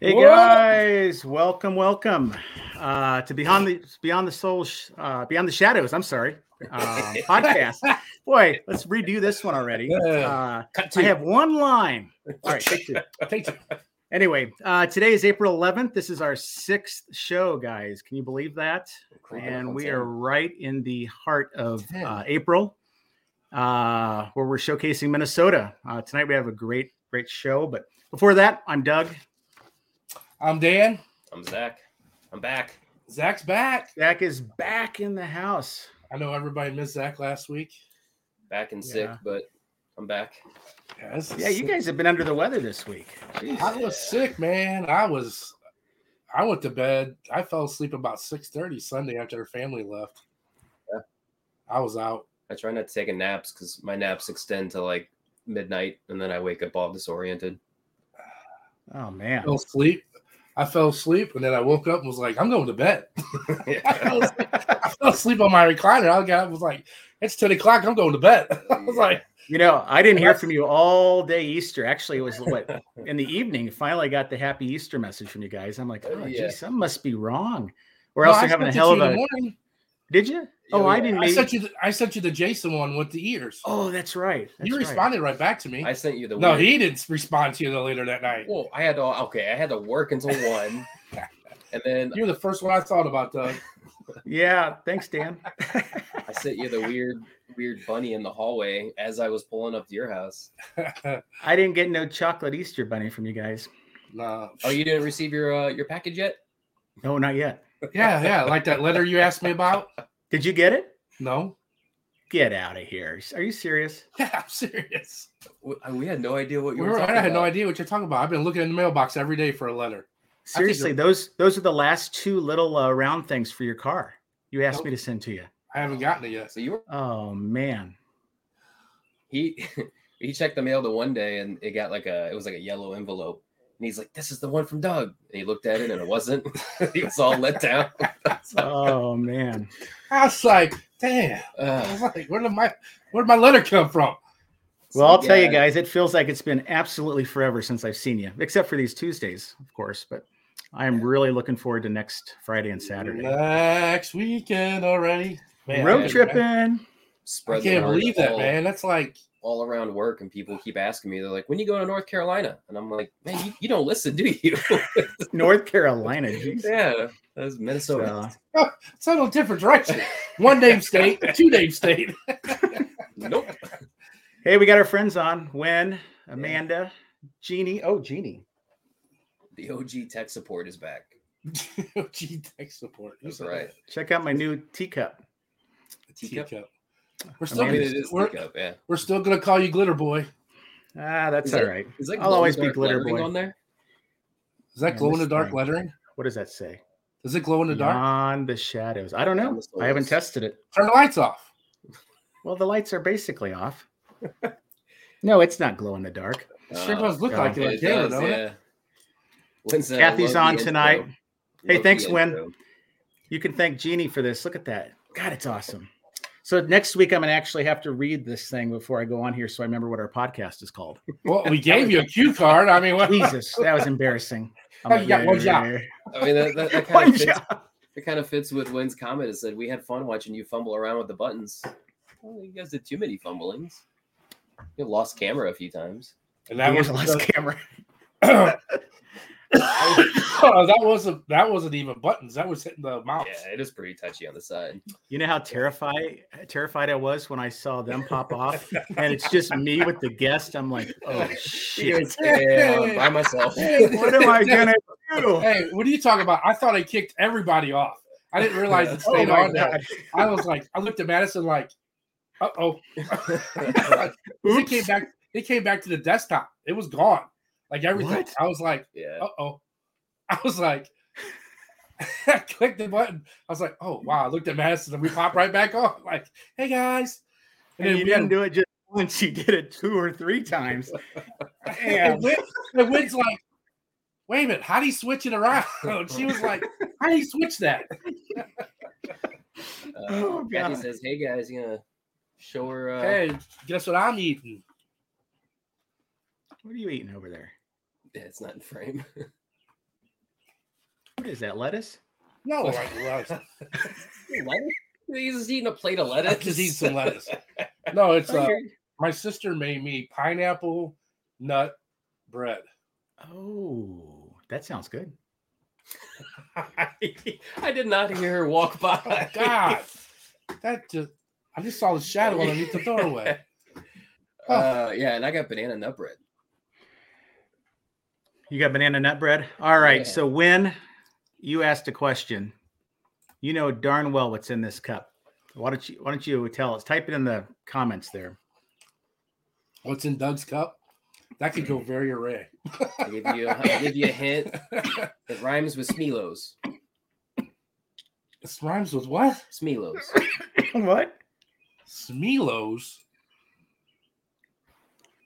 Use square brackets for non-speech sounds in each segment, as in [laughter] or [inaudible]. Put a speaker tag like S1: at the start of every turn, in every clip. S1: Hey
S2: Whoa.
S1: guys, welcome, welcome uh, to Beyond the Beyond the Soul, Sh- uh, Beyond the Shadows. I'm sorry, um, podcast. Boy, let's redo this one already. Uh,
S2: Cut
S1: I
S2: to
S1: have one line. All right, take two.
S2: take two.
S1: Anyway, uh, today is April 11th. This is our sixth show, guys. Can you believe that? and we are right in the heart of
S2: Ten.
S1: uh, April, uh, where we're showcasing Minnesota. Uh, tonight we have a great, great show. But before that, I'm Doug.
S2: I'm Dan.
S3: I'm Zach. I'm back.
S2: Zach's back.
S1: Zach is back in the house.
S2: I know everybody missed Zach last week.
S3: Back and sick,
S1: Yeah.
S3: but I'm back.
S2: Yeah, this is
S1: Yeah, you
S2: sick.
S1: guys have been under the weather this week.
S2: I was sick, man. I was. I went to bed. I fell asleep about six thirty Sunday after her family left.
S3: Yeah.
S2: I was out.
S3: I try not to take a naps because my naps extend to like midnight, and then I wake up all disoriented.
S1: Oh
S2: I
S1: man.
S2: fell asleep. I fell asleep, and then I woke up and was like, "I'm going to bed." [laughs] I,
S3: yeah,
S2: fell asleep, I fell asleep on my recliner. I got up and was like, "It's ten o'clock. I'm going to bed." [laughs] I was like,
S1: You know, I didn't hear from you all day Easter. Actually, it was
S2: [laughs]
S1: what in the evening. Finally, got the happy Easter message from you guys. I'm like, oh,
S3: Yeah.
S1: geez, something must be wrong. Or
S2: "No,
S1: else
S2: I
S1: they're having a
S2: sent it
S1: hell of
S2: to you in the
S1: a.
S2: morning.
S1: Did you? Oh,
S3: Yeah,
S1: I
S3: yeah.
S1: didn't.
S2: I
S1: Maybe.
S2: sent you. The, I sent you the Jason one with the ears.
S1: Oh, that's right. That's
S2: you
S1: right.
S2: responded right back to me.
S3: I sent you the
S2: no,
S3: weird-
S2: he didn't respond to you though later that night.
S3: Well, I had to. Okay, I had to work until one, and then
S2: You're the first one I thought about though.
S1: Yeah. Thanks, Dan.
S3: I sent you the weird, weird bunny in the hallway as I was pulling up to your house.
S1: I didn't get no chocolate Easter bunny from you guys.
S2: no.
S3: Oh, you didn't receive your uh, your package yet?
S1: No, not yet.
S2: Yeah, yeah, like that letter you asked me
S3: [laughs]
S2: about.
S1: Did you get it?
S2: No. [laughs]
S1: Get out of here. Are you serious?
S2: Yeah, I'm serious.
S3: We, uh, we had no idea what
S2: We
S3: you were.
S2: were-
S3: talking
S2: I had no
S3: about.
S2: idea what you're talking about. I've been looking in the mailbox every day for a letter.
S1: Seriously,
S2: you're-
S1: those those are the last two little uh, round things for your car. You asked
S2: Nope.
S1: me to send to you.
S2: I haven't gotten it yet.
S3: [laughs] So you were
S1: Oh man.
S3: he [laughs] he checked the mail the one day and it got like a it was like a yellow envelope and he's like this is the one from doug and he looked at it and it wasn't [laughs] he was all let down [laughs]
S1: Oh man.
S2: I was like, damn. I
S3: uh,
S2: was like, where did my where did my letter come from?
S1: Well, I'll tell you
S3: yeah,
S1: guys, it feels like it's been absolutely forever since I've seen you, except for these Tuesdays, of course. But I am really looking forward to next Friday and Saturday.
S2: Next weekend already. Man,
S1: Road
S3: yeah.
S1: tripping.
S2: I
S3: spread the
S2: can't
S3: word
S2: believe that,
S3: all-
S2: man. That's like
S3: all around work and people keep asking me they're like when you going to north carolina and i'm like man you, you don't listen do you [laughs]
S1: North Carolina. Jeez.
S3: yeah that was minnesota
S1: So, uh,
S2: it's a little different direction. One
S3: [laughs]
S2: name state, two name state. [laughs]
S3: nope
S1: hey, we got our friends on. Wen, Amanda, Jeannie. Oh, Jeannie.
S3: the og tech support is back
S2: OG tech support. You
S3: that's
S2: said
S3: right
S1: Check out my new teacup.
S2: that.
S3: Teacup?
S2: Teacup. We're
S3: i
S2: still
S3: mean
S2: gonna,
S3: it is
S2: we're,
S3: teacup, yeah
S2: we're still gonna call you Glitter Boy.
S1: Ah, that's
S3: Is
S1: all
S3: it-
S1: right.
S3: Is that
S1: I'll always
S3: glow-in-the-dark
S1: be Glitter
S3: lettering
S1: Boy.
S3: on there
S2: Is that
S1: Yeah,
S2: glow in the
S1: this
S2: dark
S1: thing.
S2: lettering?
S1: What does that say?
S2: Does it glow in the dark?
S1: Beyond the shadows. I don't know.
S3: Beyond the
S1: I haven't
S3: souls.
S1: tested it.
S2: Turn the lights off.
S1: Well, the lights are basically [laughs] off. no, it's not glow in the dark.
S2: It sure
S3: Uh,
S2: does look
S1: yeah.
S2: like it.
S3: Yeah,
S2: on
S3: it
S2: camera,
S3: does,
S2: don't it?
S3: yeah. When's uh, that
S1: Kathy's
S3: Loki
S1: on
S3: intro?
S1: tonight. Hey,
S3: Loki
S1: thanks, Wen.
S3: intro.
S1: You can thank Jeannie for this. Look at that. God, it's awesome. So next week I'm gonna actually have to read this thing before I go on here so I remember what our podcast is [laughs] called.
S2: Well,
S3: [laughs]
S2: we gave you a cue card. I mean, what?
S1: Jesus, that was embarrassing.
S2: Oh, you got one job.
S3: I mean, that,
S1: [laughs]
S3: that, that kind
S1: One
S3: of fits,
S1: job.
S3: it kind of fits with Wen's comment. It said we had fun watching you fumble around with the buttons. Well, you guys did too many fumblings. You lost camera a few times.
S2: [laughs] And that
S3: [laughs]
S1: Here's
S2: was
S1: the last camera.
S2: [laughs] Oh, that wasn't that wasn't even buttons. That was hitting the mouse.
S3: Yeah, it is pretty touchy on the side.
S1: [laughs] [laughs] You know how terrified terrified I was when I saw them pop off, and it's just me with the guest. I'm [laughs] like, oh shit,
S3: [laughs] Yeah, I'm by myself.
S1: what am I gonna [laughs] do?
S2: [laughs] Hey, what are you talking about? I thought I kicked everybody off. I didn't realize
S3: [laughs]
S2: it
S1: Oh
S2: stayed
S1: my
S2: on there.
S1: god!
S2: I was like, I looked at Madison like, uh
S3: [laughs]
S2: oh. it came
S1: Oops.
S2: back. It came back to the desktop. It was gone. Like everything.
S1: What?
S2: I was like,
S3: Yeah,
S2: uh oh. [laughs] I was like, [laughs] I clicked the button. I was like, oh wow. I looked at Madison and we popped right back on. [laughs] Like, hey guys.
S1: And
S2: then
S1: you
S2: we
S1: didn't
S2: had-
S1: do it just once; you did it two or three times. Damn.
S2: [laughs] and Win- and Win's like, wait a minute, how do you switch it around? [laughs] She was like, how do you switch
S1: [laughs]
S2: that?
S3: uh,
S1: Oh,
S3: Kathy
S1: God.
S3: says, "Hey guys, you gonna show her?" Uh,
S2: Hey, guess what I'm eating?
S1: What are you eating over there? [laughs]
S3: yeah, it's not in frame.
S1: What is that? Lettuce? [laughs]
S2: No, like lettuce.
S3: Lettuce? He's just eating a plate of
S2: [laughs]
S3: lettuce.
S2: Just eat
S3: [laughs]
S2: some lettuce. No, it's uh, my sister made me pineapple nut bread.
S1: Oh, that sounds good.
S3: I did not hear her walk by.
S2: Oh God, that just I just saw the shadow underneath the
S3: [laughs]
S2: doorway.
S3: Uh, yeah, and I got banana nut bread.
S1: You got banana nut bread? All right.
S3: Yeah.
S1: So when you asked a question, you know darn well what's in this cup. Why don't you why don't you tell us? Type it in the comments there.
S2: What's in Doug's cup? That could go very array. [laughs]
S3: I give you, I give you a hint. It rhymes with Smilos.
S2: This rhymes with what?
S3: Smilos.
S1: what?
S2: Smilos.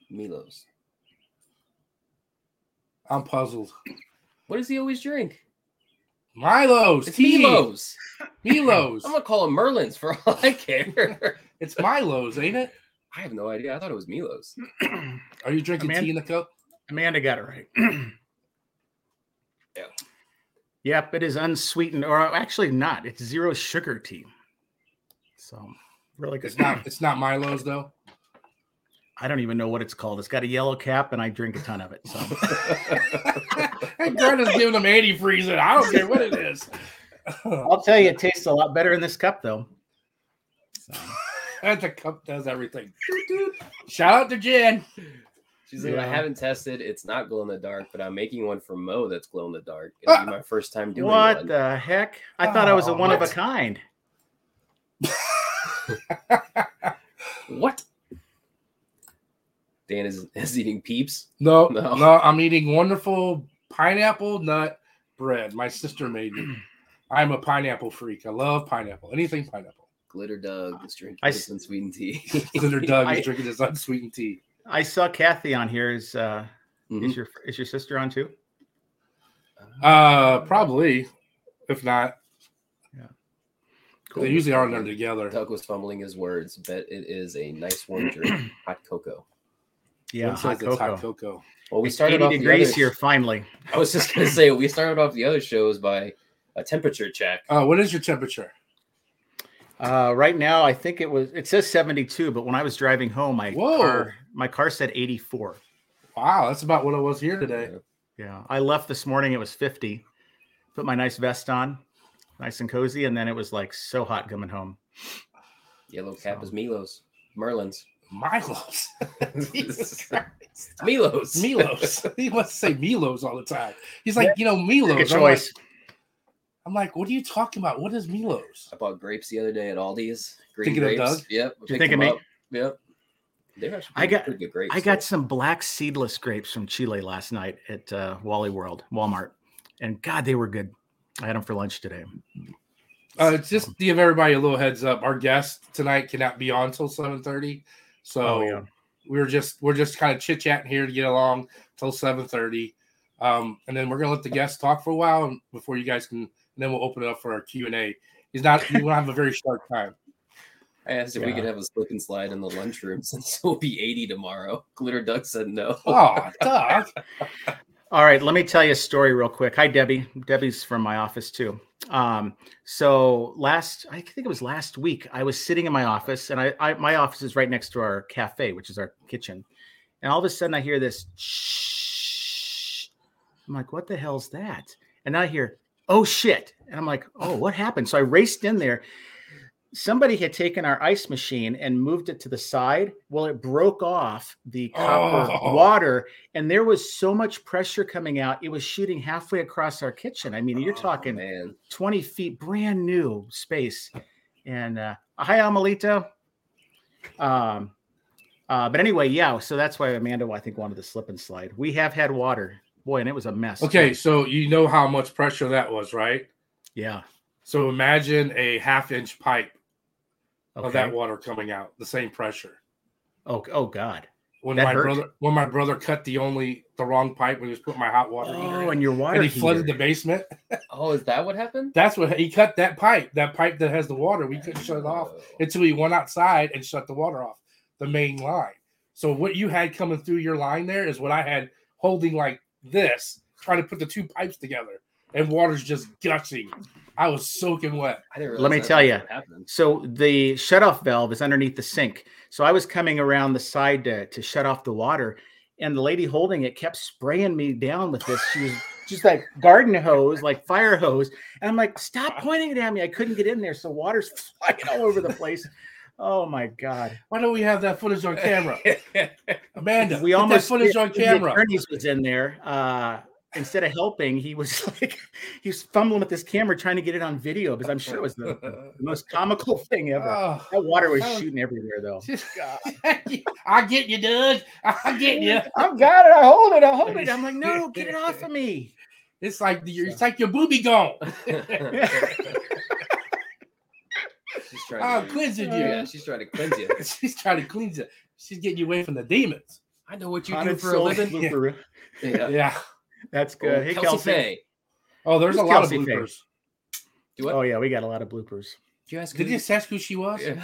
S3: Milos.
S2: I'm puzzled.
S3: What does he always drink?
S2: Milos.
S3: It's
S2: tea.
S3: Milos.
S2: Milos.
S3: [laughs] I'm gonna call him Merlin's for all I care.
S2: It's Milos, ain't it?
S3: I have no idea. I thought it was Milos.
S2: Are you drinking
S1: Amanda-
S2: tea in the cup?
S1: Amanda got it right. [clears throat]
S3: Yeah.
S1: Yep, it is unsweetened, or actually not. It's zero sugar tea. So really good.
S2: It's not. It's not Milos
S3: [laughs]
S2: though.
S1: I don't even know what it's called. It's got a yellow cap, and I drink a ton of it. So
S2: and Greta's giving them antifreeze. And I don't care what it is.
S1: [laughs]
S2: [laughs]
S1: I'll tell you, it tastes a lot better in this cup, though.
S2: That's a cup does
S3: [laughs]
S2: everything. Shout out to Jen.
S3: She's like, I
S1: Yeah.
S3: haven't tested. It's not glow in the dark, but I'm making one for Mo that's glow in the dark.
S2: Ah!
S3: It'll be my first time doing
S1: What
S3: one.
S1: the heck? I thought I was a
S2: Oh,
S1: one of a
S2: what?
S1: kind.
S3: What? Dan is, [laughs] is eating peeps.
S2: No, no,
S3: No.
S2: I'm eating wonderful pineapple nut bread. My sister made me.
S3: [clears throat]
S2: I'm a pineapple freak. I love pineapple. Anything pineapple.
S3: Glitter Doug is drinking
S1: I
S3: his
S1: s-
S3: unsweetened tea.
S1: [laughs]
S3: [laughs]
S2: Glitter Doug
S1: I-
S2: is drinking his unsweetened tea.
S1: I saw Kathy on here. Is uh,
S3: Mhm.
S1: is your is your sister on too?
S3: Oh.
S2: Uh, probably. If not,
S3: Cool.
S2: they usually are on there together.
S3: Doug was fumbling his words. Bet it is a nice
S1: [clears throat]
S3: warm drink, hot cocoa.
S1: Yeah,
S2: One says
S1: hot
S2: it's
S1: cocoa.
S2: hot cocoa.
S3: Well, we
S1: It's
S3: started
S1: 80
S3: off the
S1: degrees
S3: other-
S1: here finally.
S3: [laughs] I was just gonna say we started off the other shows by a temperature check.
S2: Uh, what is your temperature?
S1: Uh, right now, I think it was. It says seventy-two, but when I was driving home, my
S2: Whoa.
S1: car my car said eighty-four.
S2: Wow, that's about what it was here today.
S3: Uh,
S1: Yeah, I left this morning. It was fifty. Put my nice vest on, nice and cozy, and then it was like so hot coming home.
S3: Yellow cap
S1: So-
S3: is Milos. Merlin's.
S2: Milos. [laughs] Jesus
S3: [laughs] It's Milos.
S2: Milos. [laughs] he wants to say Milos all the time. He's like, you know, Milos.
S1: Good
S2: I'm like-
S1: choice.
S2: I'm like, what are you talking about? What is Milos?
S3: I bought grapes the other day at Aldi's. Green
S2: Thinking of
S3: grapes.
S2: Doug?
S3: Yep. I
S1: You
S3: picked
S1: think of
S3: them
S1: me?
S3: up. Yep. They're actually
S1: I
S3: pretty-
S1: got-
S3: pretty good grapes.
S1: I got some black seedless grapes from Chile last night at uh, Wally World Walmart, and God, they were good. I had them for lunch today.
S2: Uh, it's just to give everybody a little heads up. Our guest tonight cannot be on till 7:30, so we're just we're just kind of chit chatting here to get along till 7:30, um, and then we're gonna let the guest talk for a while and- before you guys can. And then we'll open it up for our Q and A. He's not. We will have a very short time.
S3: I asked if we
S1: Yeah.
S3: could have a slip and slide in the lunchroom [laughs] since it'll be 80 tomorrow. Glitter Duck said no.
S2: Oh, Doug.
S1: All right, let me tell you a story real quick. Hi, Debbie. Debbie's from my office too. Um, so last, I think it was last week, I was sitting in my office, and I, I my office is right next to our cafe, which is our kitchen, and all of a sudden I hear this. Shh. I'm like, what the hell's that? And I hear, oh shit, and I'm like, oh, what happened? So I raced in there. Somebody had taken our ice machine and moved it to the side. Well, it broke off the copper
S2: Oh.
S1: water and there was so much pressure coming out it was shooting halfway across our kitchen i
S3: [laughs]
S1: mean you're
S2: Oh,
S1: talking
S3: Man.
S1: 20 feet brand new space and uh hi amelito um uh but anyway yeah so that's why amanda i think wanted the slip and slide we have had water boy and it was a mess
S2: Okay, so you know how much pressure that was, right?
S1: yeah
S2: So imagine a half inch pipe
S1: okay
S2: of that water coming out, the same pressure.
S1: oh, oh god
S2: When
S1: That
S2: my
S1: hurt?
S2: brother when my brother cut the only the wrong pipe when he was putting my hot water heater
S1: oh
S2: in,
S1: and your water
S2: and he flooded the
S1: heater.
S2: basement.
S3: Oh, is that what happened?
S2: That's what he cut that pipe, that pipe that has the water. We couldn't shut it off
S3: Oh,
S2: until he went outside and shut the water off, the main line. So what you had coming through your line there is what I had holding like this, trying to put the two pipes together. and water's just gushing. I was soaking wet.
S3: I didn't
S1: Let me
S3: realize
S1: tell
S3: that's
S1: ya.
S3: what happened.
S1: So the shutoff valve is underneath the sink. So I was coming around the side to, to shut off the water, and the lady holding it kept spraying me down with this. She was just like garden hose, like fire hose. And I'm like, stop pointing it at me. I couldn't get in there. So water's [laughs] flying all over the place. Oh my God.
S2: Why don't we have that footage
S1: [laughs]
S2: on camera, Amanda?
S1: We
S2: get
S1: almost
S2: that footage
S1: did.
S2: on
S1: The
S2: camera.
S1: attorney was in there. Uh, instead of helping, he was [laughs] like, he was fumbling with this camera trying to get it on video because I'm sure it was the,
S2: [laughs]
S1: the most comical thing ever.
S2: Oh.
S1: That water was
S2: Oh.
S1: shooting everywhere, though.
S2: [laughs] I get you, Doug. I get you.
S1: I've got it. I hold it. I hold it. I'm like, no, get it off of me.
S2: It's like the, it's like your booby gone.
S1: [laughs]
S3: [laughs] she's trying
S2: Oh,
S3: to,
S2: cleansing
S3: yeah,
S2: you.
S3: she's trying to cleanse you.
S2: [laughs] She's trying to cleanse it. She's getting you away from the demons.
S3: I know what you do
S1: Haunted
S3: for a
S1: soul
S3: living.
S1: blooper.
S3: [laughs] Yeah.
S2: Yeah.
S1: That's good.
S3: Oh,
S1: hey,
S3: Kelsey,
S1: Kelsey.
S3: Fay.
S2: Oh, there's
S1: Who's
S2: a lot of
S1: Kelsey Faye?
S2: bloopers.
S3: What?
S1: Oh yeah, we got a lot of bloopers.
S3: Did you ask?
S2: Did [laughs]
S3: who-
S2: you ask who she was?
S3: Yeah.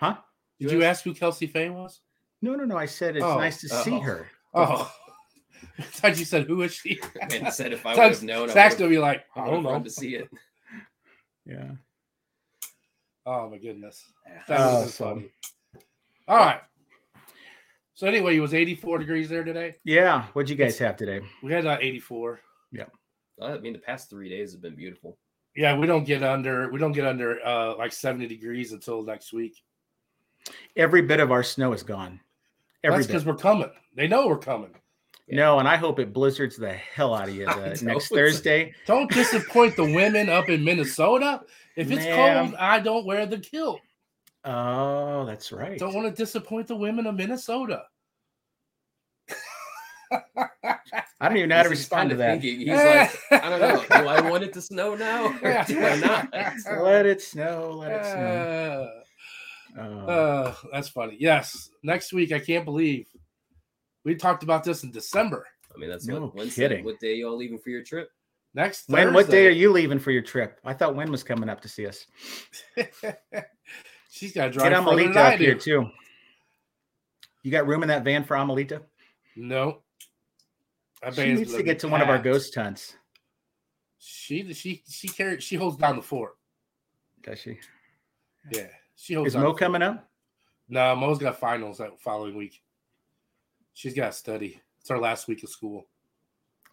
S1: Huh?
S2: Did you ask who Kelsey Faye was?
S1: No, no, no. I said it's
S2: Oh,
S1: nice to see
S3: uh-oh.
S1: her.
S2: Oh, [laughs] I thought you said who is she?
S3: Man said if I would
S2: Zach's-
S3: have known, I
S2: Zach's
S3: would
S2: gonna be like, I
S3: have
S2: don't know.
S3: run to see it.
S1: Yeah.
S2: Oh my goodness,
S3: [laughs]
S2: that
S1: Oh,
S2: was just
S1: so-
S2: funny. All right. So anyway, it was 84 degrees there today.
S1: Yeah. What'd you guys have today?
S2: We had uh, 84.
S3: I mean, the past three days have been beautiful.
S2: Yeah, we don't get under we don't get under uh like 70 degrees until next week.
S1: Every bit of our snow is gone. Every
S2: That's
S1: bit.
S2: because we're coming. They know we're coming.
S1: No, and I hope it blizzards the hell out of you
S3: [laughs] I
S1: the
S3: know,
S1: next
S3: it's-
S1: Thursday.
S2: Don't disappoint the women up in Minnesota. If it's
S1: Man.
S2: cold, I don't wear the kilt.
S1: Oh, that's right.
S2: Don't want to disappoint the women of Minnesota.
S1: I don't even know how to
S3: He's just kinda
S1: respond to that.
S3: Thinking, he's
S2: [laughs]
S3: like, I don't know. Do I want it to snow now or do I not?
S1: Let it snow. Let it snow.
S2: Uh,
S1: Oh.
S2: uh, that's funny. Yes, next week. I can't believe we talked about this in December.
S3: I mean, that's
S1: No
S3: what, Wednesday.
S1: kidding.
S3: What day y'all leaving for your trip?
S2: Next Thursday.
S1: When? What day are you leaving for your trip? I thought Wynn was coming up to see us.
S2: She's got to
S1: Get
S2: drive further
S1: Amelita
S2: than I
S1: up
S2: do.
S1: here too. You got room in that van for Amelita?
S2: No, I
S1: She needs to get to one of our ghost hunts.
S2: She she she carries. She holds down the fort.
S1: Does she?
S2: Yeah, she holds.
S1: Is
S2: down
S1: Mo
S2: the fort.
S1: coming up?
S2: No, Mo's got finals that following week. She's got to study. It's her last week of school.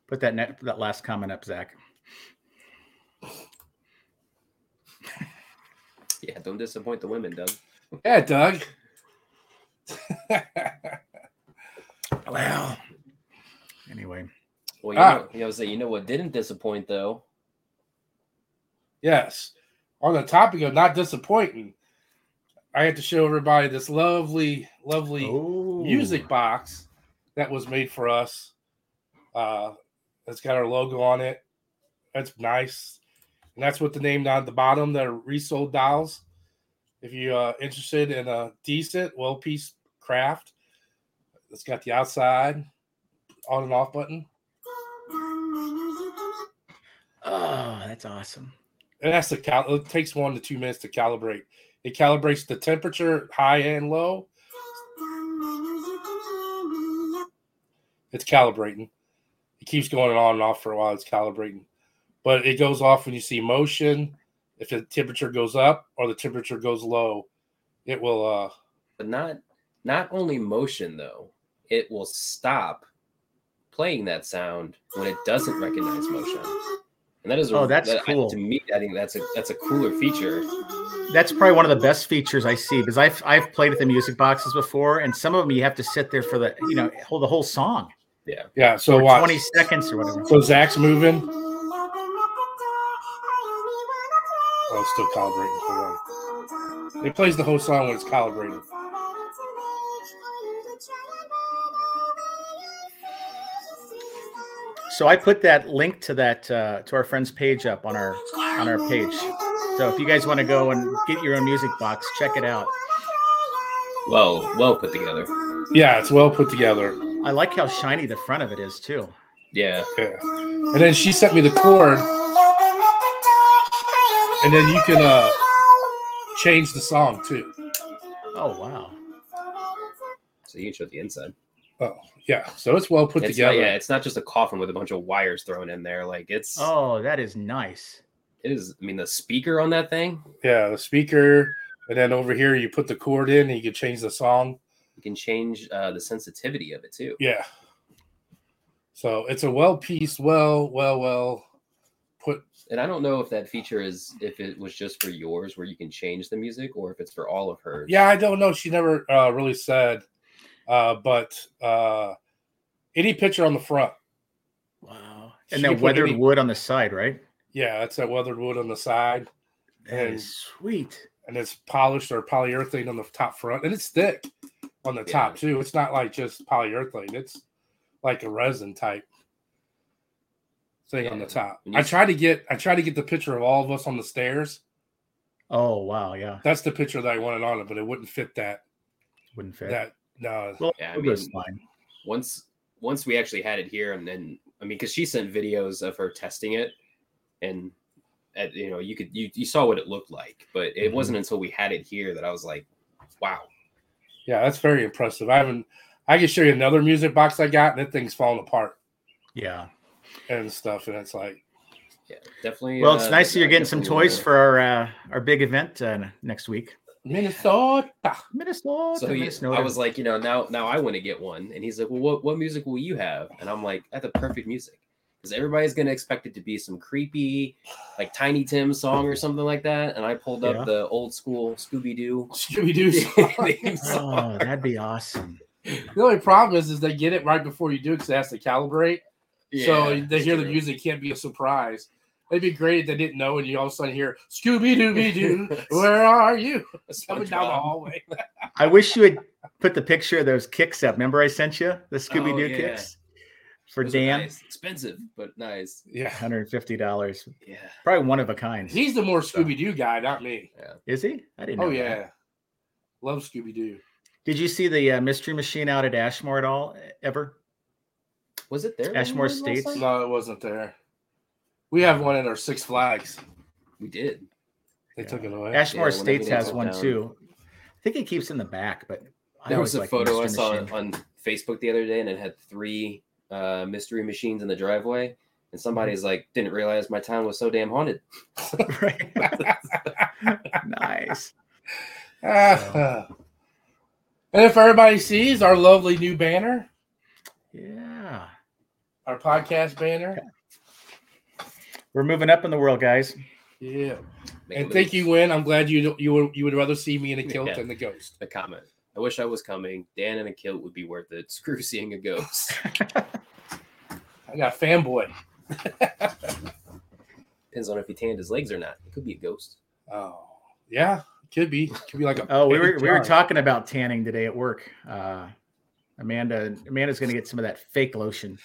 S1: Put that net, that last comment up, Zach.
S3: Yeah, don't disappoint the women, Doug.
S2: Yeah, Doug. [laughs]
S1: Well, anyway,
S3: Well, you
S2: Ah.
S3: know, you know, say you know what didn't disappoint though.
S2: yes. On the topic of not disappointing, I had to show everybody this lovely, lovely
S1: oh,
S2: music box that was made for us. Uh, it's got our logo on it. That's nice, and that's what the name down at the bottom. The resold dolls. If you are interested in a decent, well pieced craft, it's got the outside on and off button.
S1: Oh, that's awesome.
S2: And that's the cal- it takes one to two minutes to calibrate. It calibrates the temperature high and low. It's calibrating. It keeps going on and off for a while. It's calibrating. But it goes off when you see motion. If the temperature goes up or the temperature goes low, it will uh
S3: But not not only motion though, it will stop playing that sound when it doesn't recognize motion. And that is a-
S1: Oh, that's
S3: that- I-
S1: cool.
S3: to me, I think that's a that's a cooler feature.
S1: That's probably one of the best features I see because I've I've played at the music boxes before, and some of them you have to sit there for the you know hold the whole song,
S2: yeah, so
S1: or
S2: watch.
S1: twenty seconds or whatever.
S2: So Zach's moving. Oh, it's still calibrating. Hold on. It plays the whole song when it's calibrated.
S1: So I put that link to that uh, to our friend's page up on our on our page. So if you guys want to go and get your own music box, check it out.
S3: Well, well put together.
S2: Yeah, it's well put together.
S1: I like how shiny the front of it is too.
S3: Yeah.
S2: Yeah. And then she sent me the chord. And then you can uh change the song too.
S1: Oh wow!
S3: So you can show the inside.
S2: Oh yeah, so it's well put
S3: It's not,
S2: together.
S3: yeah, it's not just a coffin with a bunch of wires thrown in there. Like it's
S1: Oh, that is nice.
S3: it is. I mean, the speaker on that thing,
S2: yeah, the speaker, and then over here you put the chord in, and you can change the song.
S3: you can change uh, the sensitivity of it too.
S2: Yeah. So it's a well pieced, well, well, well put.
S3: And I don't know if that feature is if it was just for yours where you can change the music or if it's for all of hers.
S2: Yeah, I don't know. She never uh, really said, uh, but uh, any picture on the front.
S1: Wow. And
S2: She
S1: that
S2: can put
S1: weathered
S2: any-
S1: wood on the side, right?
S2: Yeah, it's that weathered wood on the side,
S1: That
S2: And-
S1: is sweet.
S2: and it's polished or polyurethane on the top front, and it's thick on the
S3: Yeah.
S2: top too. It's not like just polyurethane; it's like a resin type thing on the
S3: Yeah.
S2: top.
S3: When you
S2: I
S3: s-
S2: tried to get I tried to get the picture of all of us on the stairs.
S1: Oh wow, yeah.
S2: That's the picture that I wanted on it, but it wouldn't fit that.
S1: Wouldn't fit.
S2: That no,
S1: Well,
S3: Yeah, I
S1: it was
S3: mean-
S1: fine.
S3: Once once we actually had it here, and then I mean, because she sent videos of her testing it, and at, you know, you could you you saw what it looked like, but it
S1: Mhm.
S3: wasn't until we had it here that I was like, wow.
S2: yeah, that's very impressive. I haven't. I can show you another music box I got, and that thing's falling apart
S1: Yeah.
S2: and stuff, and it's like
S3: Yeah, definitely.
S1: Well, it's
S3: uh,
S1: nice that you're
S3: uh,
S1: getting some
S3: definitely,
S1: toys
S3: uh,
S1: for our uh, our big event uh, next week.
S2: Minnesota.
S1: Minnesota.
S3: [laughs] So he,
S1: Minnesota.
S3: I was like, you know, now now I want to get one, and he's like, well, what, what music will you have? And I'm like, I have the perfect music because everybody's gonna expect it to be some creepy, like Tiny Tim song or something like that. And I pulled up
S1: Yeah.
S3: the old school Scooby Doo.
S2: Scooby
S3: [laughs]
S2: Doo.
S1: oh, that'd be awesome.
S2: The only problem is, is they get it right before you do because it has to calibrate. so they hear the music can't be a surprise. It'd be great if they didn't know and you all of a sudden hear Scooby Dooby
S1: [laughs]
S2: Doo, where are you? Coming down the hallway.
S1: I wish you had put the picture of those kicks up. Remember I sent you the Scooby Doo
S3: yeah.
S1: kicks for Dan.
S3: expensive but nice.
S2: Yeah.
S1: $150.
S3: Yeah,
S1: Probably one of a kind.
S2: He's the more Scooby Doo guy, not me.
S1: Is he? I didn't know.
S2: Oh
S1: that.
S2: yeah. Love Scooby Doo.
S1: Did you see the uh, mystery machine out at Ashmore at all e- ever?
S3: was it there? when
S1: Ashmore
S3: we went last
S1: Estates?
S3: time?
S2: No, it wasn't there. We have one at our Six Flags.
S3: We did.
S2: They
S1: Yeah.
S2: took it away.
S1: Ashmore
S3: whenever
S1: Estates
S3: they
S1: has
S3: took
S1: one
S3: down-
S1: too. I think it keeps in the back, but I
S3: There
S1: always
S3: was a
S1: liked
S3: photo I
S1: Mystery
S3: saw
S1: Machine.
S3: on Facebook the other day, and it had three uh, mystery machines in the driveway. And somebody's
S1: Mm-hmm.
S3: like, didn't realize my town was so damn haunted.
S1: [laughs]
S3: [laughs]
S1: Right. nice.
S2: Ah. and if everybody sees our lovely new banner,
S1: Yeah.
S2: our podcast banner.
S1: We're moving up in the world, guys.
S2: Yeah.
S3: Make
S2: And
S3: a
S2: thank
S3: move.
S2: you, Win. I'm glad you you would, you would rather see me in a kilt
S3: Yeah.
S2: than the ghost.
S3: A comment. I wish I was coming. Dan in a kilt would be worth it. [laughs] Screw seeing
S1: [laughs]
S3: a ghost.
S2: I got a fanboy.
S3: Depends on if he tanned his legs or not. It could be a ghost.
S2: Oh, yeah, could be, could be like a.
S1: Oh, we were we were
S2: talking.
S1: talking about tanning today at work. Uh, Amanda Amanda's going to get some of that fake lotion.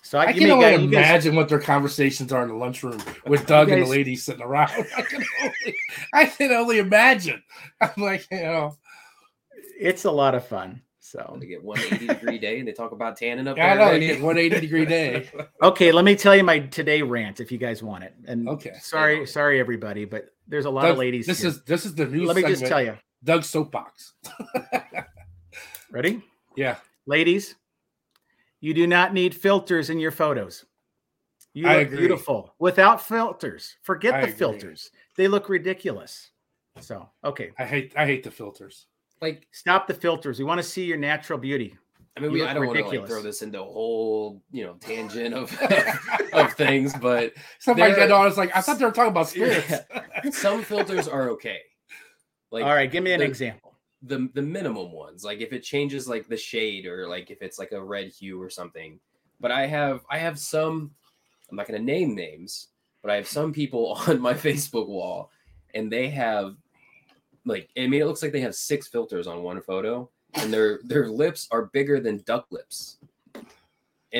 S1: So I,
S2: I
S1: you
S2: can
S1: may-
S2: only
S1: guys- you guys-
S2: imagine what their conversations are in the lunchroom with Doug and the
S1: guys-
S2: ladies sitting around. [laughs] I can, only, I can only imagine. I'm like, you know,
S1: it's a lot of fun. So
S3: They get 180 degree day and they talk about tanning up
S2: I
S3: there.
S2: know
S3: every
S2: you
S3: day.
S2: get 180 degree
S1: [laughs]
S2: day.
S1: okay, let me tell you my today rant if you guys want it. And
S2: Okay.
S1: sorry, sorry everybody, but there's a lot
S2: Doug,
S1: of ladies.
S2: This
S1: here.
S2: is this is the new.
S1: let me just tell
S2: you,
S1: you.
S2: Doug's soapbox.
S1: Ready,
S2: Yeah,
S1: ladies? You do not need filters in your photos. You
S2: I
S1: look
S2: agree.
S1: beautiful without filters. Forget
S2: I
S1: the
S2: agree.
S1: filters; they look ridiculous. So okay.
S2: I hate I hate
S1: [laughs]
S2: the filters.
S3: Like,
S1: Stop the filters. We want to see your natural beauty.
S3: I mean,
S1: You
S3: we,
S1: look
S3: I don't want to like
S1: ridiculous.
S3: throw this into a whole, you know, tangent of, [laughs] of things, but
S2: Somebody
S3: They're-
S2: said, "Oh, it's like I thought they were talking about spirits."
S3: [laughs]
S1: [laughs]
S2: [laughs]
S3: some filters are okay. Like,
S1: All right, give me an
S3: the-
S1: example.
S3: the the minimum ones like if it changes like the shade or like if it's like a red hue or something but i have i have some i'm not going to name names but i have some people [laughs] on my facebook wall and they have like i mean it looks like they have six filters on one photo and their their lips are bigger than duck lips and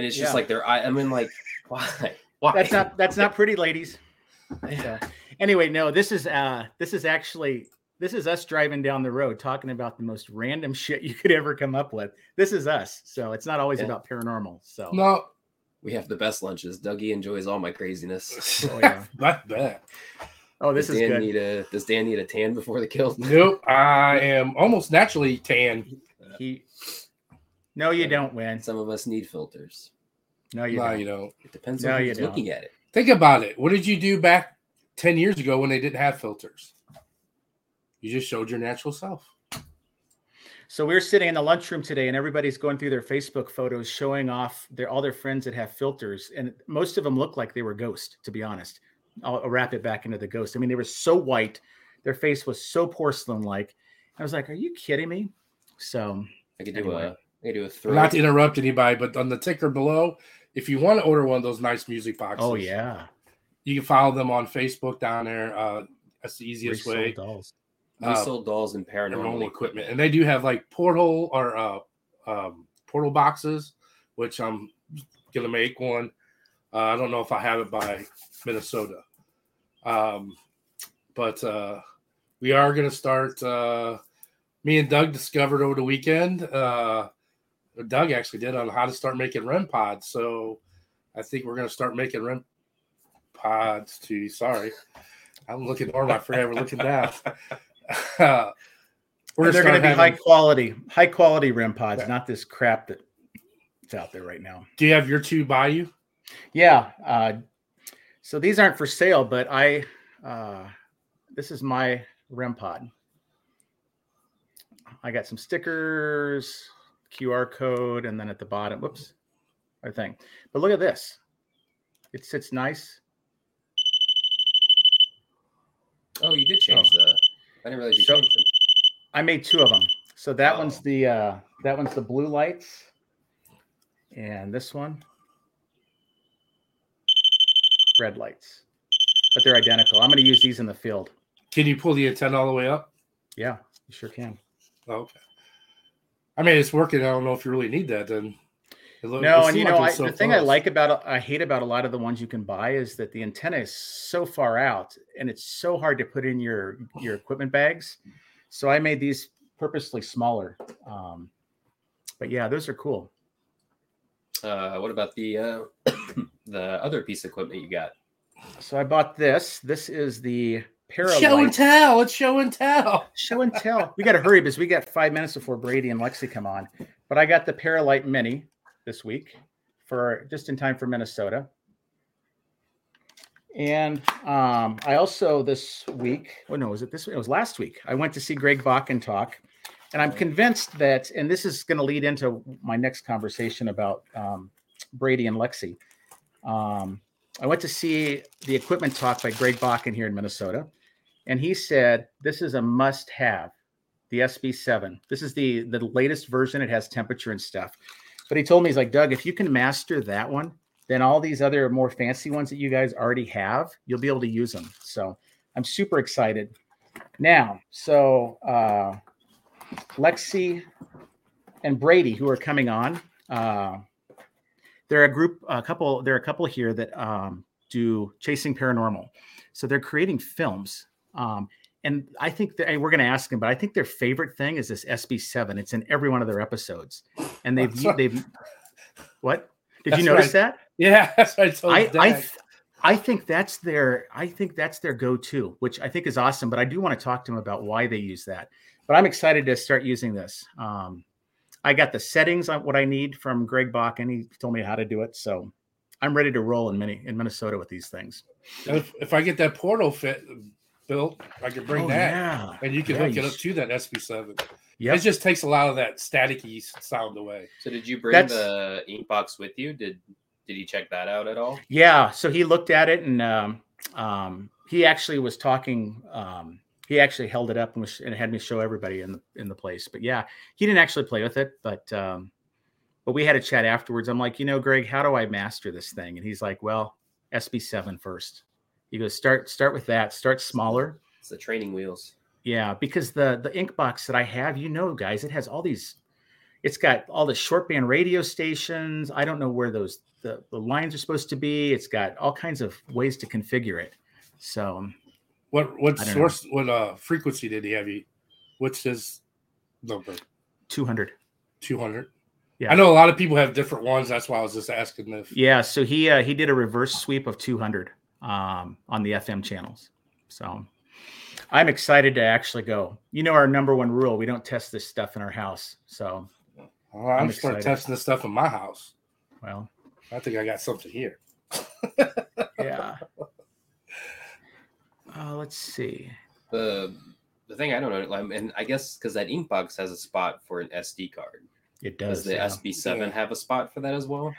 S3: it's just
S1: Yeah.
S3: like their eye i mean like [laughs] why why
S1: That's
S3: [laughs]
S1: not that's not pretty, ladies. So, anyway, no, this is uh this is actually this is us driving down the road talking about the most random [laughs] shit you could ever come up with. This is us, so it's not always
S3: Yeah.
S1: about paranormal. So
S2: No,
S3: we have the best lunches dougie enjoys all my craziness
S1: oh, yeah.
S2: [laughs] not that.
S1: oh this
S3: does
S1: is
S3: dan
S1: good.
S3: need a does dan need a tan before the kill
S2: Nope, I am almost naturally tan.
S1: He No, you don't win.
S3: Some of us need filters.
S1: No, you
S2: No,
S1: don't.
S2: you don't.
S3: It depends
S1: No,
S3: on
S1: you
S3: who's
S1: don't.
S3: looking at it.
S2: Think about it. What did you do back 10 years ago when they didn't have filters? You just showed your natural self.
S1: So we we're sitting in the lunchroom today, and everybody's going through their Facebook photos, showing off their all their friends that have filters, and most of them look like they were ghost. To be honest, I'll, I'll wrap it back into the ghost. I mean, they were so white, their face was so porcelain-like. I was like, "Are you kidding me?" So
S3: I could do
S1: Anyway.
S3: a I could do a throw.
S2: Not to interrupt anybody, but on the ticker below, if you want to order one of those nice music boxes,
S1: Oh yeah,
S2: you can follow them on Facebook down there. Uh, that's the easiest
S1: Resold
S2: way.
S1: dolls.
S3: we
S2: uh,
S3: sold dolls and
S2: paranormal
S3: paranormal
S2: equipment, and they do have like portal or uh, um, portal boxes, which I'm gonna make one. Uh, I don't know if I have it by Minnesota, um, but uh, we are gonna start. Uh, me and Doug discovered over the weekend. Uh, Doug actually did on how to start making REM pods. So I think we're gonna start making REM pods. Too sorry, I'm looking normal. I forgot we're looking down. [laughs] we're
S1: They're going to be
S2: having-
S1: high quality, high quality rim pods,
S2: Yeah.
S1: not this crap that that's out there right now.
S2: Do you have your two by you?
S1: Yeah. Uh, so these aren't for sale, but I, uh, this is my REM pod. I got some stickers, QR code, and then at the bottom, whoops, our thing. But look at this. It sits nice.
S3: Oh, you did change the. I didn't realize you
S1: So-
S3: changed them.
S1: I made two of them. So that
S3: Oh.
S1: one's the uh, that one's the blue lights, and this one red lights. But they're identical. I'm going to use these in the field.
S2: Can you pull the antenna all the way up? Oh,
S1: Yeah, you sure can.
S2: Okay. I mean, it's working. I don't know if you really need that then. It loo- it
S1: No, and
S2: seemed
S1: you
S2: like
S1: know,
S2: it
S1: I,
S2: was
S1: the
S2: so
S1: thing I
S2: close.
S1: like about I hate about a lot of the ones you can buy is that the antenna is so far out, and it's so hard to put in your your equipment bags. So I made these purposely smaller. Um, but yeah, those are cool.
S3: Uh, what about the uh, [coughs] the other piece of equipment you got?
S1: So I bought this. This is the Paralight
S2: show and tell. It's show and tell.
S1: Show and tell. We got to hurry because we got five minutes before Brady and Lexi come on. But I got the Paralight Mini this week for just in time for Minnesota. And um, I also this week, oh no, was it this week? It was last week. I went to see Greg Bakken talk. And I'm convinced that, and this is going to lead into my next conversation about um, Brady and Lexi. Um, I went to see the equipment talk by Greg Bakken here in Minnesota and he said this is a must have the sb7 this is the the latest version it has temperature and stuff but he told me he's like doug if you can master that one then all these other more fancy ones that you guys already have you'll be able to use them so i'm super excited now so uh lexi and brady who are coming on uh there are a group a couple there are a couple here that um do chasing paranormal so they're creating films um, and I think that and we're going to ask them, but I think their favorite thing is this SB7. It's in every one of their episodes, and they've
S2: That's right.
S1: they've what did
S2: That's
S1: you notice that?
S2: [laughs] Yeah, that's what I told
S1: I I,
S2: Dad.
S1: th- I think that's their I think that's their go-to, which I think is awesome. But I do want to talk to them about why they use that. But I'm excited to start using this. Um, I got the settings on what I need from Greg Bach, and he told me how to do it. So I'm ready to roll in mini in Minnesota with these things.
S2: if, if I get that portal fit built, I can bring
S1: Oh,
S2: that,
S1: Yeah.
S2: and you can
S1: Yeah,
S2: hook
S1: you
S2: it up
S1: s-
S2: to that SB7.
S1: Yep.
S2: It just takes a lot of that staticky sound away.
S3: So did you bring
S1: That's-
S3: the ink box with you? Did did he check that out at all?
S1: Yeah. So he looked at it and um, um, he actually was talking. Um, he actually held it up and, was, and had me show everybody in the in the place. But yeah, he didn't actually play with it. But um, but we had a chat afterwards. I'm like, you know, Greg, how do I master this thing? And he's like, well, SB7 first. He goes, start start with that. Start smaller.
S3: It's the training wheels.
S1: Yeah, because the the ink box that I have, you know, guys, it has all these. It's got all the shortband radio stations. I don't know where those the, the lines are supposed to be. It's got all kinds of ways to configure it. So um,
S2: What what
S1: I don't
S2: source? What uh frequency did he have? You? What's his number?
S1: 200.
S2: 200
S1: Yeah.
S2: i know a lot of people have different ones that's why i was just asking if
S1: Yeah, so he uh, he did a reverse sweep of 200 um, on the FM channels. So I'm excited to actually go. You know, our number one rule: we don't test this stuff in our house. So
S2: Well, oh,
S1: I'm
S2: I'm, gonna start
S1: excited.
S2: testing this stuff in my house.
S1: Well,
S2: I think I got something here.
S1: yeah. Uh, let's see.
S3: The the thing I don't know, like, and I guess because that Inkbox has a spot for an SD card.
S1: It does.
S3: Does the
S1: yeah.
S3: SB7
S2: Yeah.
S3: have a spot for that as well?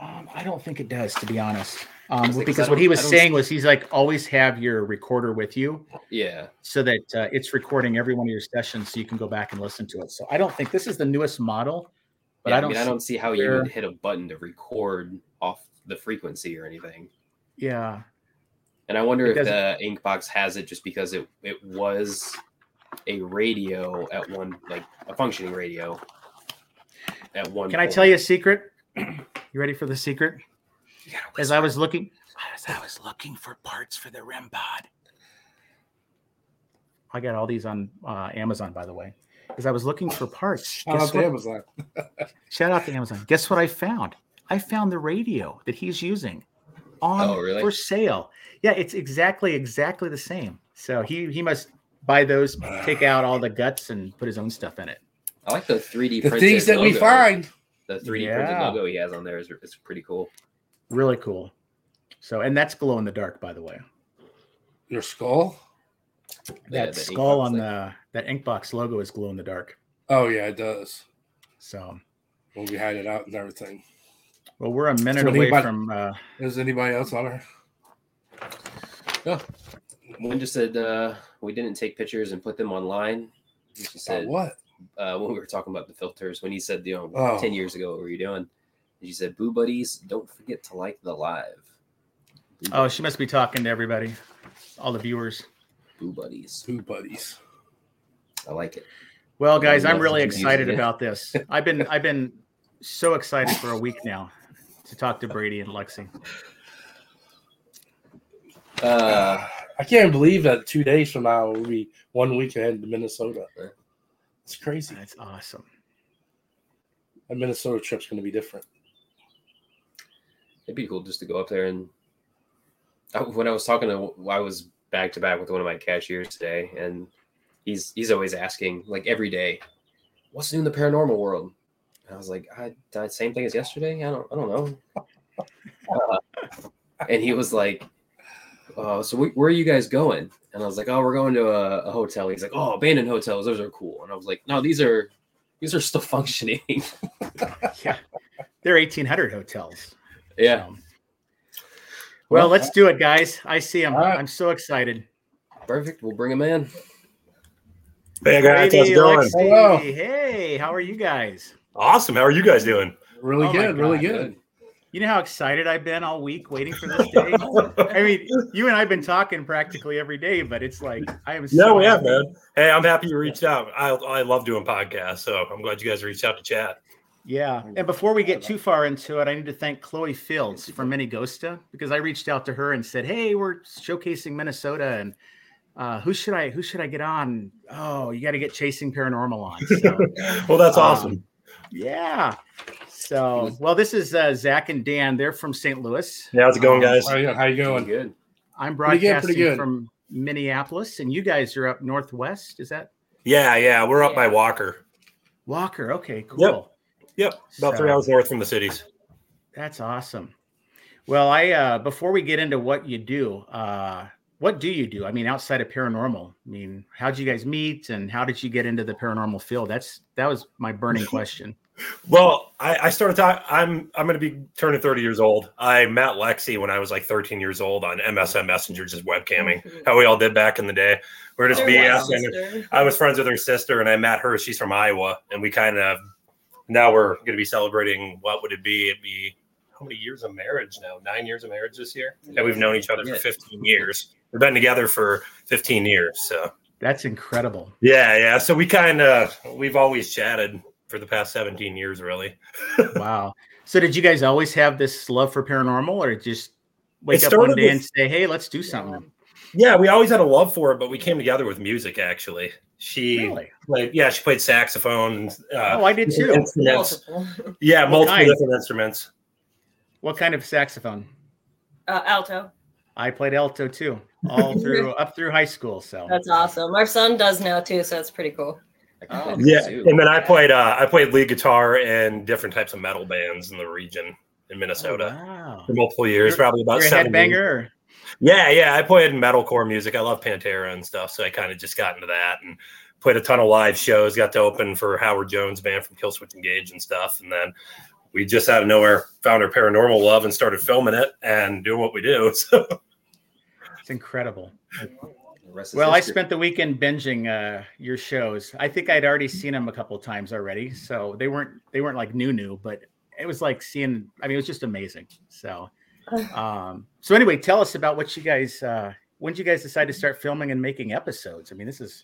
S1: Um, I don't think it does, to be honest. Um,
S3: Because
S1: because
S3: I
S1: what he
S3: don't-
S1: was
S3: I don't-
S1: saying was he's like, always have your recorder with you
S3: Yeah.
S1: so that uh, it's recording every one of your sessions so you can go back and listen to it. So I don't think this is the newest model, but
S3: Yeah,
S1: I don't.
S3: mean, I
S1: see-
S3: don't see how you
S1: where-
S3: would hit a button to record off the frequency or anything.
S1: yeah.
S3: And I wonder
S1: It
S3: if the Inkbox has it just because it it was a radio at one like a functioning radio at one.
S1: Can I tell you a secret? [clears throat] You ready for the secret? As I was looking, as I was looking for parts for the REM pod. I got all these on uh, Amazon, by the way. As I was looking for parts,
S2: Shout out
S1: guess
S2: to
S1: what?
S2: Amazon.
S1: Shout out to Amazon. Guess what I found? I found the radio that he's using on
S3: Oh, really?
S1: for sale. Yeah, it's exactly exactly the same. So he he must buy those, take out all the guts, and put his own stuff in it.
S3: I like the 3D
S2: The
S3: printed
S2: things that we
S3: logo.
S2: find.
S3: The 3D printed
S1: Yeah.
S3: logo he has on there is, is pretty cool.
S1: Really cool. So and that's glow in the dark, by the way.
S2: Your skull.
S3: Yeah,
S1: That
S3: the
S1: skull
S3: Inkbox
S1: on
S3: thing.
S1: the that Inkbox logo is glow in the dark.
S2: Oh yeah, it does.
S1: So
S2: When we hide it out and everything.
S1: well, we're a minute
S2: So
S1: away
S2: anybody-
S1: from. Uh,
S2: Is anybody else on her?
S3: One just said uh, we didn't take pictures and put them online. He just
S2: About
S3: said
S2: what?
S3: uh, [laughs] when we were talking about the filters when he said you know
S2: Oh.
S3: ten years ago what were you doing? And she said, "Boo buddies, don't forget to like the live." Boo
S1: oh, she must be talking to everybody, all the viewers.
S3: Boo buddies,
S2: Two buddies.
S3: I like it.
S1: Well, guys,
S3: Yeah,
S1: I'm really
S3: it's confusing,
S1: excited
S3: yeah.
S1: about this. I've been I've been so excited for a week now to talk to Brady and Lexi.
S3: Uh,
S2: Uh, I can't believe that two days from now we'll be one week ahead of Minnesota. It's crazy.
S1: That's awesome.
S2: A Minnesota trip's going to be different.
S3: it'd be cool just to go up there and I, when I was talking to I was back to back with one of my cashiers today and he's he's always asking like every day what's new in the paranormal world and I was like I died same thing as yesterday I don't I don't know Uh, and he was like uh, so wh- where are you guys going and I was like oh we're going to a, a hotel he's like oh abandoned hotels those are cool and I was like no these are these are still [laughs] functioning
S1: Yeah, [laughs] they're 1800 hotels.
S3: yeah
S1: Um, well, let's do it, guys. I see them.
S2: All right.
S1: I'm so excited.
S3: perfect we'll bring him in
S4: Hey guys, how's it going?
S1: Lexi,
S2: Hello.
S1: hey, how are you guys?
S4: Awesome. How are you guys doing?
S2: Really
S1: Oh my
S2: good. Really
S1: God,
S2: good.
S1: You know how excited I've been all week waiting for this day. I mean, you and I've been talking practically every day, but it's like I am.
S4: Yeah,
S1: so
S4: we have,
S1: happy.
S4: man. Hey, I'm happy you reached out. I I love doing podcasts, so I'm glad you guys reached out to chat.
S1: Yeah.
S2: I
S1: And before we get
S2: love
S1: too far into it, I need to thank Chloe Fields from Minnegosta because I reached out to her and said, Hey, we're showcasing Minnesota and uh, who should I who should I get on? Oh, you gotta get Chasing Paranormal [laughs] on. So,
S4: Well, that's
S1: Um,
S4: awesome.
S1: yeah. So well, this is uh, Zach and Dan. They're from St. Louis.
S4: Yeah, how's it going,
S1: um,
S4: guys?
S2: How you, how you
S3: Doing
S2: going?
S3: good.
S1: I'm
S2: Pretty
S1: broadcasting
S2: good, pretty good.
S1: from Minneapolis, and you guys are up northwest. Is that
S4: Yeah, yeah, we're up by
S3: Yeah.
S4: Walker.
S1: Walker? Okay, cool.
S4: Yep, about three
S1: So-
S4: hours north from the cities.
S1: That's awesome. Well, I uh, before we get into what you do, uh, what do you do? I mean, outside of paranormal, I mean, how would you guys meet, and how did you get into the paranormal field? That's that was my
S4: [laughs]
S1: burning question.
S4: Well, I, I started. To, I'm I'm going to be turning 30 years old. I met Lexi when I was like 13 years old on MSN Messenger, just webcamming. How we all did back in the day. We were just
S5: Mm-hmm. They're white
S4: BS. and
S5: sister.
S4: I was friends with her sister, and I met her. She's from Iowa, and we kind of now we're going to be celebrating. What would it be? It'd be how many years of marriage now? Nine years of marriage this year. Yeah, we've known each other for
S3: Yeah.
S4: 15 years. We've been together for 15 years. So
S1: That's incredible.
S4: yeah, yeah. So we kind of we've always chatted for the past 17 years, really.
S1: Wow. So, did you guys always have this love for paranormal, or just wake up one
S4: started
S1: day
S4: with-
S1: and say, "Hey, let's do something"?
S4: Yeah, we always had a love for it, but we came together with music. Actually, she
S1: Really?
S4: played. Yeah, she played saxophone. Uh,
S1: Oh, I did too.
S4: Instruments.
S5: Multiple.
S4: Yeah,
S1: What
S4: multiple
S1: kind?
S4: different instruments.
S1: What kind of saxophone?
S5: Uh, alto.
S1: I played alto
S4: [laughs]
S1: too, all through up through high school. So
S5: That's awesome. Our son does now too, so it's pretty cool.
S3: I can play
S2: Oh.
S4: Yeah,
S3: kazoo.
S4: and then I played uh, I played lead guitar and different types of metal bands in the region in Minnesota
S1: Oh, wow.
S4: for multiple years,
S1: You're-
S4: probably about
S1: You're a
S4: seven.
S1: headbanger.
S4: years.
S1: or-
S4: Yeah, yeah, I played metalcore music. I love Pantera and stuff, so I kind of just got into that and played a ton of live shows. Got to open for Howard Jones band from Killswitch Engage and stuff, and then we just out of nowhere found our paranormal love and started filming it and doing what we do. [laughs] So
S1: It's incredible.
S3: The rest is
S1: Well, I
S3: history.
S1: spent the weekend binging uh, your shows. I think I'd already seen them a couple times already, so they weren't they weren't like new new, but it was like seeing. I mean, it was just amazing. So, um, so anyway, tell us about what you guys. Uh, when did you guys decide to start filming and making episodes? I mean, this is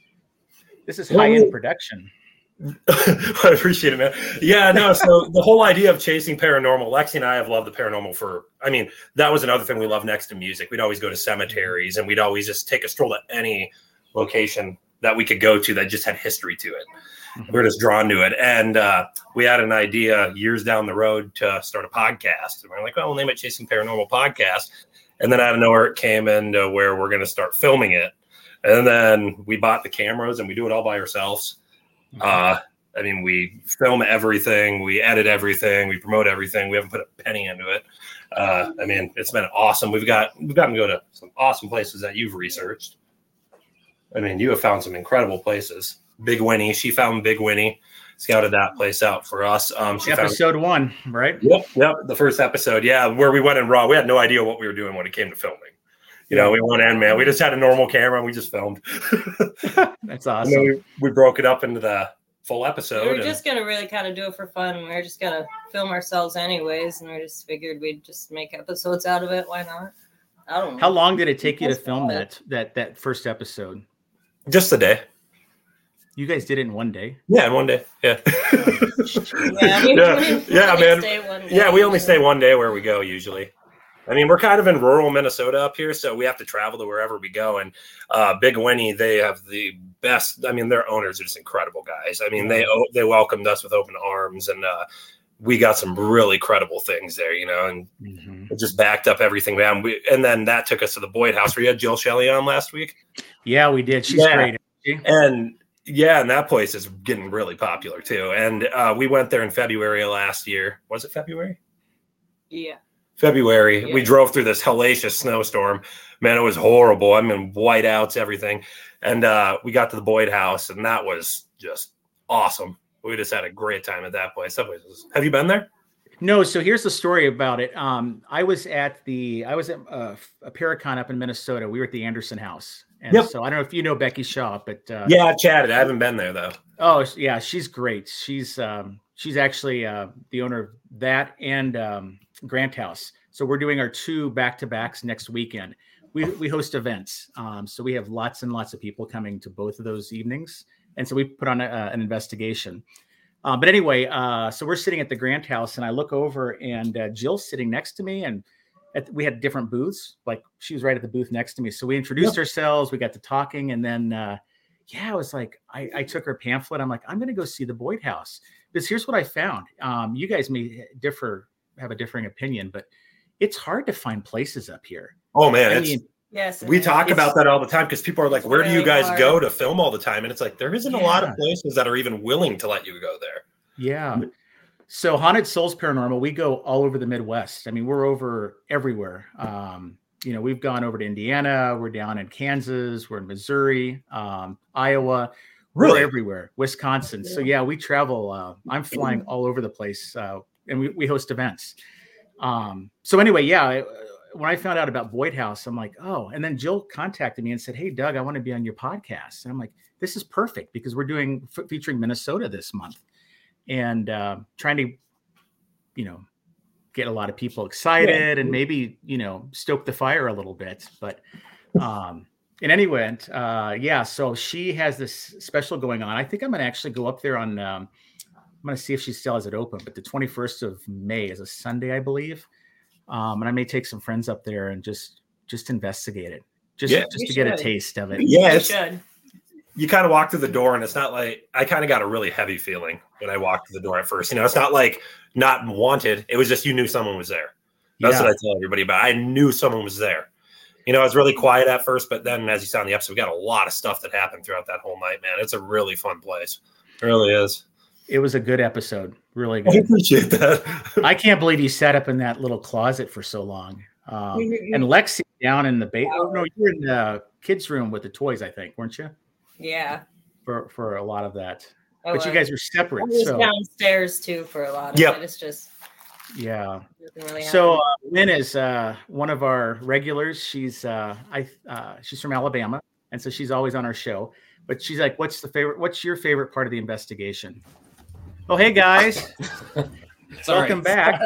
S1: this is
S4: Well,
S1: high end
S4: we-
S1: production.
S4: I appreciate it, man. Yeah, no. So the whole idea of chasing paranormal, Lexi and I have loved the paranormal for. I mean, that was another thing we loved next to music. We'd always go to cemeteries, and we'd always just take a stroll to any location that we could go to that just had history to it. We were just drawn to it, and uh, we had an idea years down the road to start a podcast. And we are like, well, we'll name it Chasing Paranormal Podcast. And then out of nowhere, it came into where we're going to start filming it. And then we bought the cameras, and we do it all by ourselves. Uh, I mean, we film everything, we edit everything, we promote everything. We haven't put a penny into it. Uh, I mean, it's been awesome. We've got we've gotten to go to some awesome places that you've researched. I mean, you have found some incredible places. Big Winnie, she found Big Winnie, scouted that place out for us. Um, she found
S1: Episode one, right?
S4: Yep, yep. The first episode, yeah, where we went in raw. We had no idea what we were doing when it came to filming. You know, we went in, man. We just had a normal camera and we just filmed.
S1: That's
S4: And then
S1: awesome.
S4: we, we broke it up into the full episode.
S5: we were
S4: and-
S5: just gonna really kind of do it for fun. We were just gonna film ourselves anyways, and we just figured we'd just make episodes out of it. Why not? I don't know.
S1: How long did it take you to film that that that first episode?
S4: just the day.
S1: You guys did it in one day.
S4: Yeah, in one day. Yeah. [laughs]
S5: [laughs] Yeah, I mean,
S4: yeah,
S5: we- we
S4: yeah,
S5: only
S4: man.
S5: stay one
S4: Yeah,
S5: day.
S4: we only stay one day where we go usually. I mean, we're kind of in rural Minnesota up here, so we have to travel to wherever we go. And uh, Big Winnie, they have the best. I mean, their owners are just incredible guys. I mean, they o- they welcomed us with open arms, and uh, we got some really credible things there, you know. And it just backed up everything down. We, and then that took us to the Boyd House. where you had Jill Shelley on last week.
S1: Yeah, we did. She's
S4: Yeah.
S1: great.
S4: And yeah, and that place is getting really popular too. And uh, we went there in February of last year. Was it February?
S5: Yeah,
S4: February. We
S5: Yeah.
S4: drove through this hellacious snowstorm. Man, it was horrible. I mean, whiteouts, everything. And uh, we got to the Boyd house, and that was just awesome. We just had a great time at that place. That place was- have you been there?
S1: No, so here's the story about it. Um, I was at the I was at uh, a Paracon up in Minnesota. We were at the Anderson House, and
S4: Yep.
S1: so I don't know if you know Becky Shaw, but uh,
S4: Yeah, I've chatted. I haven't been there though.
S1: oh sh- yeah, she's great. She's um, she's actually uh, the owner of that and um, Grant House. So we're doing our two back to backs next weekend. We we host events, um, so we have lots and lots of people coming to both of those evenings, and so we put on a, a- an investigation. Uh, but anyway, uh, so we're sitting at the Grant House, and I look over, and uh, Jill's sitting next to me, and at, we had different booths. Like she was right at the booth next to me, so we introduced ourselves, we got to talking, and then uh, yeah, I was like, I, I took her pamphlet. I'm like, I'm going to go see the Boyd House because here's what I found. Um, you guys may differ, have a differing opinion, but it's hard to find places up here.
S4: Oh man,
S1: I
S4: it's,
S1: mean,
S5: yes. it
S4: we
S5: is.
S4: talk
S1: it's-
S4: about that all the time because people are like, "Where do you
S5: really
S4: guys
S5: hard.
S4: go to film all the time?" And it's like there isn't a lot
S1: Yeah.
S4: of places that are even willing to let you go there.
S1: yeah. So Haunted Souls Paranormal, we go all over the Midwest. I mean, we're over everywhere. Um, you know, we've gone over to Indiana, we're down in Kansas, we're in Missouri, um, Iowa, really
S4: Really?
S1: everywhere, Wisconsin. So yeah, we travel. Uh, I'm flying [clears throat] all over the place, uh, and we, we host events. Um, so anyway, yeah, I, when I found out about Boyd House, I'm like, oh. And then Jill contacted me and said, hey, Doug, I want to be on your podcast. And I'm like, this is perfect because we're doing f- featuring Minnesota this month, and uh, trying to, you know, get a lot of people excited and maybe you know stoke the fire a little bit, but. Um, in any event, uh, yeah. So she has this special going on. I think I'm gonna actually go up there on. Um, I'm gonna see if she still has it open, but the 21st of May is a Sunday, I believe. Um, and I may take some friends up there and just just investigate it, just
S4: Yeah.
S1: just
S5: You
S1: to get a
S5: should.
S1: taste of it.
S4: Yeah,
S5: You
S4: it's,
S5: should.
S4: you kind of walk through the door and it's not like I kind of got a really heavy feeling when I walked through the door at first. You know, it's not like not wanted. It was just you knew someone was there. That's
S1: yeah.
S4: what I tell everybody about. I knew someone was there. You know, it was really quiet at first, but then as you saw in the episode, we got a lot of stuff that happened throughout that whole night, man. It's a really fun place. It really is.
S1: It was a good episode.
S4: [laughs]
S1: Really
S4: I
S1: good.
S4: appreciate that.
S1: I can't believe you sat up in that little closet for so long. Um, and Lexi down in the ba- oh, no, you were in the kids' room with the toys, I think, weren't you?
S5: [laughs] Yeah.
S1: For for a lot of that.
S5: I
S1: but you
S5: was.
S1: guys were
S5: I
S1: separate.
S5: was
S1: So
S5: downstairs too for a lot of
S4: Yep.
S5: it. It's just
S1: yeah.
S5: nothing really
S1: So uh, Lynn is uh, one of our regulars. She's uh, I uh, she's from Alabama, and so she's always on our show. But she's like, "What's the favorite? What's your favorite part of the investigation?" Oh, hey guys,
S3: Sorry.
S1: welcome back.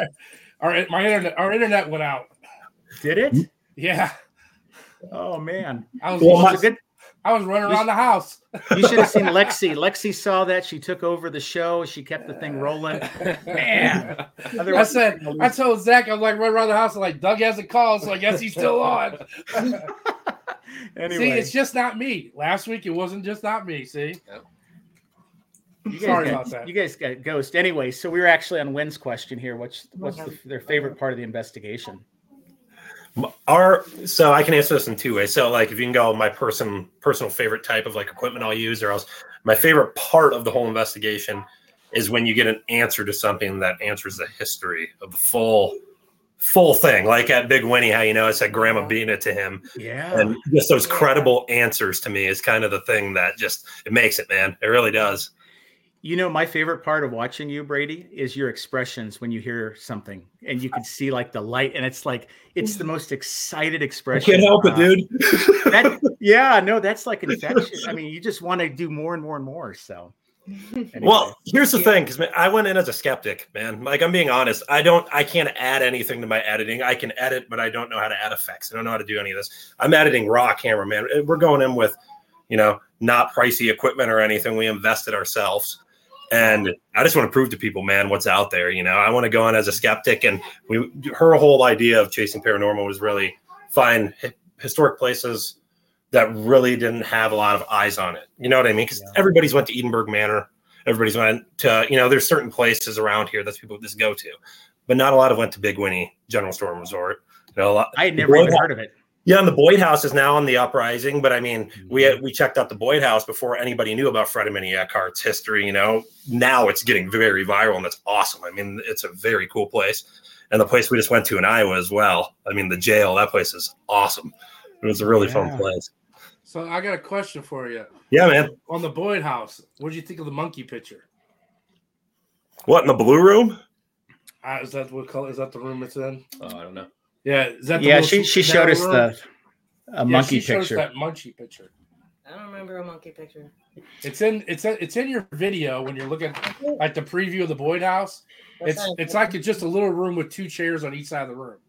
S2: Our my internet our internet went out.
S1: Did it?
S2: Yeah,
S1: Oh man,
S2: I was
S4: Well,
S1: It was a
S2: lost.
S1: good.
S2: I was running around the house.
S1: You should have seen Lexi. Lexi saw that. She took over the show. She kept the thing rolling. Man.
S2: [laughs] I
S1: Otherwise,
S2: said, I told Zach, I'm like running around the house. I'm like, Doug hasn't called, so I guess he's still
S1: [laughs]
S2: on. See,
S1: anyway,
S2: it's just not me. Last week, it wasn't just not me. See,
S1: you guys
S2: sorry
S1: got-
S2: about that.
S1: You guys got ghost. Anyway, so we were actually on Wynn's question here. What's what's the, their favorite part of the investigation?
S4: Our so I can answer this in two ways. So like if you can go my person personal favorite type of like equipment I'll use, or else my favorite part of the whole investigation is when you get an answer to something that answers the history of the full full thing. Like at Big Winnie, how you know it's like grandma beating it to him.
S1: Yeah.
S4: And just those credible answers to me is kind of the thing that just it makes it, man. It really does.
S1: You know, my favorite part of watching you, Brady, is your expressions when you hear something and you can see like the light, and it's like it's the most excited expression. Uh,
S4: dude. [laughs]
S1: that- yeah, no, that's like infectious. I mean, you just want to do more and more and more. So, anyway.
S4: Well, here's the thing, because I went in as a skeptic, man. Like I'm being honest, I don't, I can't add anything to my editing. I can edit, but I don't know how to add effects. I don't know how to do any of this. I'm editing raw camera, man. Eh, We're going in with, you know, not pricey equipment or anything. We invested ourselves, and I just want to prove to people, man, what's out there. You know, I want to go in as a skeptic, and we, her whole idea of chasing paranormal was really find hi- historic places that really didn't have a lot of eyes on it. You know what I mean? Because
S1: Yeah.
S4: everybody's went to Edinburgh Manor. Everybody's went to, you know, there's certain places around here that people just go to, but not a lot of went to Big Winnie General Storm Resort. You know, a lot.
S1: I had never
S4: Well,
S1: even
S4: yeah.
S1: heard of it.
S4: Yeah, and the Boyd House is now on the uprising, but I mean, we we checked out the Boyd House before anybody knew about Freddie Mini Eckhart's history. You know, now it's getting very viral, and that's awesome. I mean, it's a very cool place, and the place we just went to in Iowa as well. I mean, the jail that place is awesome. It was a really
S1: Yeah.
S4: fun place.
S2: So I got a question for you
S4: Yeah, man.
S2: on the Boyd house. What did you think of the monkey picture?
S4: What in the blue room?
S2: Uh, is that what color? Is that the room it's in?
S3: Oh, I don't know.
S2: Yeah, is that the
S1: Yeah,
S2: little
S1: she she
S2: is that
S1: showed
S2: a
S1: us
S2: room?
S1: the a
S2: Yeah,
S1: monkey
S2: she showed us
S1: picture.
S2: That monkey picture.
S5: happened. I don't remember a monkey picture.
S2: It's in it's in, it's in your video when you're looking at the preview of the Boyd house.
S5: That's
S2: It's
S5: not-
S2: it's like it's just a little room with two chairs on each side of the room,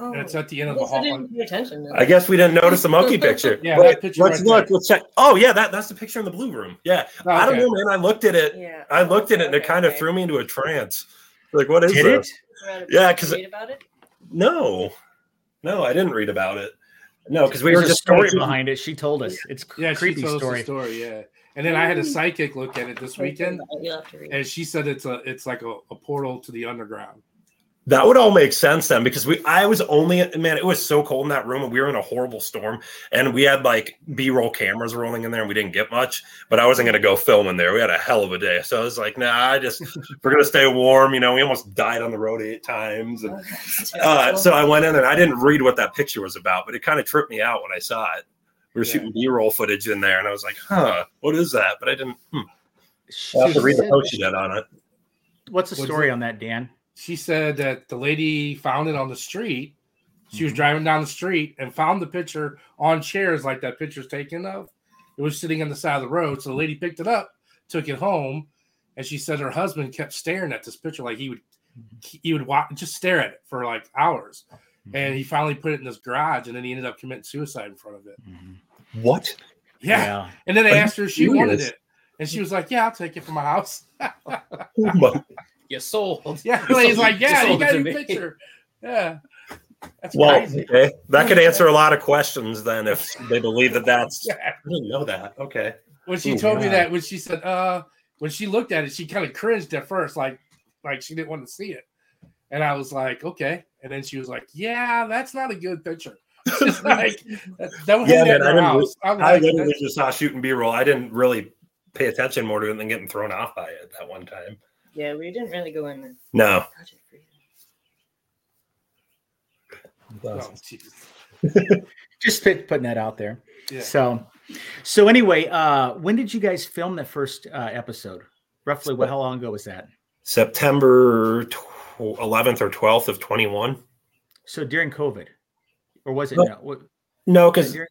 S5: oh,
S2: and it's at the end of
S5: I
S2: the
S5: guess I
S2: hall.
S5: didn't pay attention. To
S4: I guess we didn't notice the monkey picture.
S2: [laughs] Yeah,
S4: But
S2: that picture
S4: let's
S2: right
S4: look.
S2: there.
S4: Let's check. Oh yeah, that that's the picture in the blue room. Yeah,
S2: No,
S4: I don't
S2: okay.
S4: know, man. I looked at it.
S5: yeah. oh,
S4: I looked at it, and it
S5: Okay,
S4: kind of
S5: okay.
S4: threw me into a trance. Like, what is
S1: Did
S4: this?
S1: it?
S5: Read about-
S4: Yeah, 'cause-
S5: read about it.
S4: No, no, I didn't read about it. No, because Oh, we
S1: There's
S4: were
S1: a
S4: just
S1: story
S4: going
S1: behind it. She told us it's cr-
S2: Yeah, she
S1: creepy
S2: told us the
S1: story.
S2: story. Yeah, and then I had a psychic look at it this weekend,
S5: You'll have to read.
S2: and she said it's a it's like a, a portal to the underground.
S4: through- That would all make sense then, because we I was only man, it was so cold in that room, and we were in a horrible storm, and we had like B roll cameras rolling in there, and we didn't get much. But I wasn't gonna go film in there. We had a hell of a day, so I was like, nah, I [laughs] just we're gonna stay warm. You know, we almost died on the road eight
S5: [laughs]
S4: times, and uh, so I went in and I didn't read what that picture was about, but it kind of tripped me out when I saw it. We were
S2: Yeah.
S4: shooting B roll footage in there, and I was like, huh, what is that? But I didn't. Hmm.
S1: She
S4: I'll have to read the
S1: said-
S4: post she did on it.
S1: What's the
S2: What is
S1: story
S2: it?
S1: on that, Dan?
S2: She said that the lady found it on the street. She was driving down the street and found the picture on chairs like that picture's taken of. It was sitting on the side of the road. So the lady picked it up, took it home, and she said her husband kept staring at this picture like he would he would wa- just stare at it for like hours. And he finally put it in his garage and then he ended up committing suicide in front of it.
S1: Mm-hmm.
S4: What?
S2: Yeah. [laughs] And then they
S4: Are you
S2: asked her if she wanted
S4: serious?
S2: it. And she was like, Yeah, I'll take it from my house. [laughs]
S4: Oh [laughs] my-
S3: You sold.
S2: Yeah.
S3: You
S2: He's
S3: sold-
S2: like, Yeah, you
S3: sold it
S2: got
S3: to
S2: your
S3: me."
S2: picture. Yeah. That's
S4: Well,
S2: crazy. [laughs]
S4: okay. that could answer a lot of questions then if they believe that that's. I
S2: Yeah.
S4: didn't know that. Okay.
S2: When she
S4: Ooh,
S2: told me
S1: yeah.
S2: that, when she said, uh, when she looked at it, she kind of cringed at first, like, like she didn't want to see it. And I was like, okay. And then she was like, yeah, that's not a good picture. [laughs] Just like, that, that would
S4: Yeah,
S2: hang
S4: man,
S2: at
S4: I
S2: your
S4: didn't-
S2: house. I'm
S4: I
S2: like,
S4: literally
S2: that's-
S4: just saw shooting B roll. I didn't really pay attention more to it than getting thrown off by it that one time.
S5: Yeah, we didn't really go in there.
S4: No.
S5: Project Freedom.
S2: Oh, jeez.
S1: Just put, putting that out there.
S2: yeah.
S1: So, so anyway, uh, when did you guys film that first uh, episode? Roughly, what? How long ago was that?
S4: September tw- 11th or 12th of 21.
S1: So during COVID, or was it?
S4: No.
S1: No. What,
S4: No, because
S1: during-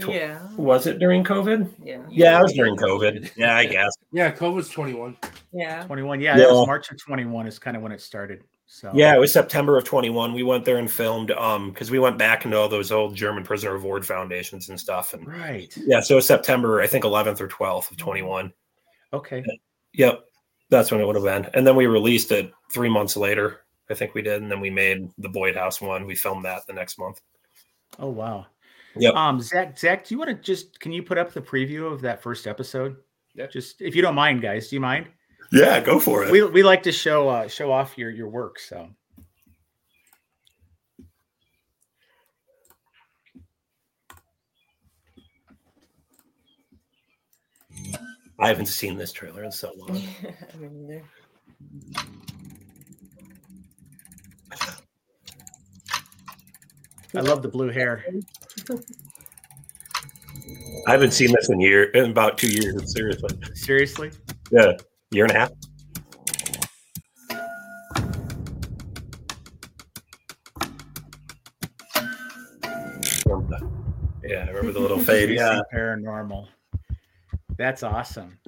S4: Cool.
S5: Yeah,
S4: was it during COVID?
S5: yeah,
S4: Yeah, it was during COVID. Yeah, I guess.
S2: yeah, COVID's 21.
S5: yeah.
S1: 21. Yeah, that
S4: Yeah.
S1: was March of 21 is kind of when it started. So
S4: Yeah, it was September of 21. We went there and filmed um because we went back into all those old German prisoner of war foundations and stuff. And
S1: Right.
S4: yeah, so it was September, I think 11th or 12th of 21.
S1: Okay.
S4: Yep. That's when it would have been. And then we released it three months later. I think we did. And then we made the Boyd House one. We filmed that the next month.
S1: Oh wow.
S4: Yep.
S1: Um, Zach, Zach, do you want to just can you put up the preview of that first episode?
S3: Yeah.
S1: Just if you don't mind, guys, do you mind?
S4: Yeah, go for
S1: We we like to show uh show off your your work. So
S4: I haven't seen this trailer in so long.
S5: [laughs] I mean, there-
S1: I love the blue hair.
S4: I haven't seen this in year in about two years, seriously.
S1: Seriously.
S4: Yeah. Year and a half. [laughs] Yeah, I remember the little fade.
S1: Seriously
S4: Yeah.
S1: Paranormal. That's awesome.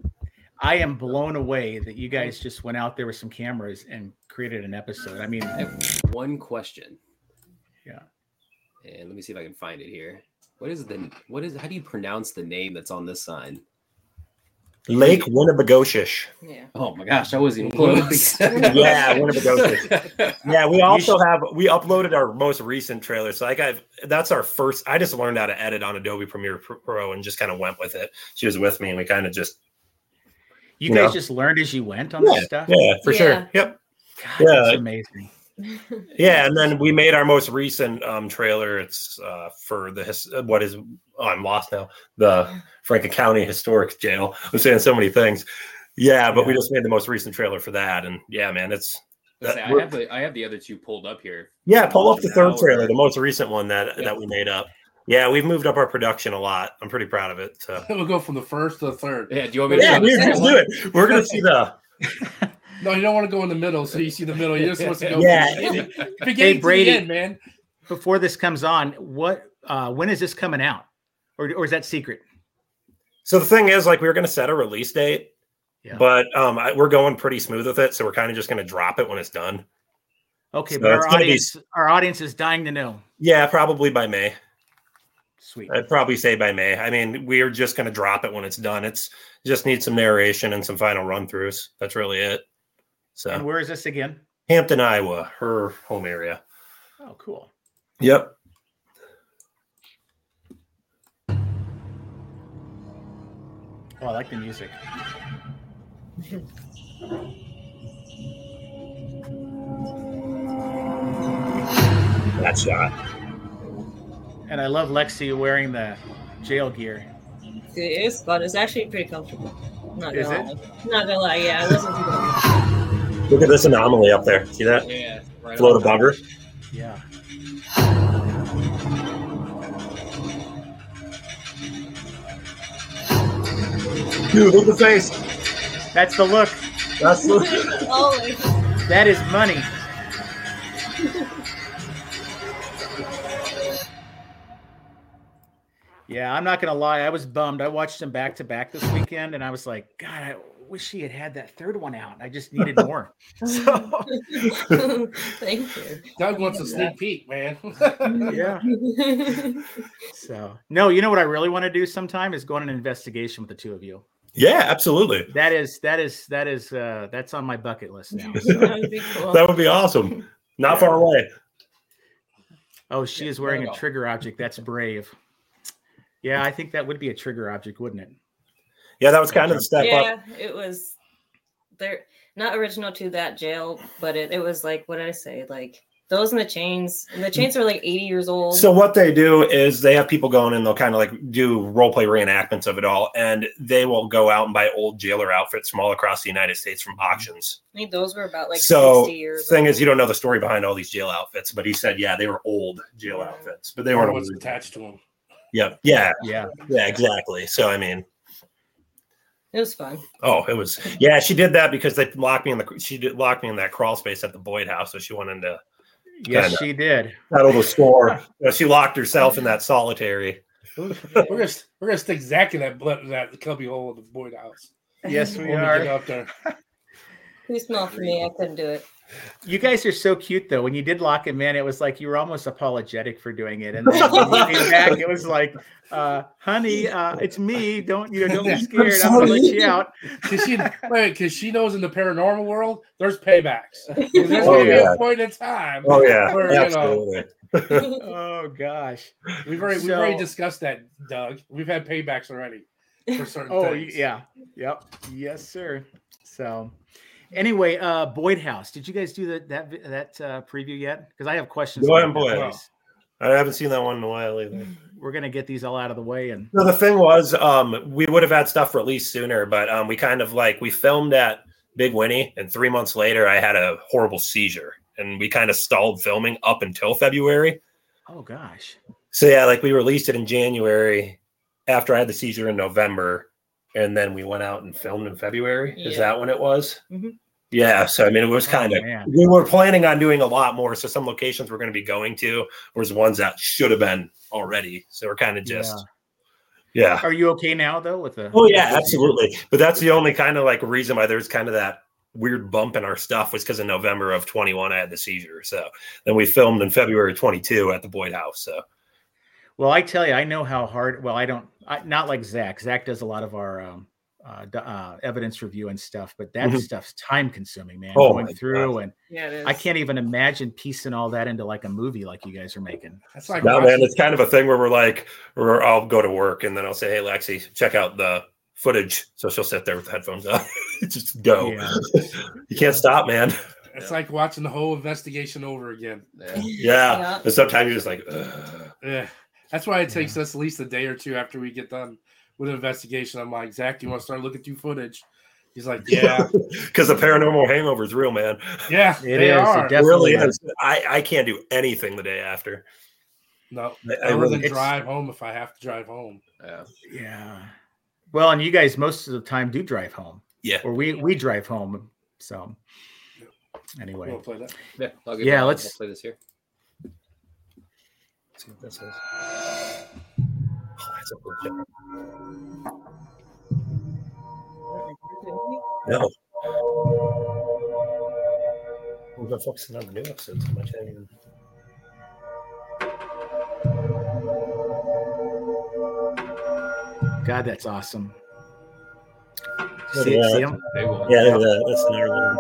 S1: I am blown away that you guys just went out there with some cameras and created an episode. I mean,
S3: One question.
S1: Yeah.
S3: And let me see if I can find it here. What is the what is how do you pronounce the name that's on this sign?
S4: Lake Winnebagoshish.
S5: yeah.
S3: Oh my gosh, I wasn't even [laughs] close.
S4: Yeah, one of the
S3: [laughs] goats.
S4: Yeah, we also have we uploaded our most recent trailer. So like I've that's our first I just learned how to edit on Adobe Premiere Pro and just kind of went with it. She was with me and we kind of just
S1: you guys
S4: Yeah.
S1: just learned as you went on this stuff.
S4: Yeah, for
S5: Yeah.
S4: sure. Yep.
S1: God, that's
S4: Yeah.
S1: amazing.
S4: Yeah, and then we made our most recent um, trailer. It's uh, for the his, what is oh, I'm lost now. The Franklin County Historic Jail. I'm saying so many things. Yeah, but we
S1: Yeah.
S4: just made the most recent trailer for that, and yeah, man, it's
S3: Let's say, I have the I have the other two pulled up here.
S4: yeah. Pull up the third
S3: Now
S4: trailer,
S3: or-
S4: the most recent one that
S3: Yeah.
S4: that we made up. Yeah, we've moved up our production a lot. I'm pretty proud of it. So.
S2: [laughs] We'll go from the first to the third.
S3: Yeah, do you want me to
S4: Yeah,
S3: show the
S4: dude,
S3: second
S4: let's
S3: one?
S4: do it. We're gonna see the
S2: No, you don't want to go in the middle, so you see the
S3: Oh,
S2: middle. You're just supposed to go.
S4: [laughs] Yeah.
S2: Beginning
S1: Hey,
S2: to the
S1: Brady.
S2: end, man.
S1: Before this comes on, what uh when is this coming out? Or or is that secret?
S4: So the thing is, like, we were going to set a release date,
S1: Yeah.
S4: but um, I, we're going pretty smooth with it. So we're kind of just going to drop it when it's done.
S1: Okay,
S4: So
S1: but
S4: it's
S1: our
S4: gonna be-
S1: audience our audience is dying to know.
S4: Yeah, probably by May.
S1: Sweet.
S4: I'd probably say by May. I mean, we're just going to drop it when it's done. It's just needs some narration and some final run throughs. That's really it.
S1: and
S4: So
S1: where is this again?
S4: Hampton, Iowa, her home area.
S1: Oh, cool.
S4: Yep.
S1: Oh, I like the music.
S4: That shot.
S1: And I love Lexi wearing the jail gear.
S5: The ear spot is actually pretty comfortable. Not gonna
S1: Is
S5: lie. Not gonna lie. Yeah, it wasn't.
S4: [laughs]
S5: Too bad. [laughs]
S4: Look at this anomaly up there. See that?
S3: Yeah, right
S4: Float
S3: on.
S4: above her.
S1: Yeah.
S4: Dude, look at the face.
S1: That's the look.
S4: [laughs] That's
S5: Always. [laughs]
S1: That is money. yeah, I'm not gonna lie. I was bummed. I watched them back to back this weekend, and I was like, God, I wish he had had that third one out. I just needed more. so
S5: Thank you. [laughs]
S4: [laughs]
S2: Doug wants a sneak peek, man.
S1: yeah. So no, you know what I really want to do sometime is go on an investigation with the two of you.
S4: yeah, absolutely.
S1: That is that is that is uh that's on my bucket list
S5: [laughs]
S1: now.
S5: that would be cool.
S4: That would be awesome. Not far away.
S1: Oh, she is wearing a
S3: well.
S1: trigger object. That's brave. Yeah, I think that would be a trigger object, wouldn't it?
S4: Yeah, that was kind of the step up.
S5: yeah, it was. They're not original to that jail, but it, it was like what did I say? Like Those and the chains. And the chains are like 80 years old.
S4: So what they do is they have people going and they'll kind of like do role play reenactments of it all, and they will go out and buy old jailer outfits from all across the United States from auctions.
S5: I think those were about like
S4: so
S5: 60 years
S4: thing
S5: old.
S4: is, you don't know the story behind all these jail outfits, but he said, yeah, they were old jail
S5: Yeah.
S4: outfits, but they weren't
S2: what's
S4: old.
S2: attached to them.
S4: Yeah, yeah,
S1: Yeah.
S4: yeah, exactly. So I mean,
S5: it was fun.
S4: oh, it was yeah. She did that because they locked me in the she did locked me in that crawl space at the Boyd house, so she went into
S1: Yes,
S4: Kinda.
S1: she did.
S4: settle the score. So she locked herself in that solitary.
S2: We're gonna we're gonna stick Zach in that blood that cubby hole of the Boyd house.
S1: [laughs] Yes,
S2: When
S1: we
S2: we get
S1: are.
S2: out there.
S5: Too small for me. I couldn't do
S4: [laughs]
S5: it.
S1: You guys are so cute, though. When you did lock him in, it was like you were almost apologetic for doing it, and then when you [laughs] came back, it was like, uh, "Honey, uh, it's me. Don't you know? Don't be scared. I'm gonna let you out."
S2: Cause she wait, cause she knows in the paranormal world
S1: [laughs]
S2: there's paybacks. 'Cause There's
S4: Oh,
S2: gonna be
S4: yeah.
S2: a point in time.
S4: Oh yeah,
S2: Where, you know-
S4: absolutely.
S1: Oh gosh.
S2: We've already we've already
S1: So-
S2: discussed that, Doug. We've had paybacks already
S1: [laughs]
S2: for certain
S1: Oh y-
S2: things.
S1: yeah. Yep. Yes, sir. So, anyway, uh, Boyd House. Did you guys do the, that vi- that uh, preview yet? Because I have questions.
S4: Go
S1: about
S4: on,
S1: that
S4: Boyd.
S1: place.
S4: I haven't seen that one in a while either.
S1: We're gonna get these all out of the way, and
S4: No, the thing was, um, we would have had stuff released sooner, but um, we kind of like we filmed at Big Winnie, and three months later, I had a horrible seizure, and we kind of stalled filming up until February.
S1: oh gosh.
S4: So yeah, like we released it in January after I had the seizure in November, and then we went out and filmed in February. Is
S5: Yeah.
S4: that when it was?
S5: Mhm.
S4: Yeah. So I mean, it was kind
S1: Mm-hmm. Oh,
S4: of.
S1: man.
S4: We were planning on doing a lot more, so some locations we're going to be going to was ones that should have been already. So we're kind of just, yeah.
S1: Are you okay now though with the?
S4: Oh yeah, absolutely. But that's the only kind of like reason why there's kind of that weird bump in our stuff was because in November of 21 I had the seizure. So then we filmed in February 22 at the Boyd House. So
S1: Well, I tell you, I know how hard. Well, I don't. I, not like Zach. Zach does a lot of our um, uh, d- uh, evidence review and stuff, but that
S4: Mhm.
S1: stuff's time consuming, man.
S4: Oh, my
S1: going through and
S5: [laughs] Yeah, it is.
S1: I can't even imagine piecing all that into like a movie like you guys are making.
S2: That's like
S4: now, man,
S2: watching-
S4: it's kind of a thing where we're like, or I'll go to work and then I'll say, "Hey, Lexi, check out the footage." So she'll sit there with the headphones on, [laughs] just go.
S1: Yeah.
S4: [laughs] You can't stop, man.
S2: it's like watching the whole investigation over again.
S3: Yeah.
S4: Yeah.
S5: Yeah.
S4: And sometimes you're just like, Ugh.
S2: Yeah. That's why it takes us at least a day or two after we get done with an investigation. I'm like, Zach, you want to start looking through footage? He's
S4: [laughs]
S2: like, Yeah,
S4: because the paranormal hangover is real, man.
S2: yeah,
S1: It
S2: they
S1: is, it
S2: are.
S1: def- Definitely.
S4: Really is. I I can't do anything the day after.
S2: no,
S4: I, I
S2: other
S4: really
S2: than
S1: it's-
S4: [laughs]
S2: drive home if I have to drive home.
S3: yeah.
S1: Yeah. Well, and you guys most of the time do drive home.
S4: Yeah.
S1: Or we we drive home. So
S2: we
S1: anyway.
S2: will play that.
S3: Yeah, I'll
S1: Yeah,
S3: I'll
S1: let's-
S3: play this here.
S4: See what this is. Oh, that's a good job. No. We've been focusing on the new episode so much. I haven't even-
S1: God, that's awesome.
S4: Look
S1: See,
S4: at
S1: see
S4: that.
S1: him?
S3: Big one.
S4: Yeah, look at that. That's another one.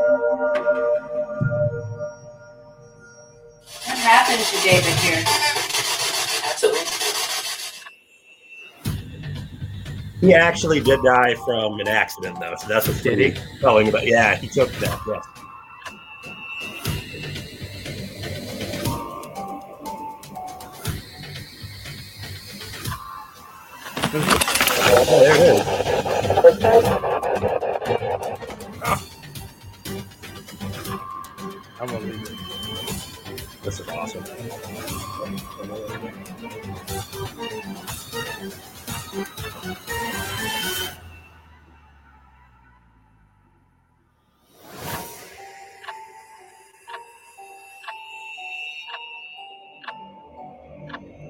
S6: What happened to David here?
S4: He actually did die from an accident, though. So that's what
S1: Did
S4: did he? Telling about. Yeah, he took that. Yes. Oh, there it is.
S2: I'm gonna leave it.
S4: This is awesome.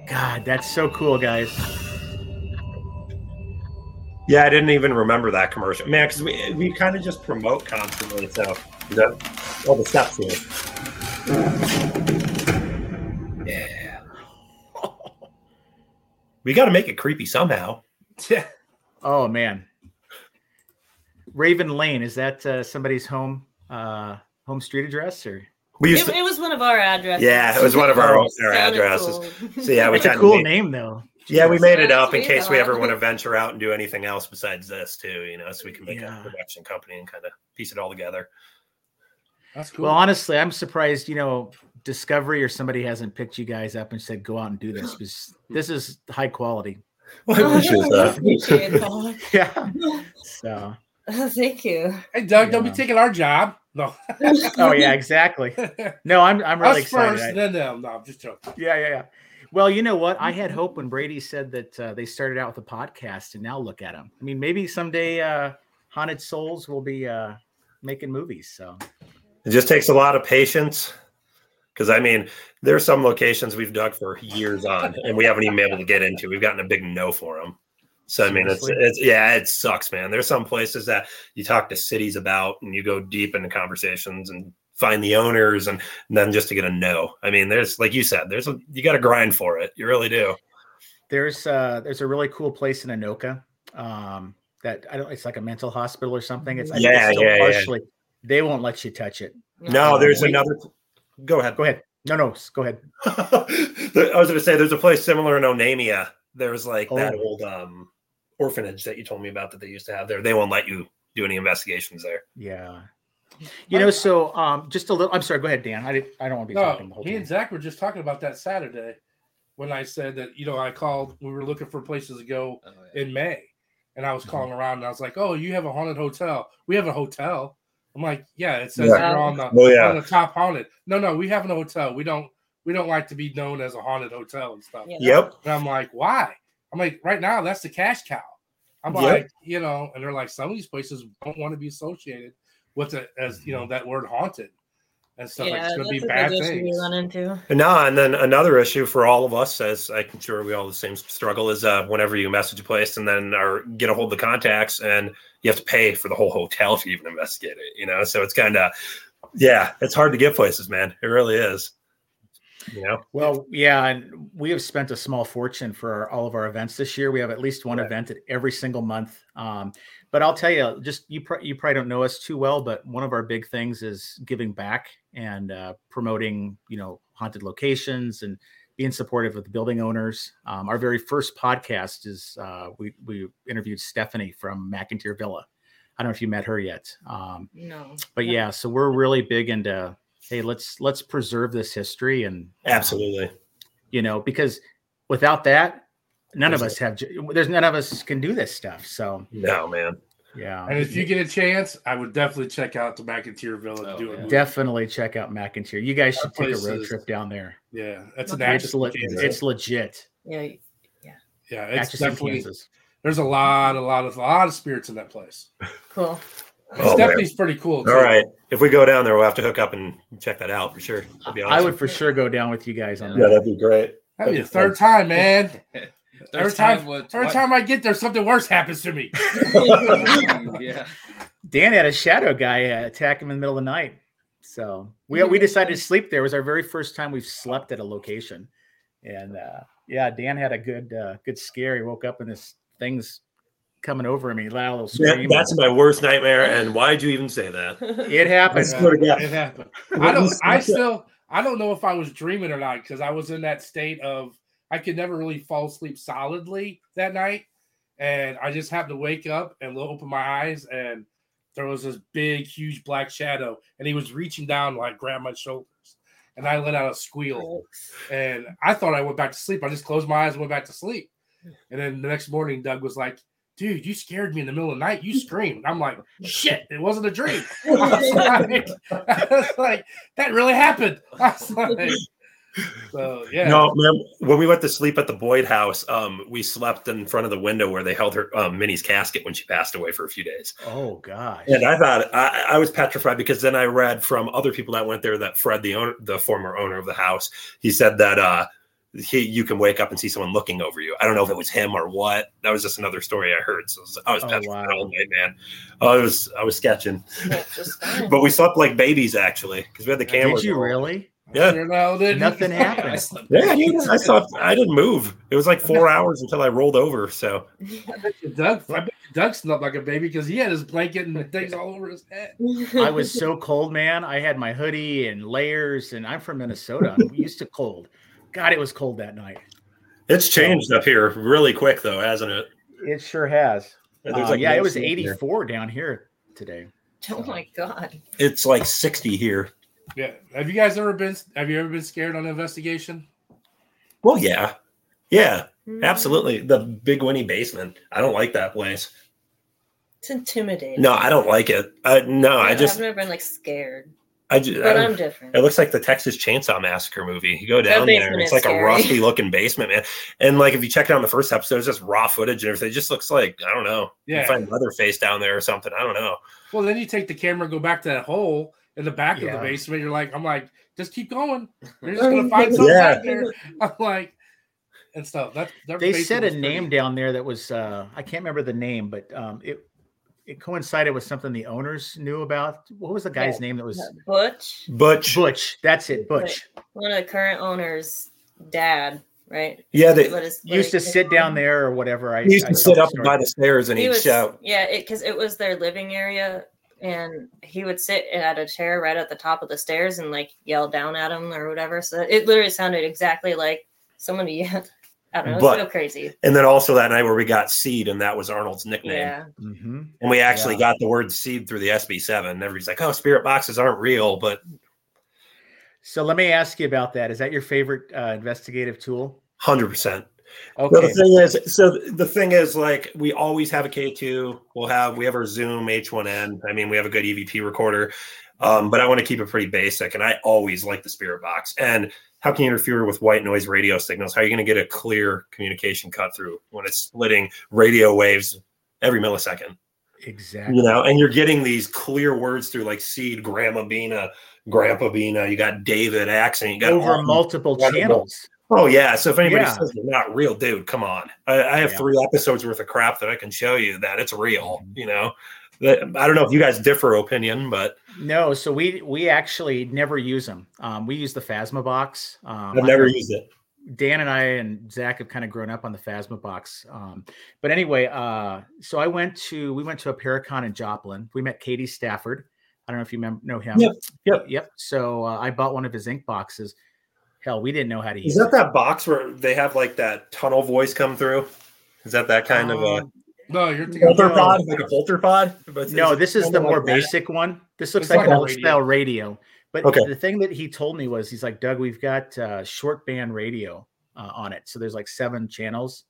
S1: God, that's so cool, guys.
S4: [laughs] Yeah, I didn't even remember that commercial. Man, because we, we kind of just promote constantly. So, is that- all the steps here. Yeah. We got to make it creepy somehow.
S2: Yeah.
S1: Oh man. Raven Lane, is that uh, somebody's home uh home street address or
S4: We used
S5: It,
S4: to.
S5: it was one of our addresses.
S4: Yeah, it was one of
S5: [laughs]
S4: our, our
S5: Sounded
S4: addresses.
S5: cool.
S4: [laughs] So,
S5: [laughs]
S4: yeah, we
S1: it's a
S4: tried to
S1: cool
S4: make-
S1: name though.
S4: Yeah, we made it
S5: That's
S4: up in
S5: what we
S4: case we
S5: thought.
S4: ever
S1: [laughs]
S4: want to venture out and do anything else besides this, too, you know, so we can make
S1: Yeah.
S4: a production company and kind of piece it all together.
S2: That's cool.
S1: Well, honestly, I'm surprised, you know, Discovery or somebody hasn't picked you guys up and said, "Go out and do this because this is high quality."
S4: Well, [laughs]
S5: Oh,
S4: I appreciate
S5: [laughs] Appreciate
S4: that.
S5: that.
S1: Yeah. So.
S5: Thank you.
S2: Hey, Doug, don't be
S1: Yeah.
S2: taking our job. No,
S1: Oh yeah, exactly.
S2: us
S1: No, I'm I'm really excited. I-
S2: first, then them. No, I'm just joking.
S1: yeah, yeah, yeah. Well, you know what? I had hope when Brady said that uh, they started out with a podcast, and now look at them. I mean, maybe someday uh, Haunted Souls will be uh, making movies. So
S4: [laughs] It just takes a lot of patience. Because I mean, there's some locations we've dug for years on, and we haven't even been able to get into. We've gotten a big no for them. So I mean, it's,
S1: Seriously?
S4: it's yeah, it sucks, man. There's some places that you talk to cities about, and you go deep into conversations and find the owners, and, and then just to get a no. I mean, there's like you said, there's a, you got to grind for it. You really do.
S1: there's uh, there's a really cool place in Anoka um, that I don't. It's like a mental hospital or something. It's I think it's
S4: Yeah,
S1: still
S4: yeah, yeah.
S1: partially. They won't let you touch it.
S4: [laughs] No, there's
S1: Wait.
S4: another. Go ahead.
S1: Go ahead. No, no, s- go ahead.
S4: [laughs] I was going to say there's a place similar in Onamia. There's like that
S1: Oh.
S4: old um, orphanage that you told me about that they used to have there. They won't let you do any investigations there.
S1: Yeah. You know, so um, just a little. I'm sorry. Go ahead, Dan. I did, I don't want to be talking the
S2: No,
S1: whole
S2: me
S1: time.
S2: and Zach were just talking about that Saturday when I said that you know I called. We were looking for places to go
S3: Oh, yeah.
S2: in May,
S1: Mm-hmm.
S2: and I was calling around and I was like, "Oh, you have a haunted hotel? We have a hotel." I'm like, "Yeah, it says
S5: Yeah.
S2: you're on the
S4: Oh yeah,
S2: on the top haunted." No, no, we have an hotel. We don't we don't like to be known as a haunted hotel and stuff.
S5: Yeah.
S4: yep.
S2: And I'm like, why? I'm like, right now, that's the cash cow. I'm
S4: Yep.
S2: like, you know, and they're like, some of these places don't want to be associated with the, as you know, that word haunted and stuff. like, it's
S5: that's
S2: going to be
S5: a
S2: bad
S5: big issue we
S2: things.
S5: run into.
S4: And now and then another issue for all of us, as I'm sure we all the same struggle, is uh, whenever you message a place and then or get a hold of the contacts, and you have to pay for the whole hotel if you even investigate it. You know, so it's kind of yeah, it's hard to get places, man. It really is. You know,
S1: Well, yeah, and we have spent a small fortune for our, all of our events this year. We have at least one
S4: Right.
S1: event at every single month. Um, but I'll tell you, just you, pr- you probably don't know us too well, but one of our big things is giving back and uh, promoting, you know, haunted locations and being supportive of the building owners. Um, our very first podcast is uh, we we interviewed Stephanie from McIntyre Villa. I don't know if you met her yet, um,
S5: No.
S1: but yeah, so we're really big into hey, let's let's preserve this history and um,
S4: absolutely.
S1: you know, because without that, none of
S4: There's
S1: us have, ju- there's none of us can do this stuff. So,
S4: No, man.
S1: yeah,
S2: And if you get a chance, I would definitely check out the McIntyre Villa. to
S3: Oh,
S2: do
S3: yeah.
S2: a movie.
S1: definitely check out McIntyre. You guys
S2: That
S1: should take a
S2: place
S1: road
S2: is-
S1: trip down there.
S2: Yeah, that's an
S1: It's,
S2: action.
S1: le-
S2: Kansas.
S1: it's legit.
S5: Yeah.
S2: yeah, it's
S1: Atchison,
S2: definitely.
S1: Kansas.
S2: There's a lot, a lot of, a lot of spirits in that place.
S5: Cool. [laughs]
S4: Oh, man.
S2: Stephanie's pretty cool.
S4: All right. If we go down there, we'll have to hook up and check that out for sure. That'd be
S1: I
S4: awesome.
S1: would for sure go down with you guys on
S4: Yeah,
S1: that.
S4: that'd be great.
S2: That'd be the third time, man. Every
S3: There's
S2: time-
S3: what-
S2: Every
S3: what-
S2: time I get there, something worse happens to me.
S3: [laughs] yeah.
S1: Dan had a shadow guy uh, attack him in the middle of the night. So we, we decided to sleep there. It was our very first time we've slept at a location. And, uh, yeah, Dan had a good, uh, good scare. He woke up and this thing's coming over him. He let out a little
S4: That-
S1: scream.
S4: that's my worst nightmare. And why'd you even say that?
S1: it happened.
S4: swear to God.
S2: It happened. I don't. I still. I don't know if I was dreaming or not because I was in that state of I could never really fall asleep solidly that night, and I just happened to wake up and lo- open my eyes, and there was this big, huge black shadow, and he was reaching down like grab my shoulders, and I let out a squeal, and I thought I went back to sleep. I just closed my eyes and went back to sleep, and then the next morning, Doug was like. Dude, you scared me in the middle of the night. You screamed. I'm like, shit, it wasn't
S1: [laughs]
S2: a dream. [laughs] I was like, I was like, that really happened. [laughs] I was like, so yeah.
S4: No, man, when we went to sleep at the Boyd house, um, we slept in front of the window where they held her um, Minnie's casket when she passed away for a few days.
S1: Oh gosh.
S4: And I thought I, I was petrified because then I read from other people that went there that Fred, the owner, the former owner of the house, he said that uh, he you can wake up and see someone looking over you. I don't know if it was him or what. That was just another story I heard. So I was
S1: Oh,
S4: petrified
S1: wow.
S4: all night, man. I was I was sketching,
S5: That's just fine.
S4: but we slept like babies actually because we had the camera.
S1: Did you really?
S4: [laughs] Yeah.
S2: Sure no, didn't. [laughs]
S1: Nothing
S3: I
S1: happened.
S3: slept
S4: Yeah, dude, I saw. I didn't move. It was like four hours until I rolled over. So
S2: I bet you Doug, I bet you Doug slept like a baby because he had his blanket and things all over his head.
S1: I
S4: [laughs]
S1: was so cold, man. I had my hoodie and layers, and I'm from Minnesota. and we used to cold. God, it was cold that night.
S4: it's
S1: Oh.
S4: changed up here really quick, though, hasn't it?
S1: It sure has.
S4: There's,
S1: Uh,
S4: like,
S1: yeah,
S4: no
S1: it was
S4: sleep here.
S1: 84 down here today.
S5: oh my god.
S4: It's like sixty here.
S2: Yeah. Have you guys ever been? Have you ever been scared on an investigation?
S4: Well, yeah, yeah,
S5: Hmm. Mm-hmm.
S4: absolutely. The Big Winnie basement. I don't like that place.
S5: It's intimidating.
S4: No, I don't like it. I, no, I just,
S5: I've never been like scared,
S4: I just.
S5: but I'm different.
S4: It looks like the Texas Chainsaw Massacre movie. You go down there,
S5: basement
S4: and it's
S5: is
S4: like a
S5: scary.
S4: rusty looking basement, man. And like if you check it out in the first episode, it's just raw footage and everything. It just looks like I don't know.
S2: Yeah.
S4: You find Leatherface down there or something. I don't know.
S2: Well, then you take the camera, and go back to that hole in the back of
S1: Yeah.
S2: the basement. You're like, I'm like, just keep going. You're just
S5: [laughs]
S2: gonna find something
S4: Yeah.
S2: out there. [laughs] I'm like, and stuff. That, that
S1: They
S2: basement
S1: said a
S2: was
S1: name
S2: pretty-
S1: down there that was uh, I can't remember the name, but um, it it coincided with something the owners knew about. What was the guy's
S5: Oh,
S1: name that was
S5: Butch,
S4: Butch.
S1: Butch? That's it, Butch.
S5: one of the current owners' dad, right?
S4: Yeah, they
S5: Let us- let
S1: Used to
S5: us-
S1: sit down there or whatever. I
S4: he used
S1: I
S4: to
S1: tell
S4: sit
S1: the
S4: up
S1: story.
S4: by the stairs and
S5: um, he
S4: he'd
S5: was,
S4: shout.
S5: Yeah, because it, was their living area, and he would sit at a chair right at the top of the stairs and like yell down at him or whatever. So it literally sounded exactly like somebody. [laughs] yelled. I don't know.
S4: But-
S5: it's so crazy.
S4: And then also that night where we got seed, and that was Arnold's nickname.
S5: Yeah.
S1: Mhm.
S4: And we actually
S1: Yeah.
S4: got the word seed through the SB7. And everybody's like, oh, spirit boxes aren't real. But
S1: So let me ask you about that. Is that your favorite uh, investigative tool?
S4: 100%. So
S1: Okay.
S4: the thing is, so the thing is, like, we always have a K2. We'll have, we have our Zoom H1N. I mean, we have a good EVP recorder, um, but I want to keep it pretty basic. And I always like the spirit box. And how can you interfere with white noise radio signals? How are you going to get a clear communication cut through when it's splitting radio waves every millisecond?
S1: Exactly.
S4: you know, and you're getting these clear words through like seed, grandma Bina, grandpa Bina, you got David accent, you got
S1: over
S4: all-
S1: multiple
S4: Incredible.
S1: channels.
S4: Oh yeah. So if anybody
S1: Yeah.
S4: says they're not real, dude, come on. I, I have
S1: Yeah.
S4: three episodes worth of crap that I can show you that it's real, you know. That- I don't know if you guys differ opinion, but
S1: No, so we we actually never use them. Um, we use the Phasma box. Um,
S4: I've
S1: I
S4: never
S1: know
S4: used it.
S1: Dan and I and Zach have kind of grown up on the Phasma box. Um, but anyway, uh, so I went to we went to a Paracon in Joplin. We met Katie Stafford. I don't know if you mem- know him.
S4: Yep, yep.
S1: yep. So uh, I bought one of his ink boxes. Hell, we didn't know how to use
S4: Is that
S1: it.
S4: that box where they have like that tunnel voice come through? Is that that kind of a
S1: Um,
S2: No, you're thinking
S4: [laughs] polter
S1: no.
S4: pod, like a polter pod? But it's-
S1: No, this is
S4: kinda
S1: the more
S4: like that.
S1: basic one. This looks
S2: It's
S1: like,
S2: like
S1: an
S2: a
S1: old
S2: radio.
S1: style radio. But
S4: Okay.
S1: the thing that he told me was he's like, Doug, we've got uh, short band radio uh, on it. So there's like seven channels.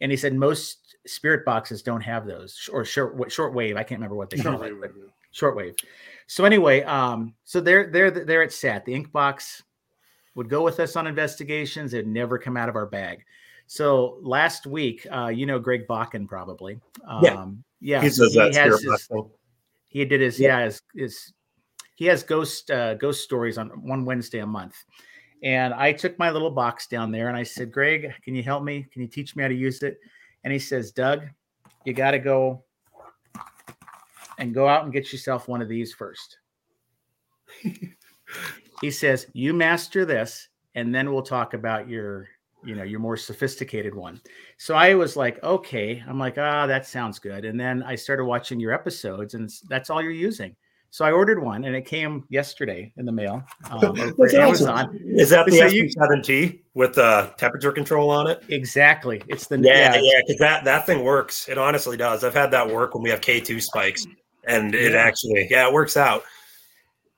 S1: And he said most spirit boxes don't have those sh- or short wa- shortwave. I can't remember what they call it, but shortwave. So anyway, um, so there there there it sat. The ink box would go with us on investigations. It'd never come out of our bag. So last week, uh, you know Greg Bakken probably. Um,
S4: Yeah.
S1: yeah.
S4: He
S1: so
S4: says that
S1: has
S4: spirit
S1: his-
S4: box thing.
S1: he did his yeah, his, his he has ghost uh, ghost stories on one Wednesday a month. And I took my little box down there and I said, Greg, can you help me? Can you teach me how to use it? And he says, Doug, you got to go and go out and get yourself one of these
S4: [laughs]
S1: first. he says, you master this, and then we'll talk about your, you know, your more sophisticated one. So I was like, okay. I'm like, ah, that sounds good. And then I started watching your episodes, and s- that's all you're using. So I ordered one, and it came yesterday in the mail um, over
S4: [laughs] That's awesome.
S1: Amazon.
S4: Is that the
S1: So you-
S4: SB7T with the uh, temperature control on it?
S1: Exactly. It's the
S4: Yeah, yeah, because that that thing works. It honestly does. I've had that work when we have K two spikes, and it
S1: Yeah.
S4: actually, yeah, it works out.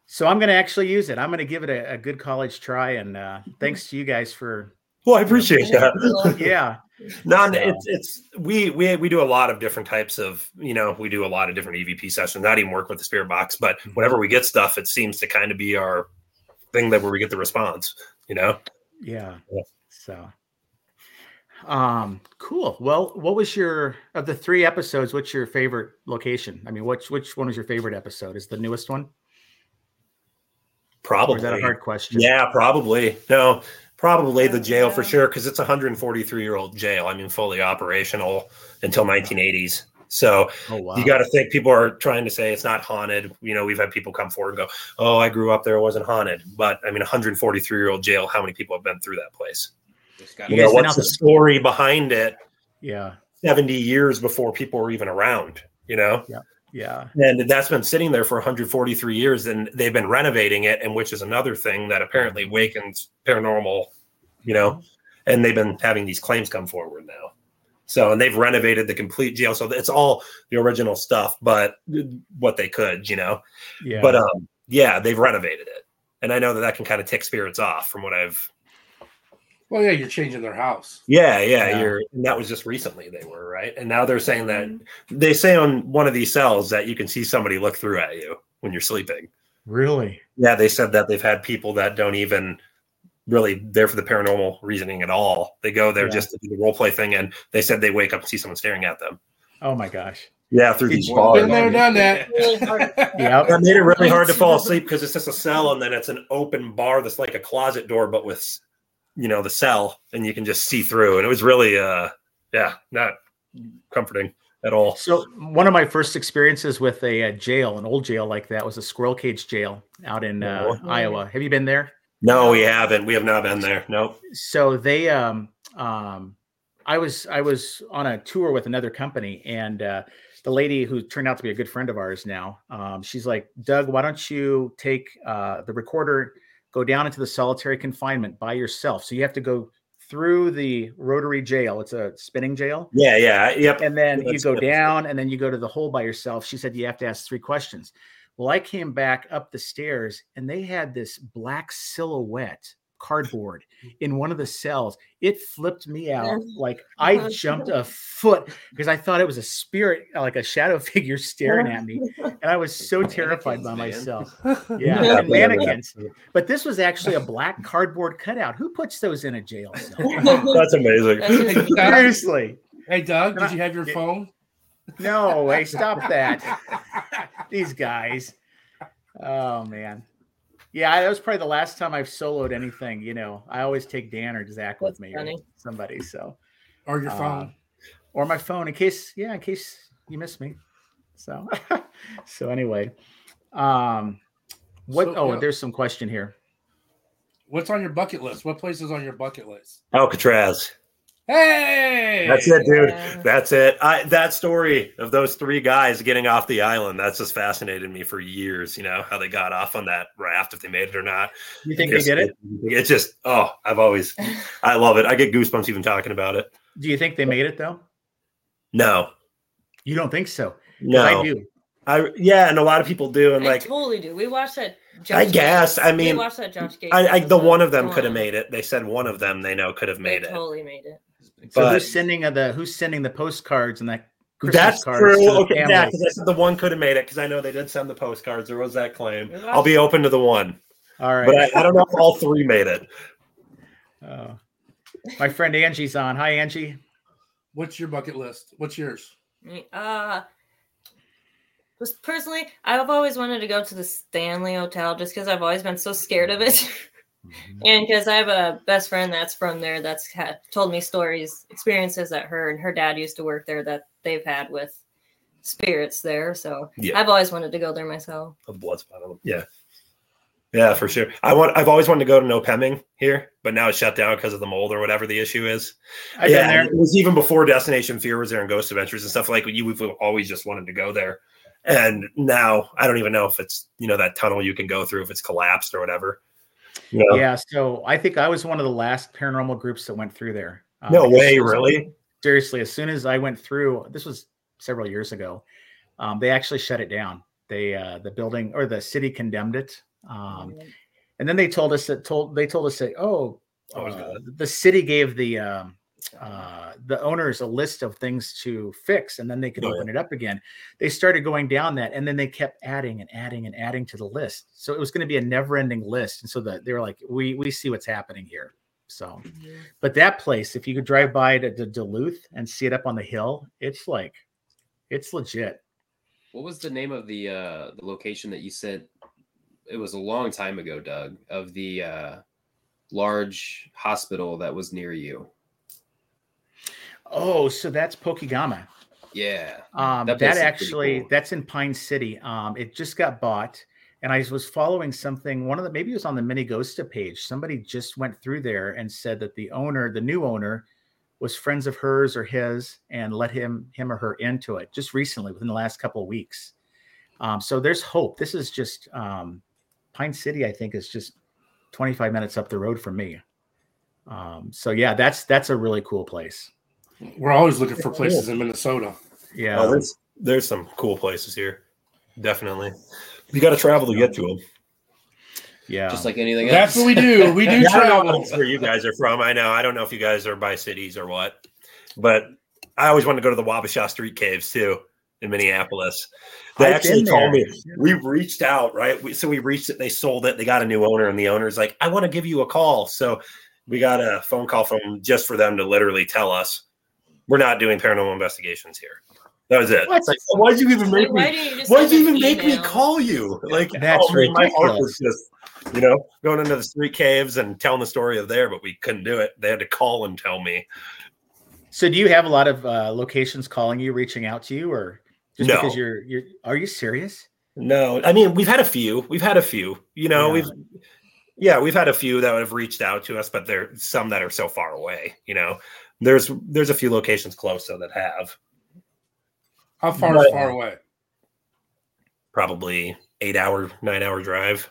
S1: So I'm going to actually use it. I'm going to give it a, a good college try. And uh, thanks to you guys for,
S4: Well, I appreciate that.
S5: Cool. [laughs]
S1: yeah,
S4: No, and
S1: So-
S4: it's it's we we we do a lot of different types of you know we do a lot of different EVP sessions. Not even work with the spirit box, but
S1: Mm-hmm.
S4: whenever we get stuff, it seems to kind of be our thing that where we get the response. You know,
S1: yeah.
S4: Yeah.
S1: So, um, cool. Well, what was your of the three episodes? What's your favorite location? I mean, which which one was your favorite episode? Is the newest one? Or
S4: probably
S1: is that a hard question?
S4: Oh, Yeah, probably. No, probably the jail for
S5: Yeah.
S4: sure because it's a 143 year old jail. I mean, fully operational until 1980s. So
S1: Oh wow.
S4: you got to think people are trying to say it's not haunted. You know, we've had people come forward and go, "Oh, I grew up there, it wasn't haunted." But I mean, 143 year old jail. How many people have been through that place?
S3: Just gotta
S4: You
S1: Yeah.
S4: know,
S1: guys
S4: what's
S1: announced-
S4: the story behind it?
S1: yeah.
S4: 70 years before people were even around. You know,
S1: Yeah.
S4: and that's been sitting there for 143 years, and they've been renovating it, and which is another thing that apparently wakens paranormal, you know, and they've been having these claims come forward now. So, and they've renovated the complete jail, so it's all the original stuff, but uh what they could, you know.
S1: Yeah.
S4: But um, yeah, they've renovated it, and I know that that can kind of tick spirits off from what I've.
S2: [laughs] Well, yeah, you're changing their house.
S4: Yeah, yeah, You're, and that was just recently they were right, and now they're saying that they say on one of these cells that you can see somebody look through at you when you're sleeping.
S7: Really?
S4: Yeah, they said that they've had people that don't even really there for the paranormal reasoning at all. They go there
S7: Yeah.
S4: just to do the role play thing, and they said they wake up and see someone staring at them.
S7: Oh my gosh.
S4: Yeah, through these
S2: Been
S4: bars.
S2: there, done that. [laughs]
S5: Really hard.
S4: [laughs]
S7: Yep.
S4: That made it really hard to fall asleep because it's just a cell, and then it's an open bar that's like a closet door, but with you know the cell, and you can just see through. And it was really, uh, yeah, not comforting at all.
S1: So one of my first experiences with a, uh jail, an old jail like that, was a squirrel cage jail out in uh,
S5: Oh.
S1: Iowa. Have you been there?
S4: No, we haven't. We have not been there. No.
S1: so they um um i was i was on a tour with another company and uh the lady who turned out to be a good friend of ours now um she's like doug why don't you take uh the recorder go down into the solitary confinement by yourself so you have to go through the rotary jail it's a spinning jail
S4: Yeah, yeah,
S1: [laughs]
S4: yep.
S1: and then you
S4: That's-
S1: go
S4: that's-
S1: down and then you go to the hole by yourself she said you have to ask three questions well i came back up the stairs and they had this black silhouette cardboard in one of the cells it flipped me out like i
S5: Uh-huh.
S1: jumped a foot because i thought it was a spirit like a shadow [laughs] figure staring at me and i was so terrified by
S3: Mannequins,
S4: [laughs]
S2: [laughs]
S1: myself yeah,
S4: Yeah,
S1: and
S4: yeah, yeah.
S1: mannequins but this was actually a black cardboard cutout who puts those in a jail cell
S4: [laughs] That's amazing.
S5: That's just-
S2: Hey, Doug,
S1: seriously
S2: hey, Doug,
S4: [laughs]
S2: did you have your phone?
S1: no way stop that these guys. Oh man. Yeah, I- that was probably the last time I've soloed anything. You know, I always take Dan or Zach with
S5: That's
S1: me
S5: funny.
S1: or somebody. So
S2: [laughs] or your
S1: Uh,
S2: phone.
S1: or my phone in case, yeah, in case you miss me. So [laughs] so anyway. Um what
S2: So,
S1: oh
S2: yeah.
S1: there's some question here.
S2: What's on your bucket list? What place is on your bucket list?
S4: Alcatraz.
S2: Hey,
S4: That's it, [laughs] dude.
S5: Yeah.
S4: That's it. I that story of those three guys getting off the island, that's just fascinated me for years, you know, how they got off on that raft if they made it or not.
S1: You think they did it?
S4: It's just oh,
S1: [laughs]
S4: I've always I love it. I get goosebumps even talking about it.
S1: Do you think they made it though?
S4: No.
S1: You don't think so? 'Cause
S4: No.
S1: I do.
S4: I- yeah, and a lot of people do and
S5: I
S4: like
S5: totally do. We watched that.
S4: I guess, I mean,
S5: we watched that Josh Gates.
S4: I, I the
S5: episode.
S4: one of them
S5: Come
S4: could have
S5: on.
S4: made it. They said one of them they know could have
S5: They
S4: made it.
S5: Totally made it.
S1: So
S4: But-
S1: who's sending uh, the who's sending the postcards and that Christmas
S4: That's
S1: cards
S4: true.
S1: to the
S4: Okay, yeah,
S1: families?
S4: because I said the one could have made it because I know they did send the postcards. There was that claim.
S5: You're
S4: I'll be open to the one,
S1: All right.
S4: but I, I don't know if all three made it.
S1: Oh. My friend Angie's on. Hi, Angie.
S2: What's your bucket list? What's yours?
S5: Me- Uh, was personally, I've always wanted to go to the Stanley Hotel just because I've always been so scared of it. and because I have a best friend that's from there that's ha told me stories, experiences that her and her dad used to work there that they've had with spirits there. So
S4: Yeah.
S5: I've always wanted to go there myself.
S4: A blood spot on them. Yeah, yeah, for sure. I want. I've always wanted to go to No Pemming here, but now it's shut down because of the mold or whatever the issue is.
S1: I've
S4: yeah,
S1: been
S4: It was even before Destination Fear was there and Ghost Adventures and stuff like you. We've always just wanted to go there, and now I don't even know if it's you know that tunnel you can go through if it's collapsed or whatever. You know?
S1: there. Yeah, so I think I was one of the last paranormal groups that went through there. Um,
S4: No
S1: because
S4: way,
S1: as-
S4: really.
S1: Seriously, as soon as I went through, this was several years ago. Um, they actually shut it down. They uh, the building or the city condemned it, um, and then they told us that told they told us that oh,
S4: Oh, it was
S1: uh,
S4: good.
S1: the city gave the um, uh, the owners a list of things to fix, and then they could
S4: Oh, yeah.
S1: open it up again. They started going down that, and then they kept adding and adding and adding to the list. So it was going to be a never-ending list. And so that they were like, "We we see what's happening here." So, but that place, if you could drive by to, to Duluth and see it up on the hill, it's like, it's legit.
S3: What was the name of the uh the location that you said it was a long time ago, Doug, of the uh large hospital that was near you?
S1: Oh, so that's Pokegama.
S3: Yeah.
S1: Um, that,
S3: That place is pretty
S1: actually,
S3: cool.
S1: that's in Pine City. Um, it just got bought, and I was following something. One of the maybe it was on the Mini Ghosta page. Somebody just went through there and said that the owner, the new owner, was friends of hers or his, and let him him or her into it just recently within the last couple of weeks. Um, so there's hope. This is just um, Pine City. I think is just 25 minutes up the road from me. Um, so yeah, that's that's a really cool place.
S2: We're always looking for places in Minnesota.
S1: Yeah.
S4: Oh, there's there's some cool places here, definitely. You got to travel to get to them.
S1: Yeah.
S3: just like anything
S2: That's
S3: else.
S2: what we do. We do
S4: Yeah, I don't know
S2: travel.
S4: what- where you guys are from. I know. I don't know if you guys are by cities or what, but I always wanted to go to the Wabasha Street Caves too in Minneapolis. They
S1: I've
S4: actually
S1: been
S4: told
S1: there.
S4: me we reached out, right? We, so we reached it. They sold it. They got a new owner, and the owner's like, "I want to give you a call." So we got a phone call from just for them to literally tell us we're not doing paranormal investigations here. That was it.
S1: What?
S4: It's like, why'd you even
S5: Like,
S4: make
S5: why
S4: me?
S5: didn't you just
S4: Why'd
S5: send
S4: you
S5: an
S4: even make me
S5: email?
S4: call you? Like
S1: That's
S4: oh, man, My heart was
S1: ridiculous.
S4: just, you know, going into the street caves and telling the story of there, but we couldn't do it. They had to call and tell me.
S1: So do you have a lot of uh, locations calling you, reaching out to you, or just
S4: No.
S1: because you're you're? Are you serious?
S4: No, I mean we've had a few. We've had a few. You know,
S1: Yeah.
S4: we've yeah, we've had a few that have reached out to us, but there some that are so far away. You know, there's there's a few locations close though that have
S2: How far
S4: Right.
S2: is far away?
S4: probably eight hour, nine hour drive.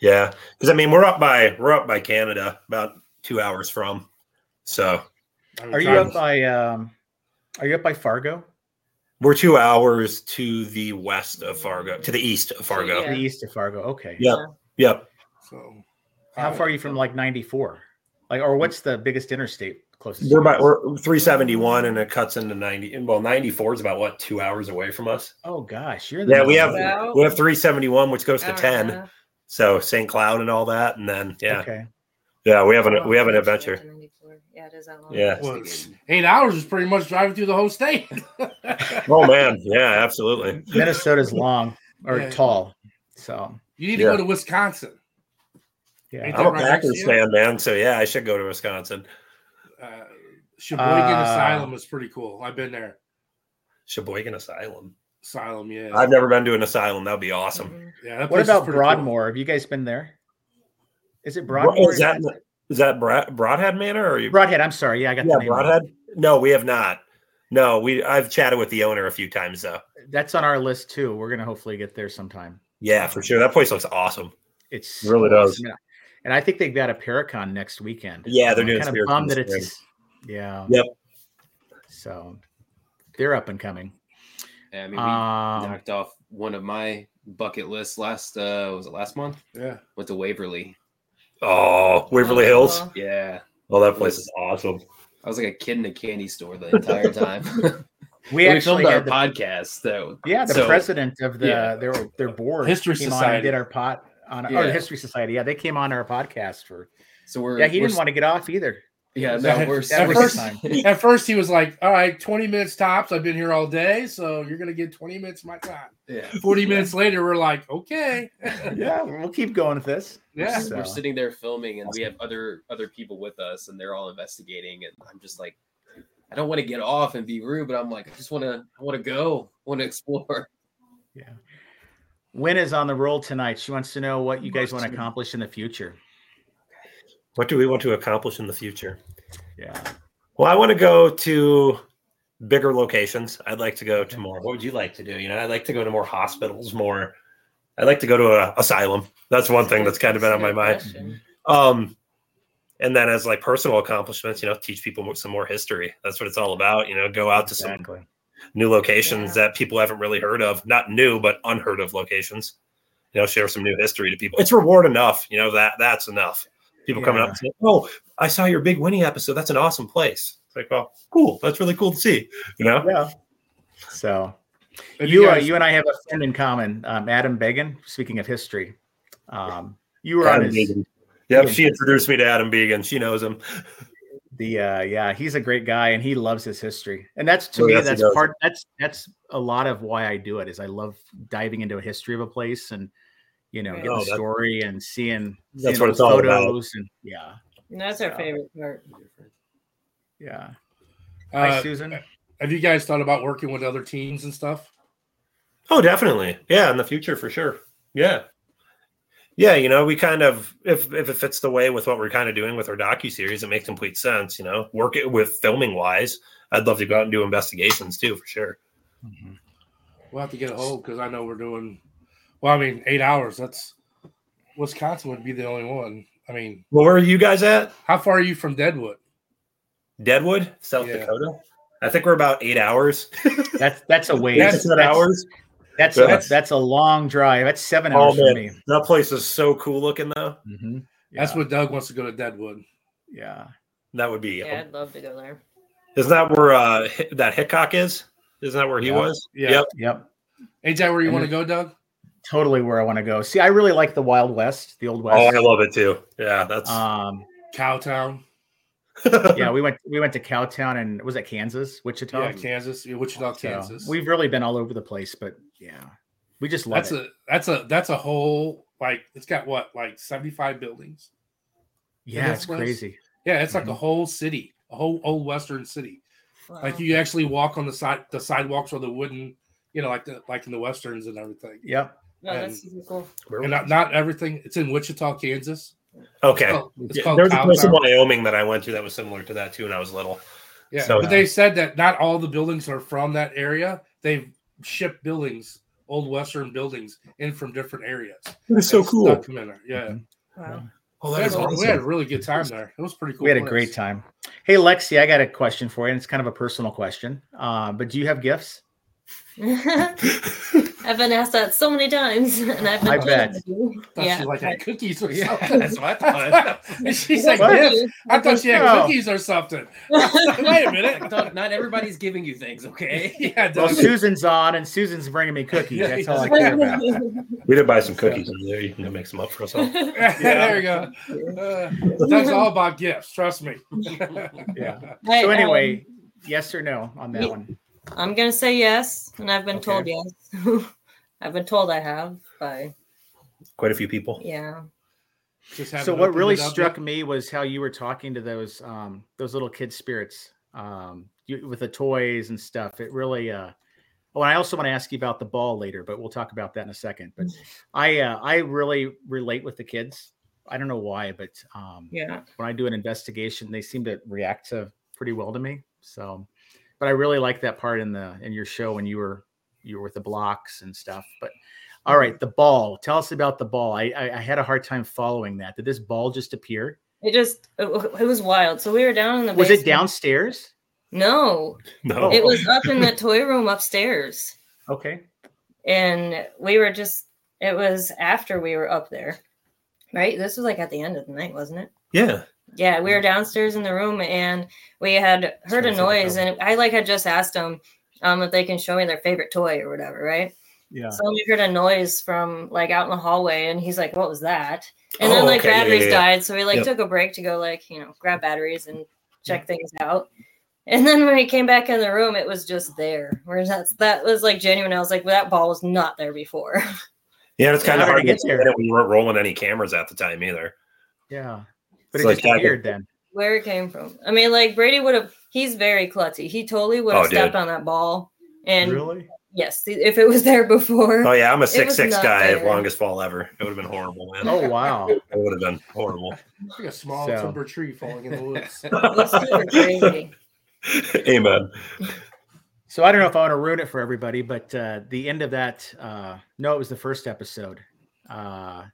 S4: Yeah, because I mean we're up by we're up by Canada, about two hours from. So
S2: I'm
S1: Are you
S2: trying
S1: up
S2: to-
S1: by um? Are you up by Fargo?
S4: We're two hours to the west of Fargo, to the east of Fargo.
S5: Yeah.
S1: The east of Fargo. Okay.
S4: Yep. Yep.
S2: So,
S1: How far are you from like 94? Like, or what's the biggest interstate closest?
S4: We're
S1: to you
S4: about
S1: guys?
S4: we're 371 and it cuts into 90. and, Well, 94 is about what, two hours away from us?
S1: Oh gosh, you're in
S4: Yeah, we have
S1: middle.
S5: Well,
S4: we have 371, which goes to
S5: hour
S4: 10.
S5: and a half.
S4: So St. Cloud and all that. And then yeah.
S1: Okay.
S4: Yeah, we have an we
S5: Oh,
S4: have an adventure.
S5: Yeah, it is that long.
S4: Yeah.
S2: Well, it's- eight hours is pretty much driving through the whole state. [laughs]
S4: Oh man.
S1: [laughs]
S4: Yeah, absolutely.
S1: Minnesota's long or
S2: Yeah.
S1: tall. So
S2: You need to
S4: Yeah.
S2: go to Wisconsin.
S1: yeah.
S2: Ain't
S4: I'm a
S2: right next to
S4: Packers
S2: you?
S4: fan, man. So yeah, I should go to Wisconsin.
S2: Uh, Sheboygan
S1: Uh,
S2: Asylum is pretty cool. I've been there.
S4: Sheboygan Asylum.
S2: Asylum, yeah.
S4: I've never been to an asylum. That would be awesome.
S5: Mhm.
S2: yeah that
S1: What
S2: place is
S1: about
S2: pretty cool.
S1: Broadmoor? Have you guys been there? Is it
S4: Bro-
S1: Broadmoor?
S4: Is that is that Bra- Broadhead Manor or are you
S1: Broadhead? I'm sorry. Yeah, I got
S4: Yeah,
S1: the name. wrong.
S4: Broadhead. No, we have not. No, we. I've chatted with the owner a few times though.
S1: That's on our list too. We're gonna hopefully get there sometime.
S4: Yeah, for sure. That place looks awesome.
S1: It's
S4: It really
S1: so
S4: does.
S1: awesome. And I- And I think they've got a Paracon next weekend.
S4: Yeah, they're
S1: I'm
S4: doing
S1: kind of
S4: Spirits in
S1: bummed
S4: the
S1: that it's yeah.
S4: Yep.
S1: So they're up and coming.
S3: Yeah, I mean, we
S1: Um,
S3: knocked off one of my bucket lists last. Uh, was it last month?
S2: Yeah.
S3: Went to Waverly.
S4: Oh, Waverly
S5: Oh,
S4: Hills.
S5: cool.
S3: Yeah,
S4: Oh, that place is awesome.
S3: I was like a kid in a candy store the entire time.
S1: [laughs]
S3: [laughs]
S1: we actually
S3: filmed our
S1: had the
S3: podcast though.
S1: Yeah, the
S3: So-
S1: president of the
S3: yeah.
S1: their their board
S2: History
S1: came on and
S2: Society.
S1: did our pot on or
S3: Yeah.
S1: the History Society. Yeah, they came on our podcast for.
S3: So we're
S1: Yeah, he
S3: we're
S1: didn't want to get off either.
S3: Yeah, no,
S1: [laughs]
S2: That-
S3: we're
S1: That
S2: At
S3: we're-
S1: was
S2: first-
S1: his time.
S2: At first, he was like, All right, 20 minutes tops. I've been here all day. So you're going to get 20 minutes of my time.
S3: yeah.
S2: 40 minutes later, we're like, Okay.
S3: [laughs]
S1: Yeah, we'll keep going with this.
S2: yeah.
S1: So-
S3: We're sitting there filming, and we have other other people with us, and they're all investigating, and I'm just like, I don't want to get off and be rude, but I'm like, I just want to, I want to go, I want to explore. [laughs]
S1: Win is on the roll tonight. She wants to know what you guys want to accomplish in the future.
S4: What do we want to accomplish in the future?
S1: Yeah,
S4: Well, I want to go to bigger locations. I'd like to go to more. What would you like to do? You know, I'd like to go to more hospitals. More. I'd like to go to a asylum. That's one thing that's kind of been on my mind.
S5: Question.
S4: Um, and then as like personal accomplishments, you know, teach people some more history. That's what it's all about. You know, go out to some
S1: exactly.
S4: new locations that people haven't really heard of, not new but unheard of locations. You know, share some new history to people. It's reward enough. You know that that's enough. People coming up and saying, "Oh, I saw your Big Winnie episode. That's an awesome place." It's like, well, cool. That's really cool to see. You know,
S1: Yeah. So
S2: If
S1: you, uh,
S2: guys-
S1: you and I have a friend in common, um, Adam Began. Speaking of history, um, you were on
S4: Adam
S1: his.
S4: Began. Yep, she introduced me to Adam Began. She knows him.
S1: the uh yeah he's a great guy and he loves his history and that's to
S4: Oh,
S1: me
S4: yes, he
S1: that's
S4: does.
S1: part that's that's a lot of why i do it is i love diving into a history of a place and you know
S5: Right.
S1: getting
S4: Oh,
S1: the
S4: that's-
S1: story and seeing
S4: That's
S1: seeing
S4: what
S1: old
S4: it's all about.
S1: photos and yeah
S5: And Mm-hmm. that's our
S1: Yeah.
S5: favorite part.
S1: yeah hi
S2: uh,
S1: susan
S2: have you guys thought about working with other teams and stuff?
S4: Oh, definitely. Yeah, in the future for sure. Yeah. Yeah, you know, we kind of if if it fits the way with what we're kind of doing with our docu series, it makes complete sense, you know. Work it with filming wise. I'd love to go out and do investigations too, for sure.
S1: Mhm.
S2: We'll have to get a hold because I know we're doing. Well, I mean, eight hours. That's Wisconsin would be the only one. I mean,
S4: Well, where are you guys at?
S2: how far are you from Deadwood?
S4: Deadwood, South
S2: Yeah.
S4: Dakota. I think we're about eight hours.
S1: that's that's a waste
S4: Eight to
S1: that's,
S4: ten hours.
S1: That's
S4: That's-
S1: a, that's a long drive. That's seven
S4: Oh,
S1: hours for
S4: man.
S1: me.
S4: That place is so cool looking though.
S1: Mhm.
S2: That's
S1: Yeah.
S2: what Doug wants to go to Deadwood.
S1: Yeah.
S4: That would be.
S5: Yeah, I'd love to go there.
S4: Isn't that where uh, Hi- that Hickok is? Isn't that where he
S2: Yeah.
S4: was?
S2: Yeah.
S4: Yep.
S1: Yep.
S2: Ain't that where you
S1: And
S2: want to go, Doug?
S1: Totally where I want to go. See, I really like the Wild West, the Old West.
S4: Oh, I love it too. Yeah, that's. [laughs]
S1: um,
S2: Cowtown,
S1: yeah, we went we went to Cowtown and was that Kansas, Wichita?
S2: yeah, Kansas, yeah, Wichita,
S1: So,
S2: Kansas.
S1: We've really been all over the place, but yeah, we just love
S2: that's
S1: it.
S2: a that's a that's a whole like it's got what like seventy five buildings.
S1: yeah,
S2: that's
S1: it's
S2: what's-
S1: crazy.
S2: Yeah, it's like a
S1: Mhm.
S2: whole city, a whole old western city.
S5: Wow.
S2: Like you actually walk on the side the sidewalks or the wooden, you know, like the like in the westerns and everything.
S1: Yep.
S5: no, that's super cool.
S2: And not, not everything. It's in Wichita, Kansas.
S4: okay.
S2: Oh, it's
S4: Yeah,
S2: called
S4: there was a place in
S2: Cowtown.
S4: Wyoming that I went to that was similar to that too when I was little.
S2: Yeah,
S4: So-
S2: but they said that not all the buildings are from that area. They've shipped buildings, old Western buildings, in from different areas.
S4: It's
S2: And stuck them in there. Yeah,
S1: Mhm.
S5: Wow.
S2: [laughs]
S5: [laughs]
S4: Oh,
S2: we,
S4: that
S2: had,
S4: is
S2: a- we
S4: awesome.
S2: had a really good time there. It was pretty cool.
S1: We had a
S2: place.
S1: great time. Hey, Lexi, I got a question for you, and it's kind of a personal question. Uh, but do you have gifts?
S5: I've been asked that so many times, [laughs] and I've been.
S1: I bet.
S5: told to.
S2: I thought
S5: Yeah.
S2: she like had cookies or
S1: Yeah,
S2: something.
S4: that's
S2: [laughs]
S4: what I
S2: thought. She's like,
S1: What?
S2: "Yes." I thought she had
S1: No.
S2: cookies or something. [laughs] Wait a minute.
S3: Doug, not everybody's giving you things, okay?
S2: [laughs] Yeah,
S1: Well,
S2: Doug.
S1: Susan's on, and Susan's bringing
S2: [laughs]
S1: me cookies.
S2: Yeah,
S1: That's all I
S2: yeah.
S1: care about.
S2: [laughs]
S5: [laughs]
S4: We did buy some cookies over there. You can make some up for us
S2: Oh,
S4: all. [laughs]
S2: there you go. Uh, Doug's all about gifts. Trust me. [laughs]
S1: Yeah.
S5: But,
S1: So
S5: um,
S1: anyway, yes or no on that
S5: Yeah.
S1: one?
S5: um, I'm gonna say yes, and I've been told
S1: Okay.
S5: yes. [laughs] I've been told I have by
S4: Quite a few people.
S5: yeah.
S2: Just
S1: So
S2: haven't
S1: what really
S2: opened it up
S1: struck
S2: yet.
S1: me was how you were talking to those um, those little kid spirits um, you, with the toys and stuff. It really. Uh, oh, and I also want to ask you about the ball later, but we'll talk about that in a second. But I uh, I really relate with the kids. I don't know why, but um,
S5: Yeah.
S1: when I do an investigation, they seem to react to pretty well to me. So, but I really like that part in the in your show when you were you were with the blocks and stuff. But all right, the ball. Tell us about the ball. I I, I had a hard time following that. Did this ball just appear?
S5: It just it, it was wild. So we were down in the
S1: Was it
S5: basement.
S1: downstairs?
S5: No,
S4: No.
S5: it was up in the toy room upstairs.
S1: Okay.
S5: and we were just it was after we were up there right this was like at the end of the night wasn't it
S4: yeah.
S5: yeah we were downstairs in the room and we had heard a
S4: Sounds like a
S5: noise and i like had just asked them um, if they can show me their favorite toy or whatever right
S1: Yeah.
S5: so we heard a noise from like out in the hallway and he's like what was that and then
S4: Oh,
S5: like
S4: okay, yeah,
S5: batteries
S4: yeah, yeah.
S5: died so we like
S4: Yep.
S5: took a break to go like you know grab batteries and check things out and then when we came back in the room it was just there whereas that's that was like genuine i was like well, that ball was not there before [laughs]
S4: Yeah, it's
S1: How
S4: kind of
S1: did
S4: hard
S1: it
S4: to
S1: get
S4: get
S1: there?
S4: there. We weren't rolling any cameras at the time either.
S1: Yeah. But
S4: It's
S1: it
S4: like
S1: just
S4: having-
S1: appeared then.
S5: where it came from. I mean, like Brady would have. He's very klutzy. He totally would have
S4: Oh, dude.
S5: stepped on that ball. And
S1: Really?
S5: yes, if it was there before,
S4: [laughs] Oh yeah, I'm a six
S5: was
S4: six
S5: not
S4: guy.
S5: there.
S4: Longest fall ever. It would have been horrible, man.
S1: Oh wow.
S4: It would have been horrible. [laughs]
S2: It's like a small
S1: So.
S2: timber tree falling in
S1: [laughs]
S2: the woods.
S5: it was super crazy.
S4: Amen.
S1: So I don't know if I want to ruin it for everybody, but uh, the end of that, uh, no, it was the first episode. Uh,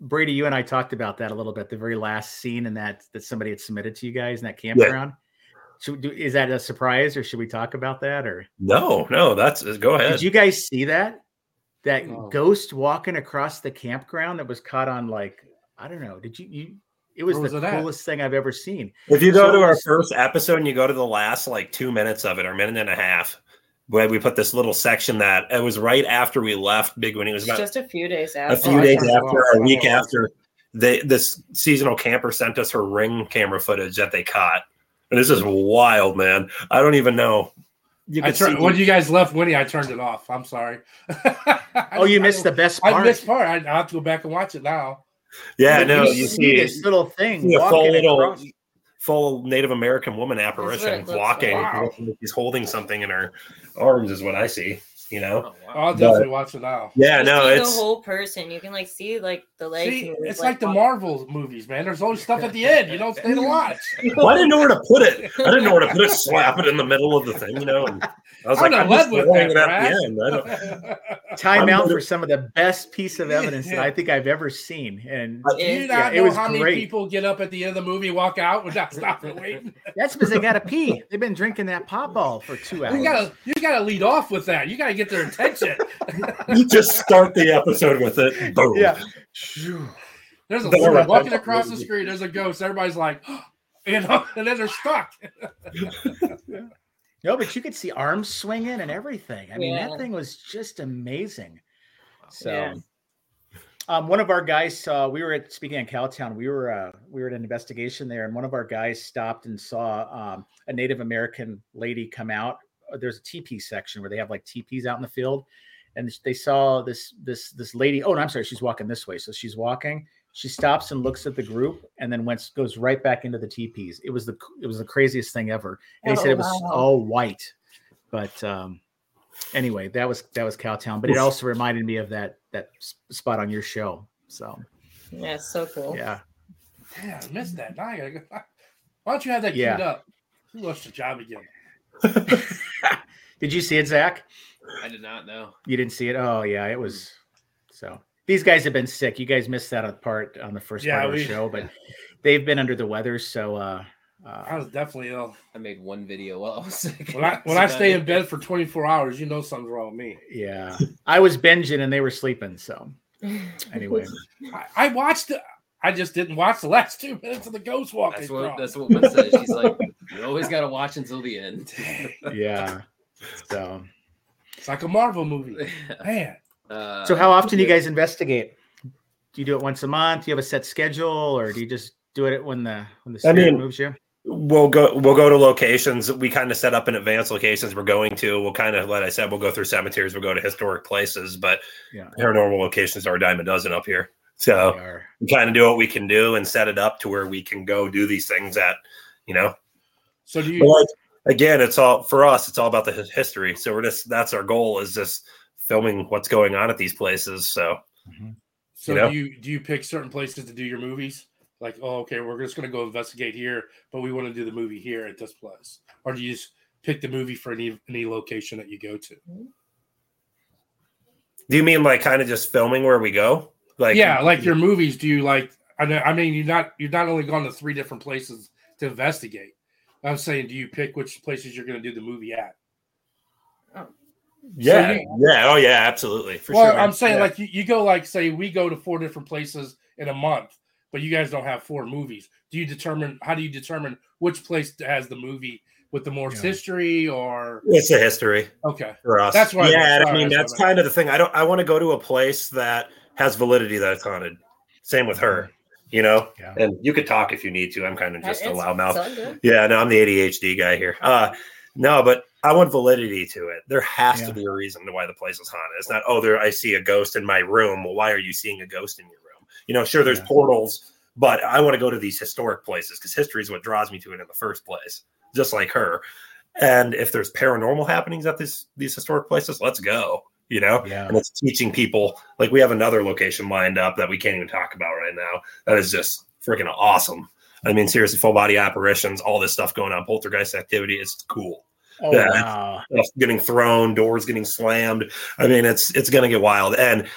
S1: Brady, you and I talked about that a little bit. The very last scene in that that somebody had submitted to you guys in that campground. Should we do, is that a surprise, or should we talk about that? Or
S4: No, no, that's uh, go ahead.
S1: did you guys see that that
S2: No.
S1: ghost walking across the campground that was caught on like I don't know? Did you you? It was,
S2: Where was
S1: the
S2: it at?
S1: coolest thing I've ever seen.
S4: If you go
S1: So
S4: to our
S1: it's-
S4: first episode and you go to the last like two minutes of it or minute and a half, where we put this little section that it was right after we left Big Winnie. It was
S5: It's
S4: about
S5: just a few days
S4: a
S5: after.
S4: few
S2: I
S4: days
S2: turned it
S4: after
S2: off.
S4: or
S2: I
S4: a week
S2: don't watch
S4: after. They this seasonal camper sent us her ring camera footage that they caught. And this is wild, man. I don't even know. You
S2: I
S4: could
S2: turned,
S4: see-
S2: when you guys left Winnie, I turned it off. I'm sorry.
S1: [laughs] Oh, you missed the best part.
S2: [laughs] I missed part. I, I have to go back and watch it now.
S4: yeah,
S1: But
S4: no,
S1: you
S4: you
S1: see
S4: see,
S1: this little thing
S4: see a full
S1: walking
S4: little-
S1: across.
S4: full Native American woman apparition
S5: looks like.
S4: walking.
S2: Wow.
S4: She's holding something in her arms, is what I see. You know?
S3: Oh, wow.
S2: I'll definitely watch it now.
S4: Yeah,
S5: You
S4: no,
S5: see
S4: it's
S5: the whole person. You can like see like the legs.
S2: See,
S5: move,
S2: it's like the
S5: walk-
S2: Marvel movies, man. There's always stuff at the end. [laughs] You don't stay
S1: [laughs]
S2: to watch.
S4: Well, I didn't know where to put it. I didn't know where to
S5: [laughs]
S4: put it. Slap it in the middle of the thing, you know. And I was
S2: I'm
S4: like,
S2: not
S4: I'm just
S2: led with
S4: throwing
S2: that,
S4: it at
S2: Brad.
S4: the end. I don't,
S1: time
S4: I'm
S1: out
S4: gonna-
S1: for some of the best piece of evidence that I think I've ever seen. And
S5: It
S2: Do you
S5: is,
S1: yeah,
S2: not
S1: it
S2: know
S1: was
S2: how many
S1: great.
S2: people get up at the end of the movie, walk out without [laughs] stopping waiting?
S4: [laughs]
S1: that's because they got to pee. They've been drinking that pop ball for two
S2: You
S1: hours.
S2: gotta, you gotta lead off with that. You gotta get get their attention.
S4: Just start the episode with it. Boom.
S7: Yeah.
S1: [laughs]
S2: There's a
S4: Don't worry.
S2: woman walking across the street. There's a ghost. Everybody's like, [gasps] you know, and then they're stuck.
S1: No, but you could see arms swinging and everything. I mean,
S5: Yeah.
S1: that thing was just amazing. So,
S5: Yeah.
S1: um, one of our guys, uh, we were at speaking in Cowtown. We were uh, we were at an investigation there, and one of our guys stopped and saw um, a Native American lady come out. Uh, There's a teepee section where they have like teepees out in the field, and they saw this this this lady. Oh, no, I'm sorry, she's walking this way. So she's walking. She stops and looks at the group, and then went goes right back into the teepees. It was the it was the craziest thing ever. And he said it was
S5: Oh, wow.
S1: all white, but um, anyway, that was that was Cowtown. But it also reminded me of that that s- spot on your show. So
S5: Yeah, it's so cool.
S1: yeah,
S2: Damn, I missed that. Now I gotta go. [laughs] Why don't you have that
S1: Yeah.
S2: queued up? Who lost the job again?
S1: did you see it, Zach?
S3: I did not know.
S1: You didn't see it? Oh yeah, it was. So these guys have been sick. You guys missed that part on the first
S2: Yeah,
S1: part of the
S2: we-
S1: show,
S2: [laughs]
S1: but they've been under the weather. So uh,
S2: I
S1: uh
S2: was definitely ill.
S3: I made one video while I was sick.
S2: When
S3: [laughs]
S2: I when I stay in bed for 24 hours, you know something's wrong with me.
S1: yeah, I was binging and they were sleeping. So
S5: [laughs]
S1: anyway,
S2: I, I watched it. I just didn't watch the last two [laughs] minutes of the ghost walking.
S3: That's what
S2: trial.
S3: that's what
S1: [laughs]
S3: Wes says. She's like, you always gotta watch until the end.
S1: yeah. So
S2: it's like a Marvel movie. Man,
S3: [laughs] Uh,
S1: so how often do you guys investigate? Do you do it once a month? Do you have a set schedule, or do you just do it when the when the
S4: I
S1: spirit
S4: mean,
S1: moves you?
S4: We'll go. We'll go to locations. that We kind of set up in advance locations we're going to. We'll kind of, like I said, we'll go through cemeteries. We'll go to historic places, but
S1: Yeah.
S4: paranormal locations are a dime a dozen up here. So
S1: They are.
S4: we kind of do what we can do and set it up to where we can go do these things at, you know.
S2: so do
S4: But
S2: you?
S4: like, again, it's all for us. It's all about the his- history. So we're just that's our goal is just filming what's going on at these places. So
S2: So
S4: you know?
S2: do you do you pick certain places to do your movies? Like, oh, okay, we're just gonna go investigate here, but we want to do the movie here at this place, or do you just pick the movie for any any location that you go to?
S4: do you mean like kind of just filming where we go? Like
S2: yeah, like your movies. Do you like? I know. I mean, you're not you're not only gone to three different places to investigate. I'm saying, do you pick which places you're going to do the movie at?
S4: yeah,
S2: so
S4: yeah, oh yeah, absolutely. For
S2: well,
S4: sure.
S2: I'm saying
S4: Yeah.
S2: like you, you go like say we go to four different places in a month, but you guys don't have four movies. Do you determine how do you determine which place has the movie with the most
S7: Yeah.
S2: history or
S4: it's the history.
S2: okay?
S4: for us.
S2: That's what I meant.
S4: yeah, and I
S2: Sorry,
S4: mean
S2: that's
S4: that's
S2: what I
S4: kind of the thing. I don't. I want to go to a place that has validity that it's haunted. Same with her,
S2: Mm-hmm.
S4: you know.
S7: Yeah.
S4: And you could talk if you need to. I'm kind of just a
S5: It's-
S4: loudmouth.
S5: it's all good.
S4: [laughs] Yeah, no, I'm the ADHD guy here. Uh no, but I want validity to it. There has
S7: Yeah.
S4: to be a reason to why the place is haunted. It's not, oh, there I see a ghost in my room. Well, why are you seeing a ghost in your room? You know, sure there's
S7: Yeah.
S4: portals, but I want to go to these historic places because history is what draws me to it in the first place, just like her. And if there's paranormal happenings at these these historic places, let's go. You know? [laughs]
S7: Yeah.
S4: and it's teaching people like we have another location lined up that we can't even talk about right now that is just freaking awesome i mean seriously full body apparitions all this stuff going on poltergeist activity it's cool
S1: Oh
S4: Yeah.
S1: wow!
S4: stuff getting thrown doors getting slammed i mean it's it's gonna get wild and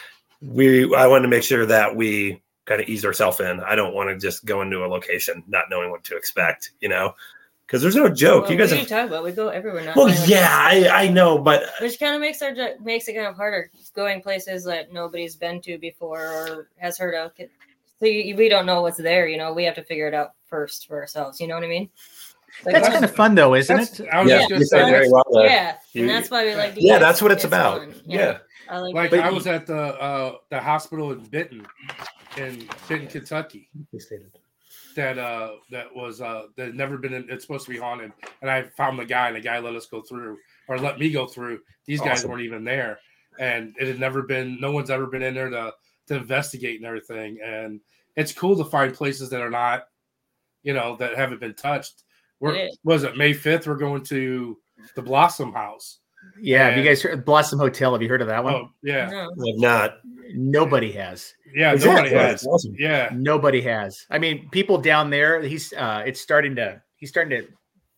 S4: we i wanted to make sure that we kind of ease ourselves in i don't want to just go into a location not knowing what to expect you know because there's no joke
S5: Well,
S4: Oh, you guys
S5: what are you
S4: have,
S5: talking about? We go everywhere now.
S4: well
S5: Like,
S4: yeah i i know but
S5: Which kind of makes our jo- makes it kind of harder going places that nobody's been to before or has heard of. So you, we don't know what's there. You know, we have to figure it out first for ourselves. You know what I mean?
S1: That's
S5: Like,
S2: that's-
S1: kind of fun though, isn't
S2: That's,
S1: it?
S2: I was
S5: Yeah.
S2: just
S4: you
S2: going to
S4: said
S2: say
S5: Yeah.
S4: very well there.
S5: yeah,
S4: You-
S5: and that's why we like.
S4: yeah,
S5: these.
S4: that's what it's about.
S5: fun.
S4: yeah.
S5: I like.
S2: like
S4: But
S2: I
S4: you-
S2: was at the uh, the hospital in Benton, in Benton, Kentucky. That uh, that was uh, that had never been. In, it's supposed to be haunted, and I found the guy, and the guy let us go through, or let me go through. These guys
S4: Awesome.
S2: weren't even there, and it had never been. No one's ever been in there to to investigate and everything. And it's cool to find places that are not, you know, that haven't been touched. We're,
S5: Yeah.
S2: was it May fifth? We're going to the Blossom House.
S1: Yeah, have you
S2: And-
S1: guys heard Blossom Hotel? Have you heard of that one?
S2: Oh yeah,
S5: No.
S4: If not
S1: Nobody has.
S2: yeah.
S4: Exactly.
S2: Nobody has.
S4: It's awesome.
S2: Yeah.
S1: Nobody has. I mean, people down there. He's. Uh, it's starting to. He's starting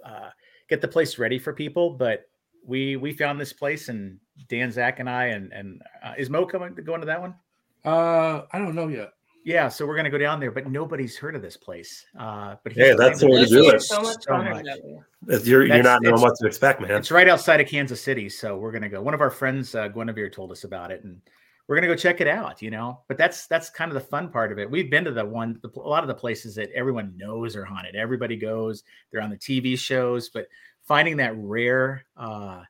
S1: to uh, get the place ready for people. But we we found this place, and Dan, Zach, and I, and and uh, is Mo coming to go into that one?
S2: Uh, I don't know yet.
S1: yeah, so we're gonna go down there, but nobody's heard of this place. Uh, but he's
S4: Hey,
S1: claimed
S4: that's the way to
S5: It's
S4: do it.
S5: So much
S1: So
S5: funner
S1: much.
S5: that way.
S4: You're, you're
S1: That's-
S4: not knowing
S1: it's-
S4: what to expect, man.
S1: It's right outside of Kansas City, so we're gonna go. One of our friends, uh, Guinevere, told us about it, and we're gonna go check it out. You know, but that's that's kind of the fun part of it. We've been to the one, the, a lot of the places that everyone knows are haunted. Everybody goes. They're on the TV shows, but finding that rare, uh,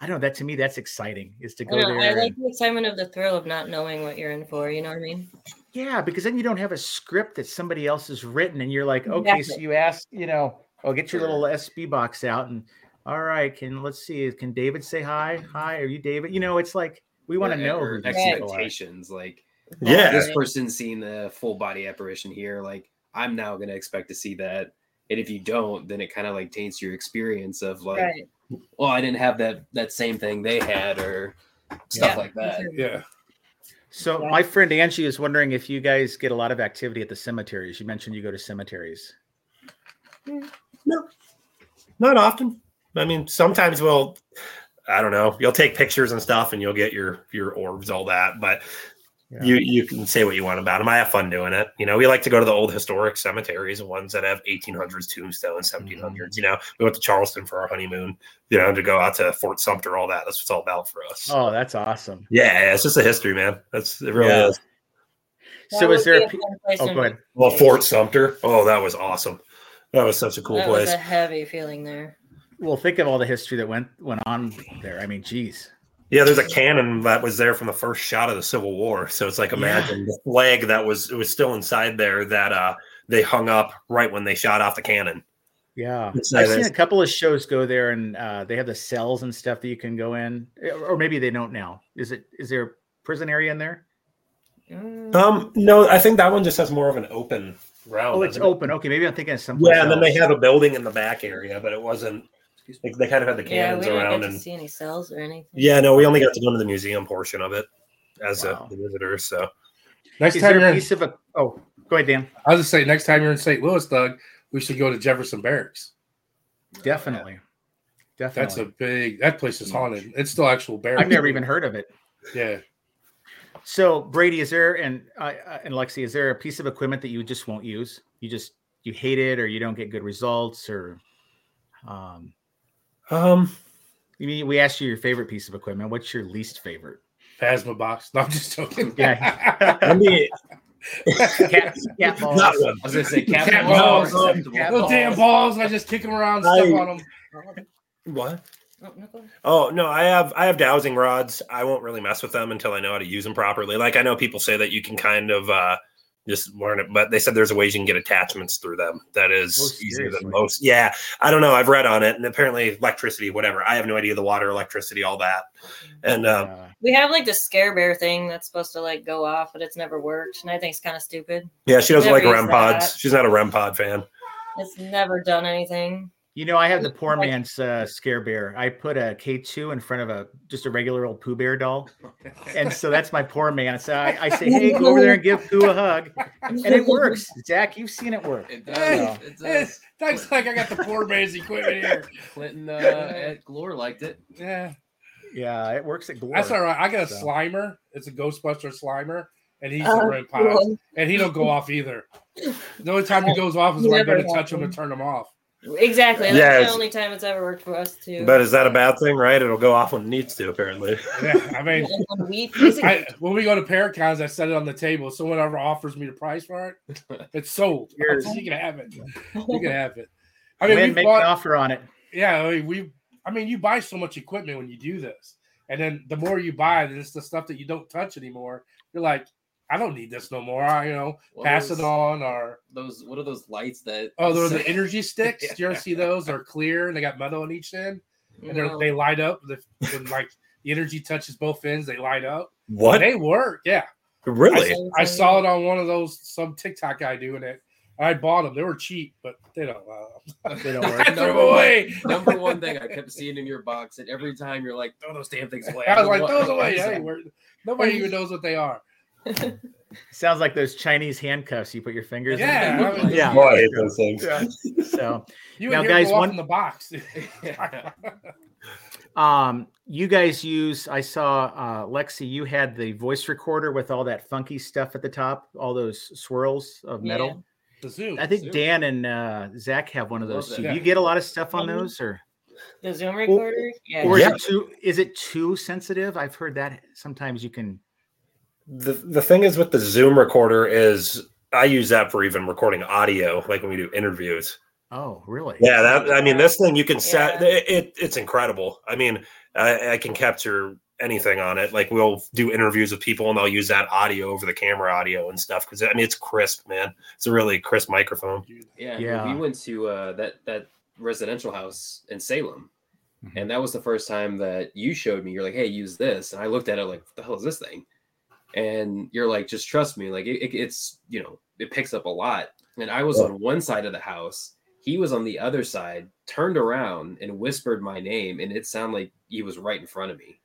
S1: I don't know. That to me, that's exciting. Is to
S5: I,
S1: go
S5: don't know, I
S1: there.
S5: like
S1: and-
S5: the excitement of the thrill of not knowing what you're in for. You know what I mean?
S1: yeah, because then you don't have a script that somebody else has written, and you're like, okay, so
S5: Exactly.
S1: you ask, you know, oh, get your
S3: Sure.
S1: little SB box out, and all right, can let's see, can David say hi? Hi, are you David? You know, it's like we want to
S3: Or-
S1: know
S3: or
S1: who these people are.
S3: expectations. Like
S4: Yeah.
S3: this
S5: Right.
S3: person's seen the full body apparition here. Like I'm now gonna expect to see that. And if you don't, then it kind of like taints your experience of like,
S5: Right.
S3: well, I didn't have that that same thing they had or stuff
S5: Yeah.
S3: like that.
S2: Yeah.
S1: So my friend Angie is wondering if you guys get a lot of activity at the cemeteries. You mentioned you go to cemeteries.
S4: Not often. I mean, sometimes we'll. I don't know. You'll take pictures and stuff, and you'll get your your orbs, all that. But
S1: Yeah.
S4: you you can say what you want about them. I have fun doing it. You know, we like to go to the old historic cemeteries, the ones that have 1800s tombstones, 1700s. You know, we went to Charleston for our honeymoon. You know, to go out to Fort Sumter, all that. That's what it's all about for us.
S1: Oh, that's awesome.
S4: Yeah, yeah, it's just a history, man. That's it. Really
S7: Yeah.
S4: is.
S5: That
S1: So is
S5: would
S1: there?
S5: be
S1: A, pe-
S5: fun place
S1: oh,
S5: to
S1: go ahead.
S4: Well, Fort Sumter. Oh, that was awesome. That was such a cool
S5: that
S4: place.
S5: was a heavy feeling there.
S1: Well, think of all the history that went went on there. I mean, geez.
S4: Yeah, there's a cannon that was there from the first shot of the Civil War. So it's like imagine the flag that was it was still inside there that uh they hung up right when they shot off the cannon.
S1: Yeah.
S4: It's
S1: I've
S4: nice.
S1: seen a couple of shows go there and uh, they have the cells and stuff that you can go in, eh, or or maybe they don't now. Is it is there a prison area in there?
S5: Mm.
S4: Um, no, I think that one just has more of an open ground.
S1: Oh, it's
S4: doesn't it?
S1: open. Okay, maybe I'm thinking of something.
S4: Yeah, and then they have a building in the back area, but it wasn't. They, they kind of had the
S5: yeah, we
S4: cannons
S5: didn't
S4: around,
S5: get to
S4: and
S5: see any cells or anything.
S4: yeah, no, we only got to go into the museum portion of it as
S1: Wow.
S4: a visitor. So
S2: Next
S1: Is
S2: time
S1: there
S2: you're
S1: a
S2: in,
S1: piece of a? Oh, go ahead, Dan.
S2: I'll just say next time you're in St. Louis, Doug, we should go to Jefferson Barracks.
S1: Definitely,
S2: That's
S1: definitely.
S2: a big that place is haunted. It's still actual barracks.
S1: I've never even heard of it.
S2: [laughs] yeah.
S1: So Brady, is there and uh, uh, and Lexi, is there a piece of equipment that you just won't use? You just you hate it, or you don't get good results, or um,
S5: [laughs]
S4: um,
S1: I mean, we asked you your favorite piece of equipment. What's your least favorite?
S2: Phasma box. No, I'm just joking.
S1: [laughs]
S2: [laughs]
S1: Yeah.
S4: I mean, [laughs]
S1: Cat, cat balls.
S4: that one.
S3: I was
S2: [laughs]
S3: gonna say cat,
S2: Cat
S3: balls.
S2: balls.
S3: are acceptable.
S1: Cat
S2: Those damn balls. I just kick them around, step
S4: I-
S2: on them.
S4: What?
S5: Oh, no, go ahead.
S4: Oh no, I have I have dowsing rods. I won't really mess with them until I know how to use them properly. Like I know people say that you can kind of uh just learn it, but they said there's a ways you can get attachments through them. That is
S1: Oh,
S4: easier
S1: seriously?
S4: than most. Yeah, I don't know. I've read on it, and apparently electricity, whatever. I have no idea the water, electricity, all that. And um,
S1: Uh,
S5: We have like the scare bear thing that's supposed to like go off, but it's never worked, and I think it's kind of stupid.
S4: yeah, she doesn't
S5: Never
S4: like
S5: use
S4: REM
S5: that.
S4: pods. She's not a REM pod fan.
S5: It's never done anything.
S1: You know, I have the poor
S5: Like-
S1: man's uh, scare bear. I put a K two in front of a just a regular old Pooh Bear doll, and so that's my poor man. So I, I say, hey, go over there and
S2: [laughs]
S1: give Pooh a hug, [laughs] and it works. Zach, you've seen it work.
S3: It does.
S2: Hey,
S3: It
S2: [laughs] It's,
S3: does.
S2: that's like I got the poor man's equipment here.
S3: Clinton uh, at Glore liked it.
S2: Yeah,
S1: Yeah, it works at Glore.
S2: that's all right. I got a
S1: So.
S2: Slimer. It's a Ghostbuster Slimer, and he's
S5: Oh,
S2: the red pile, and he don't go off either. The only time he goes off is when I go
S5: Never
S2: to touch him and
S5: happened.
S2: turn him off.
S5: [laughs] Exactly. That's
S4: Yeah, it's-
S5: the only time it's ever worked for us too.
S4: But is that a bad thing, right? It'll go off when it needs to, apparently. [laughs]
S2: Yeah, I mean,
S5: [laughs] And
S1: [laughs]
S5: when [laughs] we- basically,
S2: I, when we go to Paracons, I set it on the table. So whoever offers me the price for it, it's sold.
S1: Yours.
S2: You can have it. You can have it. I
S1: I
S2: mean,
S1: mean,
S2: we
S1: make
S2: bought,
S1: an offer on it.
S2: yeah, I mean, we. I mean, you buy so much equipment when you do this, and then the more you buy, then it's the stuff that you don't touch anymore. You're like, I don't need this no more. I, you know,
S3: What
S2: pass
S3: was-
S2: it on, or
S3: Those what are those lights that?
S2: oh, those are
S3: [laughs]
S2: the energy sticks. Do you ever see those? They're clear and they got metal on each end, and they're
S5: No.
S2: they light up. The, when like the energy touches both ends, they light up.
S4: What?
S2: They work. Yeah,
S4: Really?
S2: I saw it on one of those some TikTok guy doing it. I bought them. They were cheap, but they don't. Uh,
S1: They
S2: [laughs]
S1: don't work.
S2: I threw 'em away.
S3: Number one thing I kept seeing in your box, and every time you're like, throw those damn things away.
S2: I was like,
S3: don't
S2: those
S3: know
S2: away.
S3: what-
S2: They ain't worth it. Nobody even knows what they are.
S1: Sounds like those Chinese handcuffs you put your fingers
S2: Yeah,
S1: in.
S2: I mean,
S1: Yeah.
S4: Oh, I hate those things.
S1: Yeah. [laughs] So
S2: You
S1: Now,
S2: and
S1: [laughs] guys,
S2: guys, go off
S1: one-
S2: in the box.
S3: Yeah.
S1: Um, you guys use, I saw, uh, Lexi, you had the voice recorder with all that funky stuff at the top, all those swirls of
S5: Yeah.
S1: metal.
S2: [laughs] The zoo.
S1: I think
S3: Zoom.
S1: Dan and uh, Zach have one of
S3: Love
S1: those.
S3: that.
S1: too.
S2: Yeah.
S1: You get a lot of stuff on
S5: Mhm.
S1: those, or
S5: The Zoom recorder? Yeah. [laughs]
S1: or
S4: Yeah.
S1: is it too is it too sensitive? I've heard that sometimes you can.
S4: the the thing is with the Zoom recorder is I use that for even recording audio, like when we do interviews.
S1: Oh, really?
S4: Yeah, that I mean, this thing you can set
S5: Yeah.
S4: it, it. It's incredible. I mean, I, I can capture anything on it. Like we'll do interviews with people, and they'll use that audio over the camera audio and stuff. Because I mean, it's crisp, man. It's a really crisp microphone.
S3: Yeah,
S1: Yeah.
S3: we went to uh, that that residential house in Salem,
S7: Mhm.
S3: and that was the first time that you showed me. You're like, "Hey, use this," and I looked at it like, "What the hell is this thing?" And you're like, "Just trust me. Like, it, it- it's you know, it picks up a lot." And I was
S4: Yeah.
S3: on one side of the house. He was on the other side, turned around and whispered my name, and it sounded like he was right in front of me.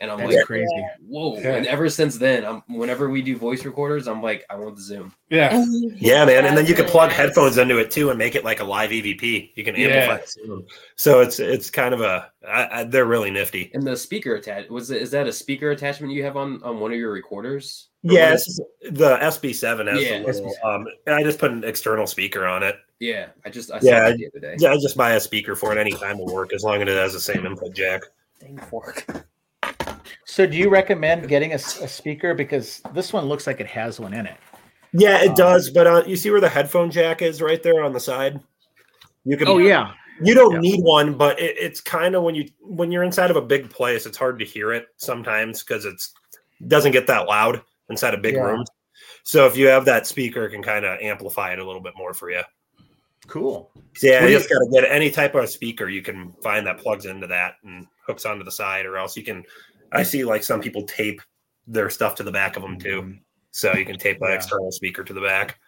S3: And I'm
S1: That's
S3: like,
S1: crazy.
S3: "Whoa!"
S2: Yeah.
S3: And ever since then, I'm whenever we do voice recorders, I'm like, "I want the Zoom."
S2: Yeah.
S1: [laughs]
S4: Yeah, man. And then you can plug
S5: Nice.
S4: headphones into it too, and make it like a live EVP. You can
S2: Yeah.
S4: amplify the Zoom. So it's it's kind of a I, I, they're really nifty.
S3: And the speaker attach was is that a speaker attachment you have on on one of your recorders? Or what is-
S4: Yes, the SB7 has
S3: Yeah.
S4: the little, um, and I just put an external speaker on it.
S3: Yeah, I just I
S4: Yeah,
S3: saw that the other day.
S4: Yeah, I just buy a speaker for it any time will work as long as it has the same input jack.
S3: Dang fork.
S1: So, do you recommend getting a, s- a speaker because this one looks like it has one in it?
S4: Yeah,
S1: Um,
S4: it does. But uh, you see where the headphone jack is right there on the side. You can.
S1: Oh yeah,
S4: You don't
S1: Yeah.
S4: need one, but it, it's kind of when you when you're inside of a big place, it's hard to hear it sometimes because it's doesn't get that loud inside a big
S1: Yeah.
S4: room. So if you have that speaker, it can kind of amplify it a little bit more for you.
S1: cool.
S4: So, yeah,
S1: What do
S4: you
S1: you-
S4: just got to get any type of speaker you can find that plugs into that and hooks onto the side, or else you can. I see like some people tape their stuff to the back of them
S1: Mm-hmm.
S4: too,
S1: Mm.
S4: so you can tape an
S7: Yeah.
S4: external speaker to the back.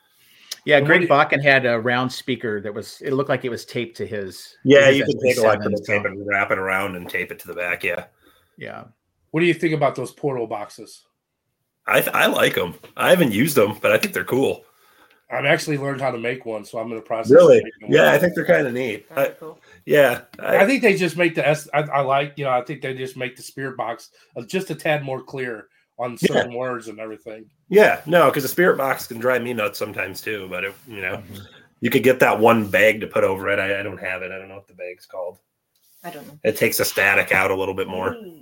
S1: Yeah,
S2: And what
S1: Greg
S2: do-
S1: Bakken had a round speaker that was. It looked like it was taped to his.
S4: Yeah,
S1: his
S4: you can take
S1: SB7,
S4: electrical
S1: so-
S4: tape and wrap it around and tape it to the back. Yeah,
S1: Yeah,
S2: What do you think about those portal boxes?
S4: I th- I like them. I haven't used them, but I think they're cool.
S2: I've actually learned how to make one, so I'm in the process. of
S4: Really?
S2: making one.
S4: Yeah, I think they're kind of neat.
S5: That'd
S4: I,
S5: be cool.
S4: yeah,
S2: I
S4: I,
S2: think they just make the S. I, I like, you know, I think they just make the spirit box uh, just a tad more clear on
S4: Yeah.
S2: certain words and everything.
S4: yeah. No, because the spirit box can drive me nuts sometimes too. But it, you know, you could get that one bag to put over it. I, I don't have it. I don't know what the bag's called.
S5: I don't know.
S4: it takes the static out a little bit more.
S1: Oh,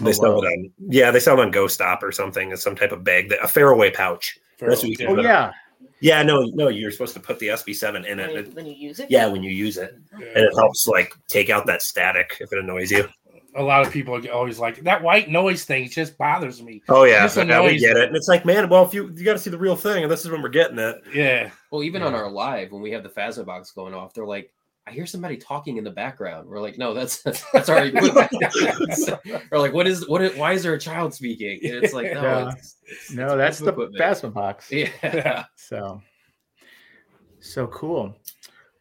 S4: They sell
S1: wow.
S4: it on yeah, they sell it on Ghost Stop or something. It's some type of bag that a faraway pouch. That's what you
S1: Oh
S4: But-
S1: yeah,
S4: Yeah, no, no, you're supposed to put the SB7 in
S5: When
S4: it.
S5: you,
S4: It-
S5: when you use it?
S4: yeah, when you use it, and
S2: Yeah.
S4: it helps like take out that static if it annoys you.
S2: A lot of people are always like that white noise thing just bothers me.
S4: Oh yeah,
S2: It's a
S4: yeah, we
S2: noise.
S4: get it. And it's like, man, well, if you you got to see the real thing, and this is when we're getting it.
S2: Yeah,
S3: Well, even on
S1: Yeah.
S3: our live when we have the Phasma box going off, they're like, I hear somebody talking in the background. We're like, no, that's [laughs] that's, that's our equipment. [laughs] Or like, what is what? Is, why is there a child speaking? And it's like, no,
S1: Yeah.
S3: it's, [laughs] it's-
S1: no,
S3: it's
S1: that's
S3: piece
S1: the
S3: of equipment.
S1: Phasma box.
S3: Yeah.
S1: So, so cool.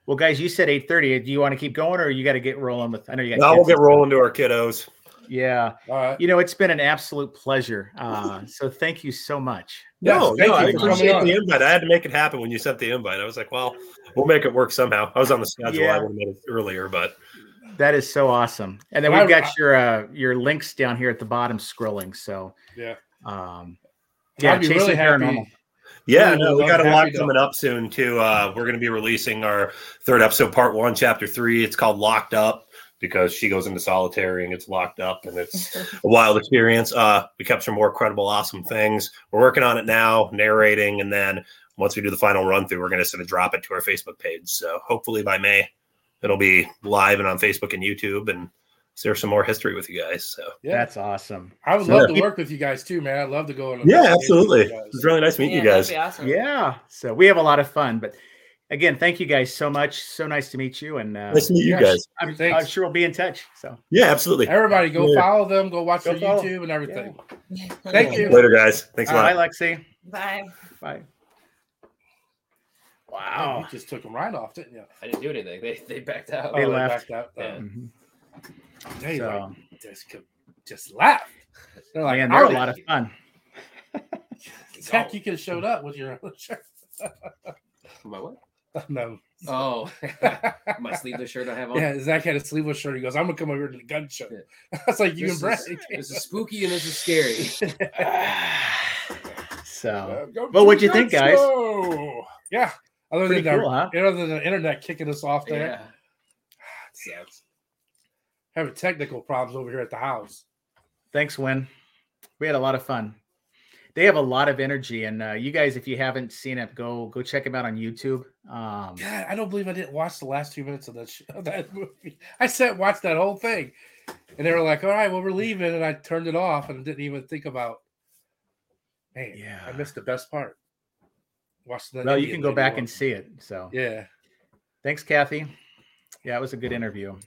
S1: Well, guys, you said eight thirty. Do you want to keep going, or you got to get rolling with? I know you got.
S4: Now we'll
S1: kids
S4: get
S1: and stuff.
S4: rolling to our kiddos.
S1: Yeah,
S2: all right.
S1: you know it's been an absolute pleasure. Uh, so thank you so much.
S4: No,
S2: Yes,
S4: no, I
S2: thank you for coming
S4: appreciate
S2: on.
S4: the invite. I had to make it happen when you sent the invite. I was like, well, we'll make it work somehow. I was on the schedule.
S1: Yeah.
S4: I would have made it earlier, but
S1: That is so awesome. And then
S2: Well,
S1: we've
S2: I-
S1: got your uh, your links down here at the bottom scrolling. So
S2: Yeah.
S1: um,
S2: And
S1: yeah,
S2: I'd be
S1: chasing
S2: really happy.
S1: paranormal.
S4: Yeah,
S2: Really,
S4: no,
S2: really
S4: we got a lot
S2: happy to-
S4: coming up soon too. Uh, we're going to be releasing our third episode, part one, chapter three. It's called Locked Up because she goes into solitary and gets locked up, and
S2: [laughs]
S4: it's a wild experience. Uh, we kept some more credible, awesome things. We're working on it now, narrating, and then once we do the final run through, we're going to sort of drop it to our Facebook page. So hopefully by May, it'll be live and on Facebook and YouTube, and share some more history with you guys. So
S2: Yeah,
S1: That's awesome.
S2: I would
S1: So-
S2: love to work with you guys too, man. I'd love to go on. a
S4: yeah,
S2: vacation
S4: absolutely.
S2: with
S4: It
S2: you guys.
S4: was really nice meeting
S5: Yeah,
S4: you guys.
S5: That'd be awesome.
S1: Yeah. So we have a lot of fun. But again, thank you guys so much. So nice to meet you. And uh,
S4: Nice to meet you
S2: Yeah.
S4: guys.
S1: I'm, I'm
S2: Thanks.
S1: sure we'll be in touch. So
S4: Yeah, absolutely.
S2: Everybody, go
S4: Yeah.
S2: follow them. Go watch
S1: Go
S2: their
S1: follow.
S2: YouTube and everything.
S5: Thank
S1: [laughs]
S2: Thank you.
S4: Later, guys. Thanks a lot.
S1: bye, Lexi.
S5: Bye.
S1: Bye.
S2: Oh,
S1: Wow.
S2: you just took them right off, didn't you?
S3: I didn't do anything. They they backed out.
S2: Oh,
S1: They left.
S2: backed out.
S3: Yeah.
S2: Uh,
S1: Mhm.
S2: they
S1: So-
S2: like, just co- just left. They're like,
S1: Man, they're a
S2: "Outie."
S1: lot of fun.
S2: Heck, you could have showed up with your own shirt.
S3: [laughs] My what?
S2: [laughs] no.
S3: Oh, [laughs] my sleeveless shirt I have on.
S2: Yeah, Zach had a sleeveless shirt. He goes, I'm gonna come over here to the gun show. I [laughs] was like, you
S3: This
S2: and Brett.
S3: is- This is spooky and this is scary.
S7: [sighs]
S1: Uh,
S7: So
S2: Go
S7: Well,
S2: to
S7: what'd
S2: the
S7: you think,
S2: gun
S7: guys?
S2: show! Yeah. Other
S7: pretty
S2: than,
S7: cool,
S2: the,
S7: huh?
S2: other than the internet kicking us off there,
S3: [laughs] [sighs] yeah. Sucks.
S2: having technical problems over here at the house.
S1: Thanks, Win. We had a lot of fun. They have a lot of energy, and uh, you guys, if you haven't seen it, go go check them out on YouTube. Um,
S2: God, I don't believe I didn't watch the last two minutes of that show, of that [laughs] movie. I sat and watched that whole thing, and they were like, "All right, well, we're leaving," and I turned it off and didn't even think about. Man,
S7: Yeah.
S2: I missed the best part. Watch that.
S1: well, you
S2: Indian
S1: can go
S2: lady
S1: back
S2: walk.
S1: and see it. So
S2: Yeah,
S1: thanks, Kathy. Yeah, it was a good interview.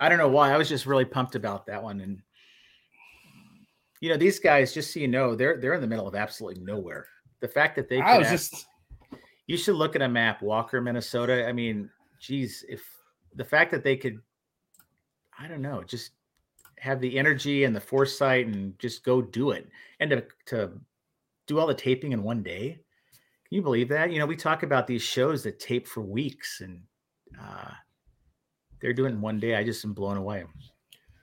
S1: I don't know why. I was just really pumped about that one, and you know, these guys, just so you know, they're they're in the middle of absolutely nowhere. The fact that they
S2: I
S1: could
S2: was
S1: act-
S2: just [laughs]
S1: you should look at a map, Walker, Minnesota. I mean, geez, if the fact that they could, I don't know, just have the energy and the foresight and just go do it and to, to do all the taping in one day. Can you believe that? You know, we talk about these shows that tape for weeks and uh, they're doing it in one day. I just am blown away.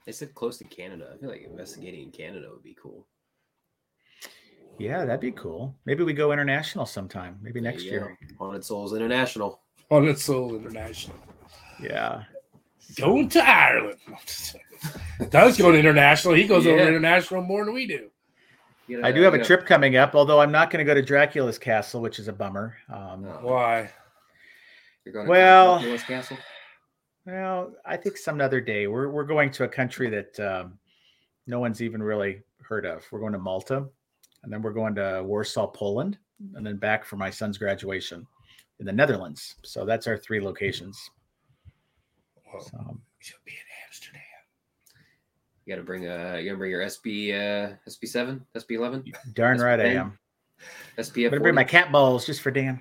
S3: They said close to Canada. I feel like investigating in Canada would be cool.
S1: Yeah, that'd be cool. Maybe we go international sometime, maybe
S3: There
S1: next
S3: you
S1: year.
S3: go. Haunted Souls International.
S2: on its soul international.
S1: Yeah.
S2: Going to Ireland. [laughs] Does go to international. He goes over
S3: Yeah.
S2: international more than we do.
S3: You
S1: I
S3: know,
S1: do have
S3: you
S1: a
S3: know,
S1: trip coming up, although I'm not going to go to Dracula's castle, which is a bummer. Um,
S3: Oh.
S2: Why?
S3: You're going
S1: Well-
S3: to Dracula's Castle.
S1: Well, I think some other day. We're we're going to a country that um, no one's even really heard of. We're going to Malta, and then we're going to Warsaw, Poland, and then back for my son's graduation in the Netherlands. So that's our three locations.
S3: Oh.
S2: Well,
S1: So,
S2: we should be in Amsterdam.
S3: You got to bring uh, you got to bring your SB uh, SB7, SB11,
S1: darn
S3: That's
S1: right I
S3: big.
S1: am. I'm
S3: SPF.
S1: gonna bring my cat balls just for Dan.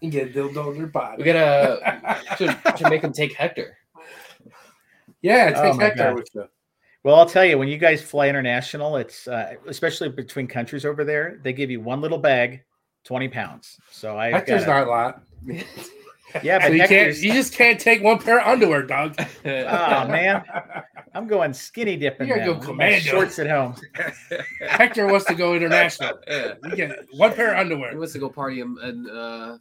S2: You get a dildo in your body.
S1: [laughs]
S3: We gotta to, to make him take Hector.
S2: yeah,
S1: Oh
S2: take
S1: my
S2: that guy
S1: God.
S2: with you.
S1: Well, I'll tell you, when you guys fly international, it's uh, especially between countries over there, they give you one little bag, twenty pounds. So I
S2: Hector's not a lot.
S1: Ah,
S3: [laughs]
S1: yeah,
S2: So
S1: but
S2: you can't.
S1: Hector's,
S2: You just can't take one pair of underwear, dog.
S1: oh man, I'm going skinny dipping.
S2: You
S1: now.
S2: gotta go
S1: Leave my
S2: commando.
S1: Shorts at home.
S2: Hector wants to go international. You get one pair of
S3: He
S2: underwear.
S3: wants to go party in in, uh,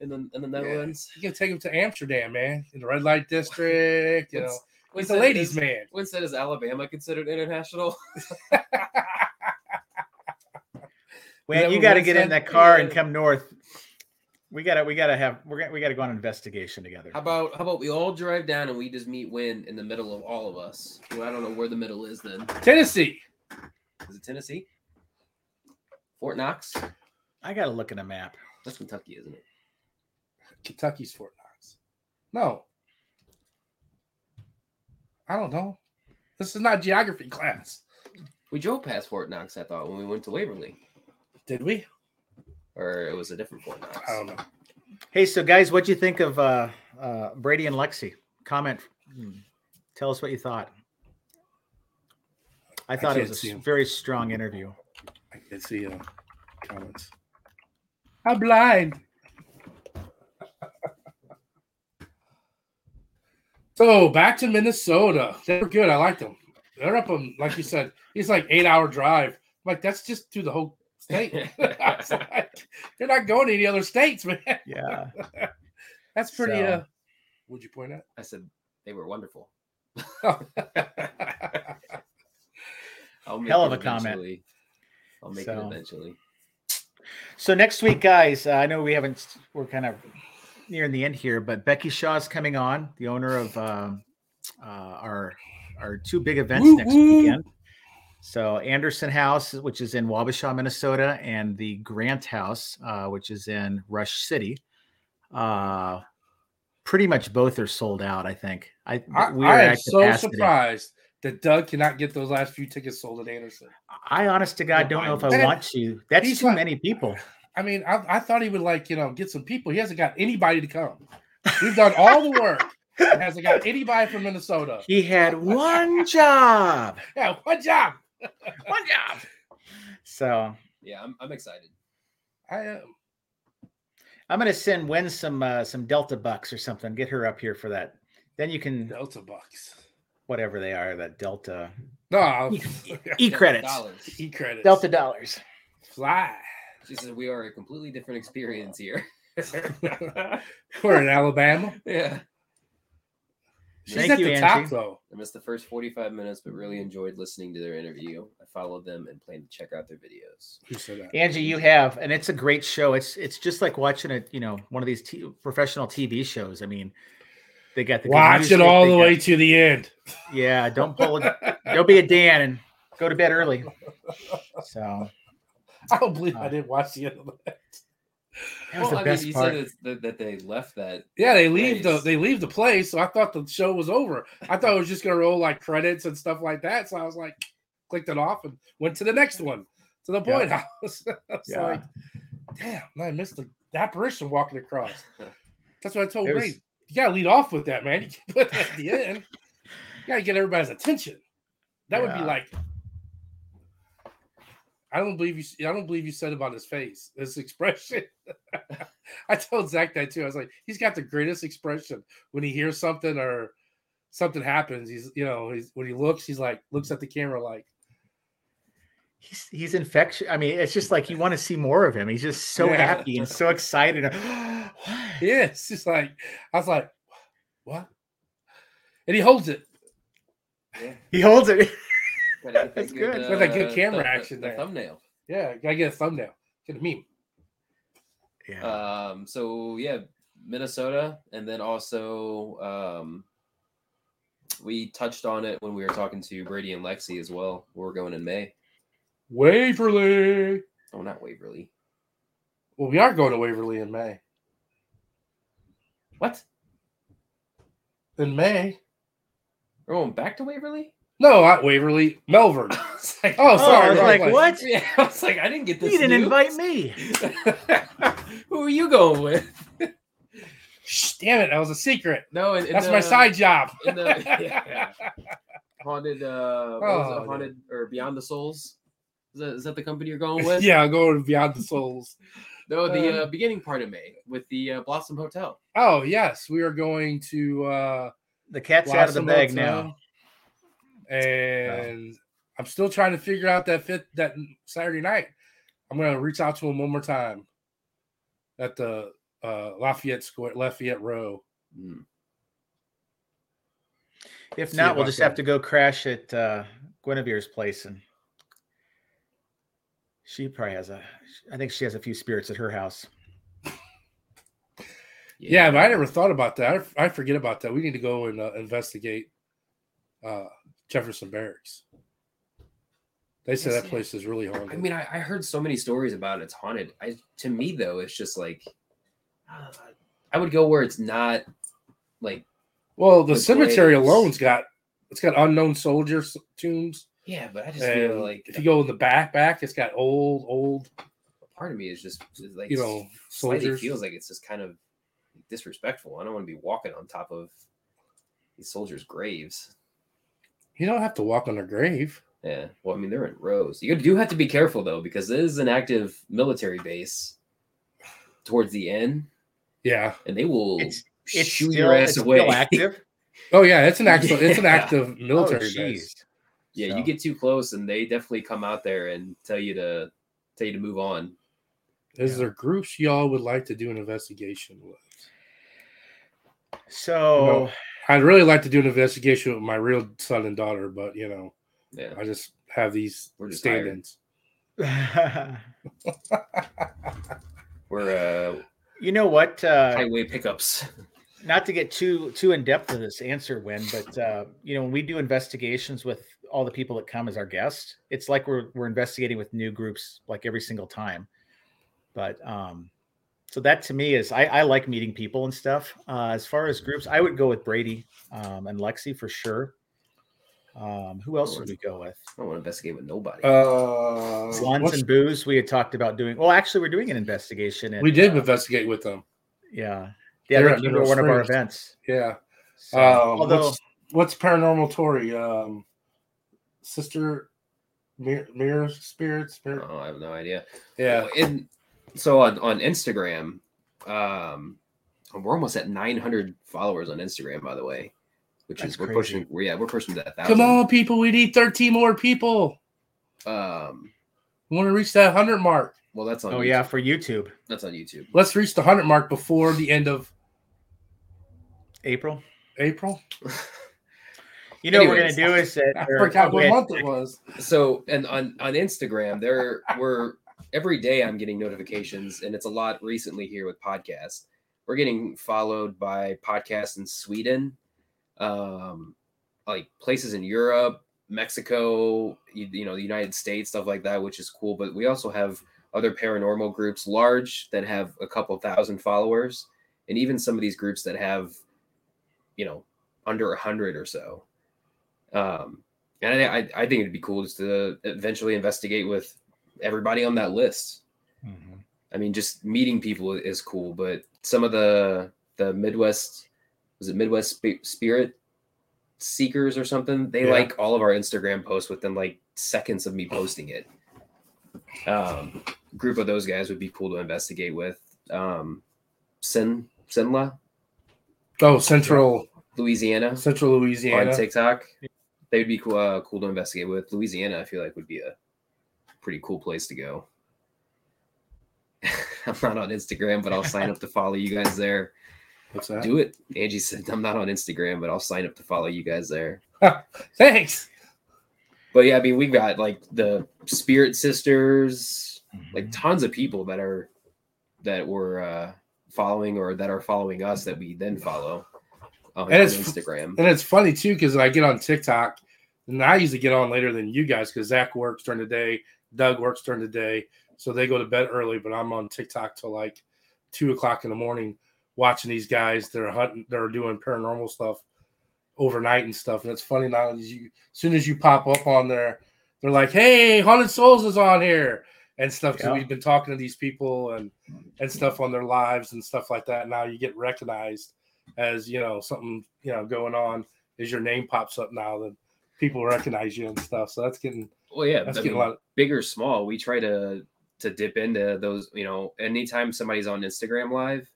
S3: in the in the Netherlands.
S2: You can take him to Amsterdam, man, in the red light district. You know,
S3: When's-
S2: he's
S3: when's
S2: a
S3: that-
S2: ladies'
S3: is-
S2: man.
S3: When's that is Alabama considered international?
S1: When
S2: that
S1: you
S2: what
S1: got to
S2: Wes
S1: get in
S2: said?
S1: that car and
S3: Yeah.
S1: come north. We gotta, we gotta have, we're gonna, we gotta go on an investigation together.
S3: How about how about we all drive down and we just meet Win in the middle of all of us? Well, I don't know where the middle is then.
S2: Tennessee.
S3: Is it Tennessee? Fort Knox?
S1: I gotta look at a map.
S3: That's Kentucky, isn't it?
S2: Kentucky's Fort Knox. No. I don't know. This is not geography class.
S3: We drove past Fort Knox, I thought, when we went to Waverly.
S2: Did we?
S3: Or it was a different Fort Knox.
S2: I don't know.
S1: Hey, so guys, what'd you think of uh, uh, Brady and Lexi? Comment. Hmm. Tell us what you thought. I thought
S2: can't
S1: it was
S2: see
S1: a s-
S2: 'em.
S1: very strong interview.
S2: I can see uh, comments. I'm blind. [laughs] so back to Minnesota. They were good. I liked them. They're up on, like you said, it's like eight hour drive. I'm like that's just through the whole state. [laughs] I was like, They're not going to any other states, man.
S1: Yeah,
S2: That's pretty.
S1: So-
S2: Uh, would you point
S3: I said they were wonderful.
S2: out?
S3: I'll make
S1: Hell of
S3: it
S1: a comment.
S3: eventually. I'll make it
S1: So.
S3: eventually.
S1: So next week, guys, uh, I know we haven't. We're kind of nearing the end here, but Becky Shaw's coming on, the owner of um uh, our our two big events
S2: Woo
S1: next
S2: woo.
S1: weekend. So Anderson House, which is in Wabasha, Minnesota, and the Grant House, uh, which is in Rush City. Uh, pretty much both are sold out. I think. I,
S2: I,
S1: we
S2: I
S1: are
S2: am
S1: at
S2: so
S1: capacity.
S2: surprised that Doug cannot get those last few tickets sold at Anderson.
S1: I honest to God don't know if I
S2: And
S1: want to. That's
S2: he's
S1: too
S2: not-
S1: many people.
S2: I mean, I, I thought he would like you know get some people. He hasn't got anybody to come. We've done all the work. and hasn't got anybody from Minnesota.
S1: He had one job.
S2: Yeah, what job?
S1: one job. So
S3: Yeah, I'm, I'm excited.
S2: I am.
S1: I'm gonna send Wen some uh, some Delta bucks or something. Get her up here for that. Then you can
S2: Delta bucks.
S1: whatever they are that Delta
S2: No, I'll- [laughs]
S1: e credits,
S3: Dollars.
S2: e credits.
S1: Delta dollars.
S2: fly. [laughs]
S3: She said we are a completely different experience here. [laughs]
S2: We're in Alabama.
S3: yeah.
S2: She's
S1: Thank
S2: at
S1: you,
S2: the top
S1: Angie.
S2: though.
S3: I missed the first 45 minutes, but really enjoyed listening to their interview. I followed them and plan to check out their videos.
S2: Who said that?
S1: Angie, you have, and it's a great show. It's it's just like watching a you know one of these t- professional TV shows. I mean, they got the good
S2: Watch it
S1: music,
S2: all
S1: they
S2: the
S1: got-
S2: way to the end.
S1: [laughs] Yeah,
S2: [laughs]
S1: don't pull it. Don't be a Dan and go to bed early. So
S2: I don't believe I didn't watch the end of that.
S7: That was the best
S3: you
S7: part.
S3: said it's- that, that they left that.
S2: Yeah, they leave the
S3: place.
S2: they leave the place. So I thought the show was over. I thought it was just gonna roll like credits and stuff like that. So I was like, clicked it off and went to the next one to the Boyd House. I was
S1: Yeah.
S2: like, damn, I missed the, the apparition walking across.
S1: [laughs]
S2: That's what I told
S1: It was-
S2: Brady. You gotta lead off with that, man. [laughs] You can't put
S1: [laughs]
S2: that at the end. You gotta get everybody's attention. That would
S1: Yeah.
S2: be like. I don't believe you. s- I don't believe you said about his face, his expression. [laughs] I told Zach that too. I was like, he's got the greatest expression when he hears something or something happens. He's, you know, he's, when he looks, he's like, looks at the camera like,
S1: he's he's infectious. I mean, it's just like you want to see more of him. He's just so
S2: Yeah.
S1: happy and so excited. [gasps]
S2: yeah, it's just like, I was like, what? And he holds it.
S3: [laughs]
S1: he holds it.
S3: Gotta get that
S1: That's good.
S2: With a good camera
S3: uh, the- the-
S2: action
S3: the
S2: there.
S3: thumbnail.
S2: Yeah, gotta get a thumbnail. Get a meme.
S1: Yeah.
S3: Um, so yeah, Minnesota, and then also um, we touched on it when we were talking to Brady and Lexi as well. We're going in May.
S2: Waverly.
S3: Oh, not Waverly.
S2: Well, we are going to Waverly in May.
S3: What?
S2: In May?
S3: We're going back to Waverly? [laughs]
S2: No, not Waverly.
S1: [coughs]
S2: Melbourne.
S3: I was like,
S2: Oh,
S1: oh, I
S2: sorry.
S1: was
S2: wrong
S1: like,
S2: place.
S1: what?
S3: [laughs] Yeah, I was like, I didn't get
S1: You
S3: this.
S1: didn't
S3: new.
S1: invite me.
S3: [laughs] Who are you going with?
S2: Shh, damn it, that was a secret.
S3: No, and,
S2: That's
S1: uh,
S2: my
S1: [laughs]
S2: side job. [laughs]
S3: in the- yeah. Haunted, uh, what was
S2: Oh,
S3: it?
S2: yeah.
S3: haunted or Beyond the Souls. Is that, is that the company you're going
S2: [laughs]
S3: with?
S2: yeah, I'm going beyond the souls.
S3: No, the uh,
S2: Um,
S3: beginning part of May with the uh, Blossom Hotel.
S2: Oh yes, we are going to uh
S1: The cat's out of the
S2: Blossom
S1: bag
S2: Hotel.
S1: now.
S2: And I'm still trying to figure out that fifth that Saturday night. I'm gonna reach out to him one more time at the uh Lafayette Square Lafayette Row.
S3: Mm.
S1: If
S2: See
S1: not,
S2: if
S1: we'll
S2: I
S1: just
S2: can-
S1: have to go crash at uh, Guinevere's place, and she probably has a. I think she has a few spirits at her house.
S2: Yeah, but I never thought about that. I, f- I forget about that. We need to go and uh, investigate uh, Jefferson Barracks. They said
S3: Yes,
S2: that
S3: yeah.
S2: place is really haunted.
S3: I mean, I, I heard so many stories about it's haunted. I to me though, it's just like uh, I would go where it's not like
S2: well, the
S3: the
S2: cemetery
S3: graves.
S2: alone's got it's got unknown soldiers tombs,
S3: yeah, but I just feel
S2: and
S3: like
S2: if you go in the back back, it's got old old
S3: part of me is just is like
S2: you know
S3: slightly
S2: soldiers.
S3: feels like it's just kind of disrespectful. I don't want to be walking on top of these soldiers' graves.
S2: You don't have to walk on their grave.
S3: Yeah. Well, I mean, they're in rows. You do have to be careful though, because this is an active military base towards the end,
S2: Yeah.
S3: and they will
S1: It's it's
S3: shoot
S1: still,
S3: your ass
S1: it's
S3: away.
S1: still
S3: [laughs]
S1: active.
S2: Oh yeah, it's an actual it's an
S3: Yeah.
S2: active military
S1: oh,
S2: base.
S1: jeez.
S3: Yeah,
S1: So-
S3: you get too close, and they definitely come out there and tell you to tell you to move on.
S2: Is
S1: Yeah.
S2: there groups y'all would like to do an investigation with?
S1: So
S2: I'd really like to do an investigation with my real son and daughter, but you know,
S3: Yeah,
S2: I just have these
S3: We're just hired.
S2: stand-ins.
S3: we're uh,
S1: [laughs] you know what? Uh,
S3: highway pickups. [laughs]
S1: not to get too too in depth of this answer, Win, but uh, you know when we do investigations with all the people that come as our guests, it's like we're we're investigating with new groups like every single time. But um, so that to me is I, I like meeting people and stuff. Uh, as far
S2: Mm-hmm.
S1: as groups, I would go with Brady um, and Lexi for sure. Um, who else would we go with?
S3: I don't want to investigate with nobody.
S2: Uh,
S1: Blunts
S2: what's-
S1: and booze. We had talked about doing. Well, actually, we're doing an investigation. In,
S2: we did
S1: uh,
S2: investigate with them.
S1: yeah, yeah.
S2: They're
S1: I
S2: at
S1: think you were
S2: Mineral
S1: one of our
S2: Springs.
S1: events.
S2: Yeah.
S1: So,
S2: um,
S1: although
S2: what's, what's paranormal Tori? Um, sister, mirror, mirror spirits. Mirror,
S3: Uh, oh, I have no idea.
S2: yeah.
S3: Oh, and so on on Instagram, Um, we're almost at 900 followers on Instagram, by the way, which
S2: That's
S3: is we're
S2: crazy.
S3: pushing. We're, yeah, we're pushing to that thousand.
S2: Come on, people. We need 13 more people.
S3: Um,
S2: We want to reach that 100 mark.
S3: well, that's on.
S1: Oh
S3: YouTube.
S1: yeah, for YouTube,
S3: that's on YouTube.
S2: Let's reach the 100 mark before the end of
S1: April.
S2: April. [laughs]
S1: You know what we're gonna
S3: Anyways.
S1: do is
S2: I
S1: that. or-
S2: forgot
S1: oh, yeah,
S2: what month it was.
S3: So, and on on Instagram, there were every day I'm getting notifications, and it's a lot recently here with podcasts. We're getting followed by podcasts in Sweden, um, like places in Europe, Mexico, you, you know, the United States, stuff like that, which is cool. But we also have other paranormal groups, large that have a couple thousand followers, and even some of these groups that have, you know, under a hundred or so. Um, and I, I, I think it'd be cool just to eventually investigate with everybody on that list.
S1: Mhm.
S3: I mean, just meeting people is cool, but some of the the Midwest was it Midwest Spi- Spirit Seekers or something? They
S1: Yeah.
S3: like all of our Instagram posts within like seconds of me posting it. Um, group of those guys would be cool to investigate with. Um, Sin Sinla,
S2: Oh, Central
S3: Louisiana
S2: Central Louisiana.
S3: on TikTok. They would be cool, uh, cool to investigate with. Louisiana, I feel like would be a pretty cool place to go. [laughs] I'm not on Instagram, but I'll sign up to follow you
S2: [laughs]
S3: guys there.
S2: What's that?
S3: Do it. Angie said I'm not on Instagram, but I'll sign up to follow you guys there.
S2: Thanks.
S3: But yeah, I mean, we've got like the Spirit Sisters,
S2: Mm-hmm.
S3: like tons of people that are that were uh, following or that are following us that we then follow on,
S2: And
S3: on
S2: it's-
S3: Instagram.
S2: And it's funny too because I get on TikTok, and I usually get on later than you guys because Zach works during the day, Doug works during the day, so they go to bed early. But I'm on TikTok till like two o'clock in the morning, watching these guys. They're hunting, they're doing paranormal stuff overnight and stuff. And it's funny now. As you, as soon as you pop up on there, they're like, "Hey, Haunted Souls is on here." And stuff. So
S1: Yeah.
S2: we've been talking to these people and and stuff on their lives and stuff like that. Now you get recognized as you know something you know going on as your name pops up now then people recognize you and stuff so that's getting
S3: Well, yeah,
S2: that's
S3: I
S2: getting
S3: mean,
S2: a lot of,
S3: big or small, we try to to dip into those. You know, anytime somebody's on Instagram Live,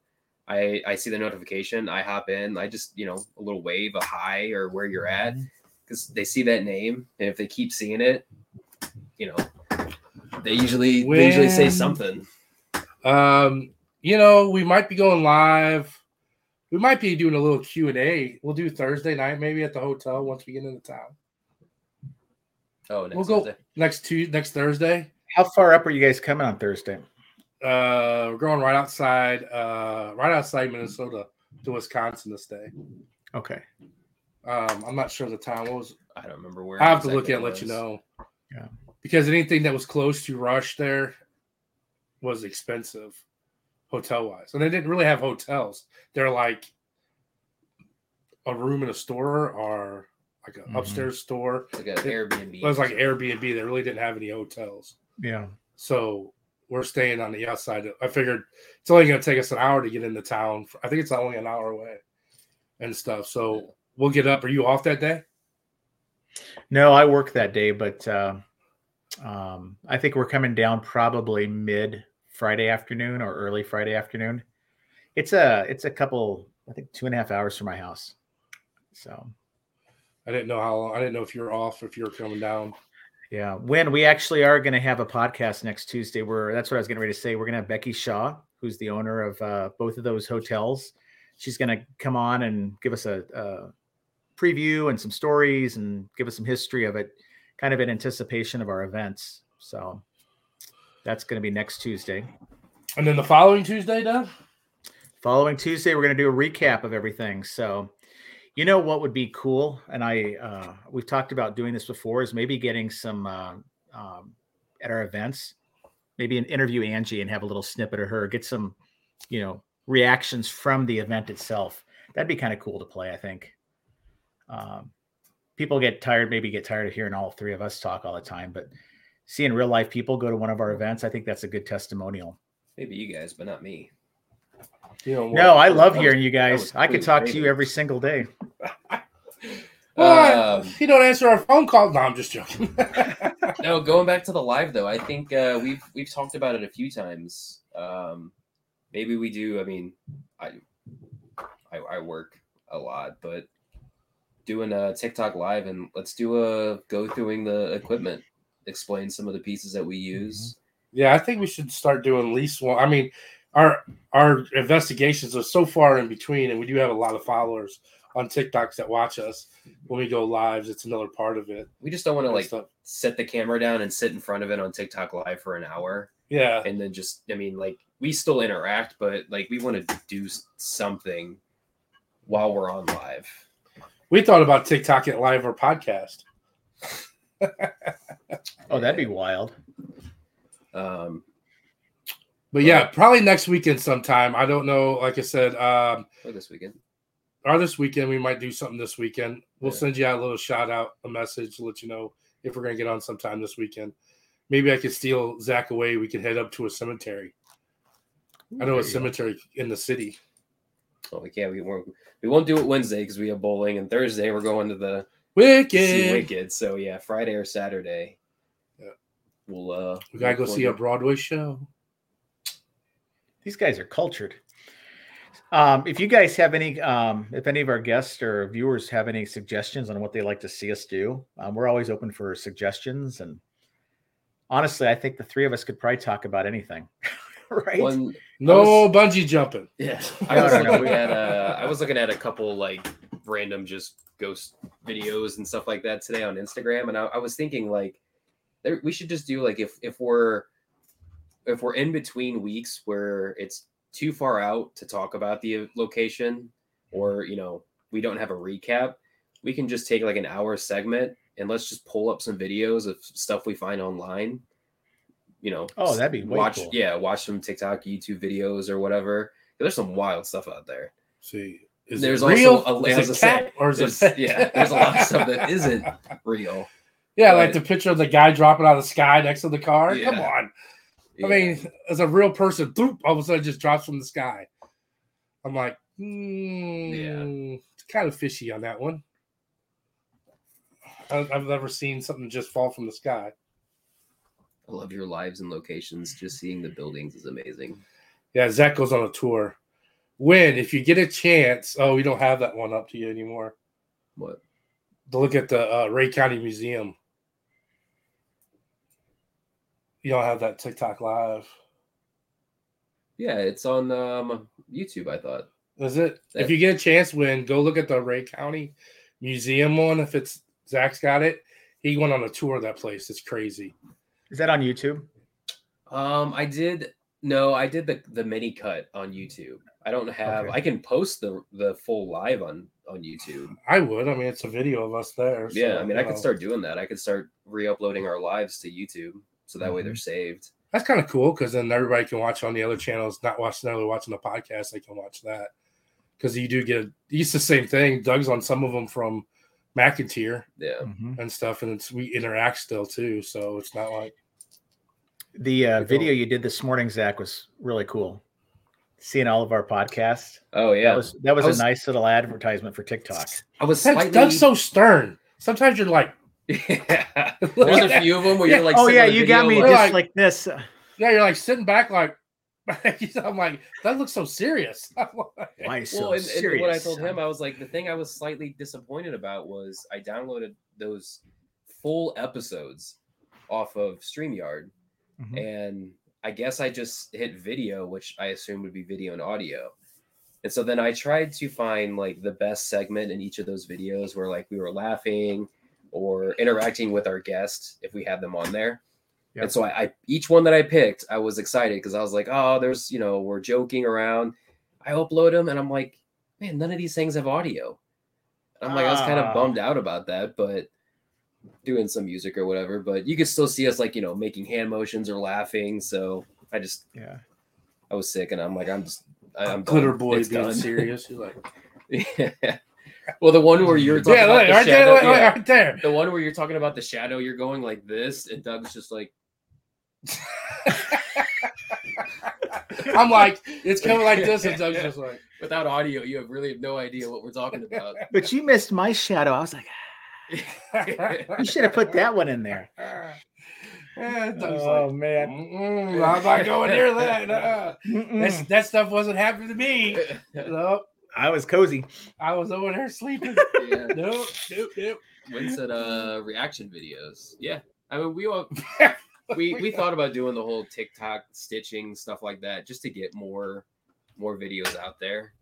S3: I I see the notification, I hop in, I just you know a little wave, a hi, or where you're at,
S2: Mm-hmm.
S3: because they see that name, and if they keep seeing it, you know, they usually they usually say
S2: When-
S3: something.
S2: um you know we might be going live we might be doing a little q&a we'll do thursday night maybe at the hotel once we get into town
S3: Oh, next
S2: we'll go
S3: Thursday.
S2: next tuesday next thursday
S1: How far up are you guys coming on Thursday?
S2: uh we're going right outside uh right outside minnesota to wisconsin this day
S1: Okay.
S2: um i'm not sure of the time what was
S3: I don't remember where.
S2: I have to look
S3: exactly
S2: at
S3: it
S2: and let you
S3: was.
S2: know.
S1: Yeah.
S2: Because anything that was close to Rush there was expensive hotel wise. And they didn't really have hotels. They're like a room in a store or like an
S1: Mhm.
S2: upstairs store.
S3: It's like an Airbnb.
S2: It was like Airbnb. They really didn't have any hotels.
S1: Yeah.
S2: So we're staying on the outside. I figured it's only going to take us an hour to get into town. I think it's only an hour away and stuff. So we'll get up. Are you off that day?
S1: No, I work that day, but uh, um, I think we're coming down probably mid Friday afternoon or early Friday afternoon. It's a it's a couple, I think two and a half hours from my house. So
S2: I didn't know how long. I didn't know if you were off, if you were coming down.
S1: yeah, when we actually are going to have a podcast next Tuesday, we're that's what I was getting ready to say. We're going to have Becky Shaw, who's the owner of uh, both of those hotels. She's going to come on and give us a, a preview and some stories and give us some history of it, kind of in anticipation of our events. So that's going to be next Tuesday.
S2: And then the following Tuesday, Doug?
S1: Following Tuesday, we're going to do a recap of everything. So, you know what would be cool, and I uh, we've talked about doing this before, is maybe getting some uh, um, at our events, maybe an interview Angie and have a little snippet of her, get some, you know, reactions from the event itself. That'd be kind of cool to play. I think um, people get tired, maybe get tired of hearing all three of us talk all the time, but seeing real life people go to one of our events, I think that's a good testimonial.
S3: Maybe you guys, but not me.
S2: You know,
S1: No, I
S3: that
S1: love
S3: was-
S1: hearing you guys.
S3: was
S1: I could
S3: pretty
S1: talk to you
S3: amazing.
S1: every single day.
S2: Well,
S3: Um,
S2: he don't answer our phone call. No, I'm just joking. [laughs]
S3: no, going back to the live though, I think uh, we've we've talked about it a few times. Um, maybe we do. I mean, I, I, I work a lot, but doing a TikTok live and let's do a go throughing the equipment, explain some of the pieces that we use.
S2: Yeah, I think we should start doing at least one. I mean, our our investigations are so far in between, and we do have a lot of followers on TikToks that watch us when we go lives. It's another part of it.
S3: We just don't want to
S2: And
S3: like
S2: stuff.
S3: set the camera down and sit in front of it on TikTok live for an hour
S2: yeah,
S3: and then just I mean like we still interact, but like we want to do s- something while we're on live.
S2: we thought about TikTok at live or podcast.
S1: Oh, that'd be wild.
S3: Um,
S2: But yeah, probably next weekend sometime. I don't know. Like I said, um,
S3: for this weekend.
S2: or this weekend we might do something this weekend. We'll
S3: Yeah.
S2: send you out a little shout out, a message, to let you know if we're gonna get on sometime this weekend. Maybe I could steal Zach away. We could head up to a cemetery. I know a cemetery in the city.
S3: Well, we can't. We won't. We won't do it Wednesday because we have bowling, and Thursday we're going to the
S2: Wicked.
S3: see Wicked. So yeah, Friday or Saturday.
S2: Yeah.
S3: We'll uh.
S2: We gotta go
S3: we'll
S2: see a Broadway show.
S1: These guys are cultured. Um, if you guys have any, um, if any of our guests or viewers have any suggestions on what they like to see us do, um, we're always open for suggestions. And honestly, I think the three of us could probably talk about anything, [laughs] right?
S3: One,
S2: No bungee jumping.
S3: yeah, I was
S1: No, no, no.
S3: looking at uh, I was looking at a couple like random just ghost videos and stuff like that today on Instagram, and I, I was thinking like, there, we should just do like if if we're if we're in between weeks where it's too far out to talk about the location, or you know we don't have a recap, we can just take like an hour segment and let's just pull up some videos of stuff we find online. You know,
S1: Oh, that'd be way
S3: watch
S1: cool.
S3: yeah watch some tiktok youtube videos or whatever there's some wild stuff out there
S2: See, is
S3: There's
S2: it real?
S3: also a- I was
S2: is
S3: gonna
S2: it
S3: say,
S2: cat or is
S3: there's,
S2: it?
S3: yeah there's a lot of
S2: [laughs]
S3: stuff that isn't real
S2: Yeah, like the picture of the guy dropping out of the sky next to the car. Come
S3: Yeah.
S2: on.
S3: Yeah.
S2: I mean, as a real person, throop, all of a sudden just drops from the sky. I'm like, mm, it's kind of fishy on that one. I- I've never seen something just fall from the sky.
S3: i love your lives and locations just seeing the buildings is amazing
S2: Yeah, Zach goes on a tour. When, if you get a chance, oh, we don't have that one up to you anymore.
S3: what
S2: To look at the uh, Ray County Museum. You don't have that TikTok live,
S3: yeah it's on um youtube i thought
S2: is it?
S3: That-
S2: if you get a chance, when go look at the Ray County Museum one. If it's Zach's got it, he went on a tour of that place. It's crazy.
S1: Is that on YouTube?
S3: um i did no i did the the mini cut on youtube i don't have
S1: Okay.
S3: i can post the the full live on on youtube
S2: I would. I mean, it's a video of us there. so,
S3: yeah i mean
S2: you
S3: i could
S2: know.
S3: start doing that i could start re-uploading our lives to youtube so that way they're saved
S2: That's kind of cool because then everybody can watch on the other channels, not watching necessarily watching the podcast. They can watch that because you do get it's the same thing. Doug's on some of them from McIntyre
S3: yeah
S1: Mhm.
S2: and stuff, and it's we interact still too. So it's not like
S1: The uh,
S2: We
S1: video
S2: don't.
S1: you did this morning, Zach, was really cool. Seeing all of our podcasts.
S3: Oh yeah,
S1: That was that was,
S3: I was-
S1: a nice little advertisement for TikTok.
S3: I was
S2: that's,
S3: slightly.
S2: Doug's so stern. Sometimes you're like,
S3: [laughs] yeah.
S2: Look
S3: There's
S2: at
S3: a
S2: that.
S3: few of them where you're
S2: Yeah.
S3: like,
S1: oh
S3: sitting
S1: yeah,
S3: on the
S1: you
S3: video
S1: got me
S3: and-
S2: like-
S1: just like this.
S2: yeah, you're like sitting back like. [laughs] I'm like that looks so serious. [laughs] I'm like,
S1: Why [laughs] is so
S3: Well, and,
S1: serious?
S3: and what I told him, I was like, the thing I was slightly disappointed about was I downloaded those full episodes off of Streamyard,
S1: Mhm.
S3: and I guess I just hit video, which I assumed would be video and audio. And so then I tried to find like the best segment in each of those videos where like we were laughing or interacting with our guests if we had them on there.
S1: Yep.
S3: And so I, I each one that I picked, I was excited because I was like, oh, there's you know, we're joking around. I upload them and I'm like, man, none of these things have audio. And I'm like, I was kind
S1: Ah.
S3: of bummed out about that, but doing some music or whatever, but you could still see us like, you know, making hand motions or laughing. So I just
S1: yeah.
S3: I was sick and I'm like, I'm just I- I'm
S2: glitter
S3: done.
S2: boy
S3: It's
S2: being
S3: done.
S2: serious. You're
S3: [laughs]
S2: like,
S3: yeah. Well, the one where you're
S2: [laughs]
S3: talking
S2: yeah,
S3: about
S2: look,
S3: the
S2: right there,
S3: shadow,
S2: look, look,
S3: yeah.
S2: right there.
S3: the one where you're talking about the shadow, you're going like this, and Doug's just like,
S2: I'm like, it's coming like [laughs] this, and Doug's just like,
S3: without audio, you have really have no idea what we're talking
S2: [laughs]
S3: about.
S1: But you missed my shadow. I was like, you should have put that one in there.
S2: Eh, Doug's
S1: Oh,
S2: like,
S1: man.
S2: "Mm-mm, I'm not going near that. uh-uh."
S1: Mm-mm.
S2: [laughs] That's- that stuff wasn't happening to me. Nope.
S1: I was cozy.
S2: I was over there sleeping.
S3: Yeah.
S2: nope, nope, nope.
S3: What's it? Uh, reaction videos. Yeah, I mean,
S2: [laughs]
S3: we all we we thought about doing the whole TikTok stitching stuff like that just to get more more videos out there.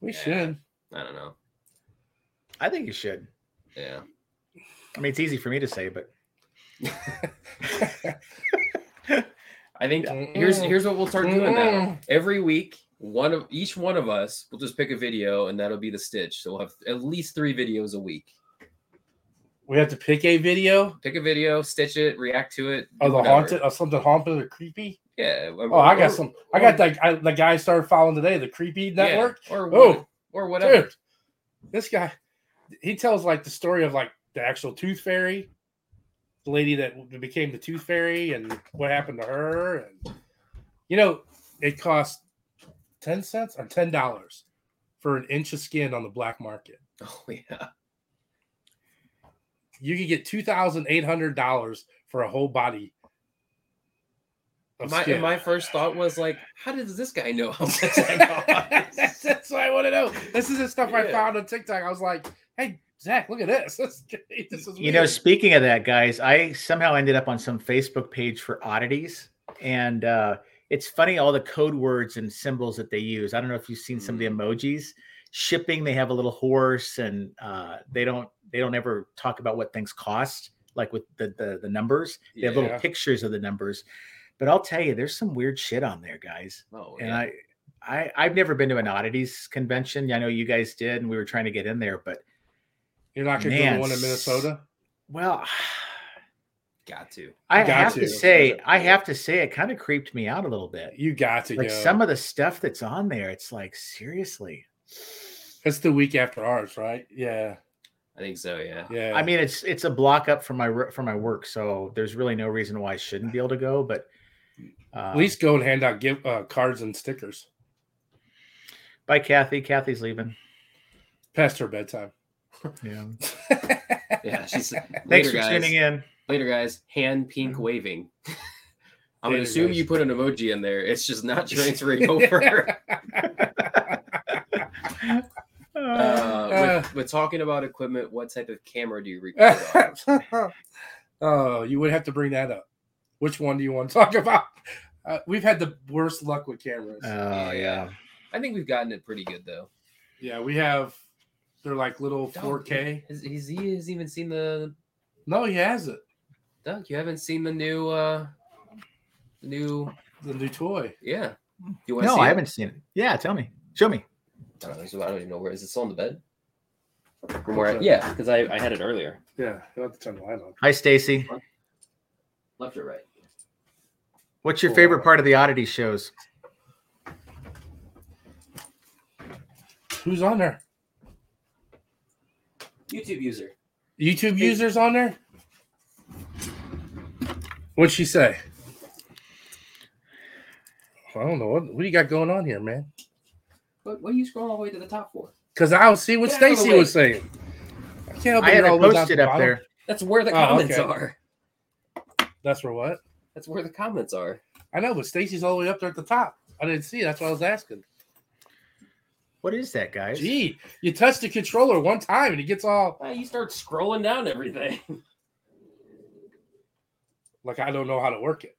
S2: We
S3: Yeah.
S2: should.
S3: I don't know.
S1: I think you should.
S3: Yeah,
S1: I mean, it's easy for me to say, but
S3: I think here's
S2: Mm-mm.
S3: here's what we'll start doing now.
S2: Mm-mm.
S3: Every week, one of each one of us will just pick a video, and that'll be the stitch. So we'll have at least three videos a week.
S2: We have to pick a video
S3: Pick a video, stitch it, react to it.
S2: of
S3: do
S2: Oh, the
S3: whatever.
S2: haunted of something haunted or creepy.
S3: Yeah.
S2: Oh, I got some. I got that. I, the guy I started following today, the creepy network.
S3: or
S2: Oh,
S3: what- or whatever. [laughs]
S2: Dude, this guy, he tells like the story of like the actual tooth fairy, the lady that became the tooth fairy, and what happened to her. And you know, it cost ten cents or ten dollars for an inch of skin on the black market.
S3: Oh yeah.
S2: You could get two thousand eight hundred dollars for a whole body. of
S3: My,
S2: skin.
S3: my first thought was like, how does this guy know [laughs] how
S2: [laughs]
S3: much I
S2: that's, that's what I want to know. This is the stuff I
S3: Yeah.
S2: found on TikTok. I was like, hey, Zach, look at this. [laughs] This, this is
S1: you know,
S2: weird.
S1: speaking of that, guys, I somehow ended up on some Facebook page for oddities, and uh, it's funny all the code words and symbols that they use. I don't know if you've seen some of the emojis. Shipping, they have a little horse, and uh, they don't they don't ever talk about what things cost, like with the the, the numbers. They have
S2: Yeah.
S1: little pictures of the numbers, but I'll tell you, there's some weird shit on there, guys.
S3: Oh,
S1: and
S3: yeah.
S1: I, I I've never been to an oddities convention. I know you guys did, and we were trying to get in there, but
S2: You're not going to do the
S1: Man,
S2: one in Minnesota?
S1: well, [sighs]
S3: got to.
S1: I
S2: Got
S1: have
S2: to.
S1: to say, I have to say, it kind of creeped me out a little bit.
S2: You got to
S1: Like
S2: go.
S1: some of the stuff that's on there, it's like seriously.
S2: It's the week after ours, right? Yeah.
S3: I think so. Yeah.
S2: [laughs] Yeah.
S1: I mean, it's it's a block up from my wor- from my work, so there's really no reason why I shouldn't be able to go. But uh,
S2: at least go and hand out give uh, cards and stickers
S1: by um, Kathy, Kathy's leaving.
S2: past
S1: [laughs]
S2: her bedtime.
S1: Yeah.
S3: Yeah. She's
S1: Thanks
S3: later,
S1: for
S3: guys.
S1: tuning in.
S3: Later, guys. Hand pink waving. [laughs] I'm
S2: Later,
S3: gonna assume
S2: guys.
S3: you put an emoji in there. It's just not transferring over. uh, with, with talking about equipment, what type of camera do you record
S2: [laughs]
S3: on?
S2: oh, you would have to bring that up. Which one do you want to [laughs] talk about? Uh, we've had the worst luck with cameras.
S1: Oh yeah.
S3: I think we've gotten it pretty good though.
S2: yeah, we have. They're like little 4K.
S3: Has, has he has even seen the
S2: No, he hasn't.
S3: Doug? You haven't seen the new uh the new
S2: The new toy.
S3: yeah. You wanna
S1: No,
S3: see
S1: I
S3: it?
S1: haven't seen it. Yeah, tell me. Show me.
S3: I don't, know, so I don't even know where is it still on the bed? From where I-
S2: Okay.
S3: yeah, because I, I had it earlier.
S2: Yeah, you'll have to turn the light on.
S1: Hi, Stacy.
S3: Left or right?
S1: What's your favorite part of the oddity shows?
S2: Who's on there?
S3: YouTube user.
S2: YouTube users on there? What'd she say? I don't know. What, what do you got going on here, man?
S3: What what are you scrolling all the way to the top for?
S2: Because I don't see what
S3: Get out of the
S2: Stacy
S3: way.
S2: was saying. I can't help
S1: I
S2: it
S1: had it
S2: Oh, always out
S1: posted
S2: the
S1: up
S2: bottom.
S1: there.
S3: That's where the
S2: Oh,
S3: comments
S2: okay.
S3: are.
S2: That's for what?
S3: That's where the comments are.
S2: I know, but Stacy's all the way up there at the top. I didn't see. That's what I was asking.
S1: What is that, guys?
S2: Gee, you touched the controller one time and it gets all
S3: Uh, you start scrolling down everything. [laughs]
S2: like I don't know how to work it.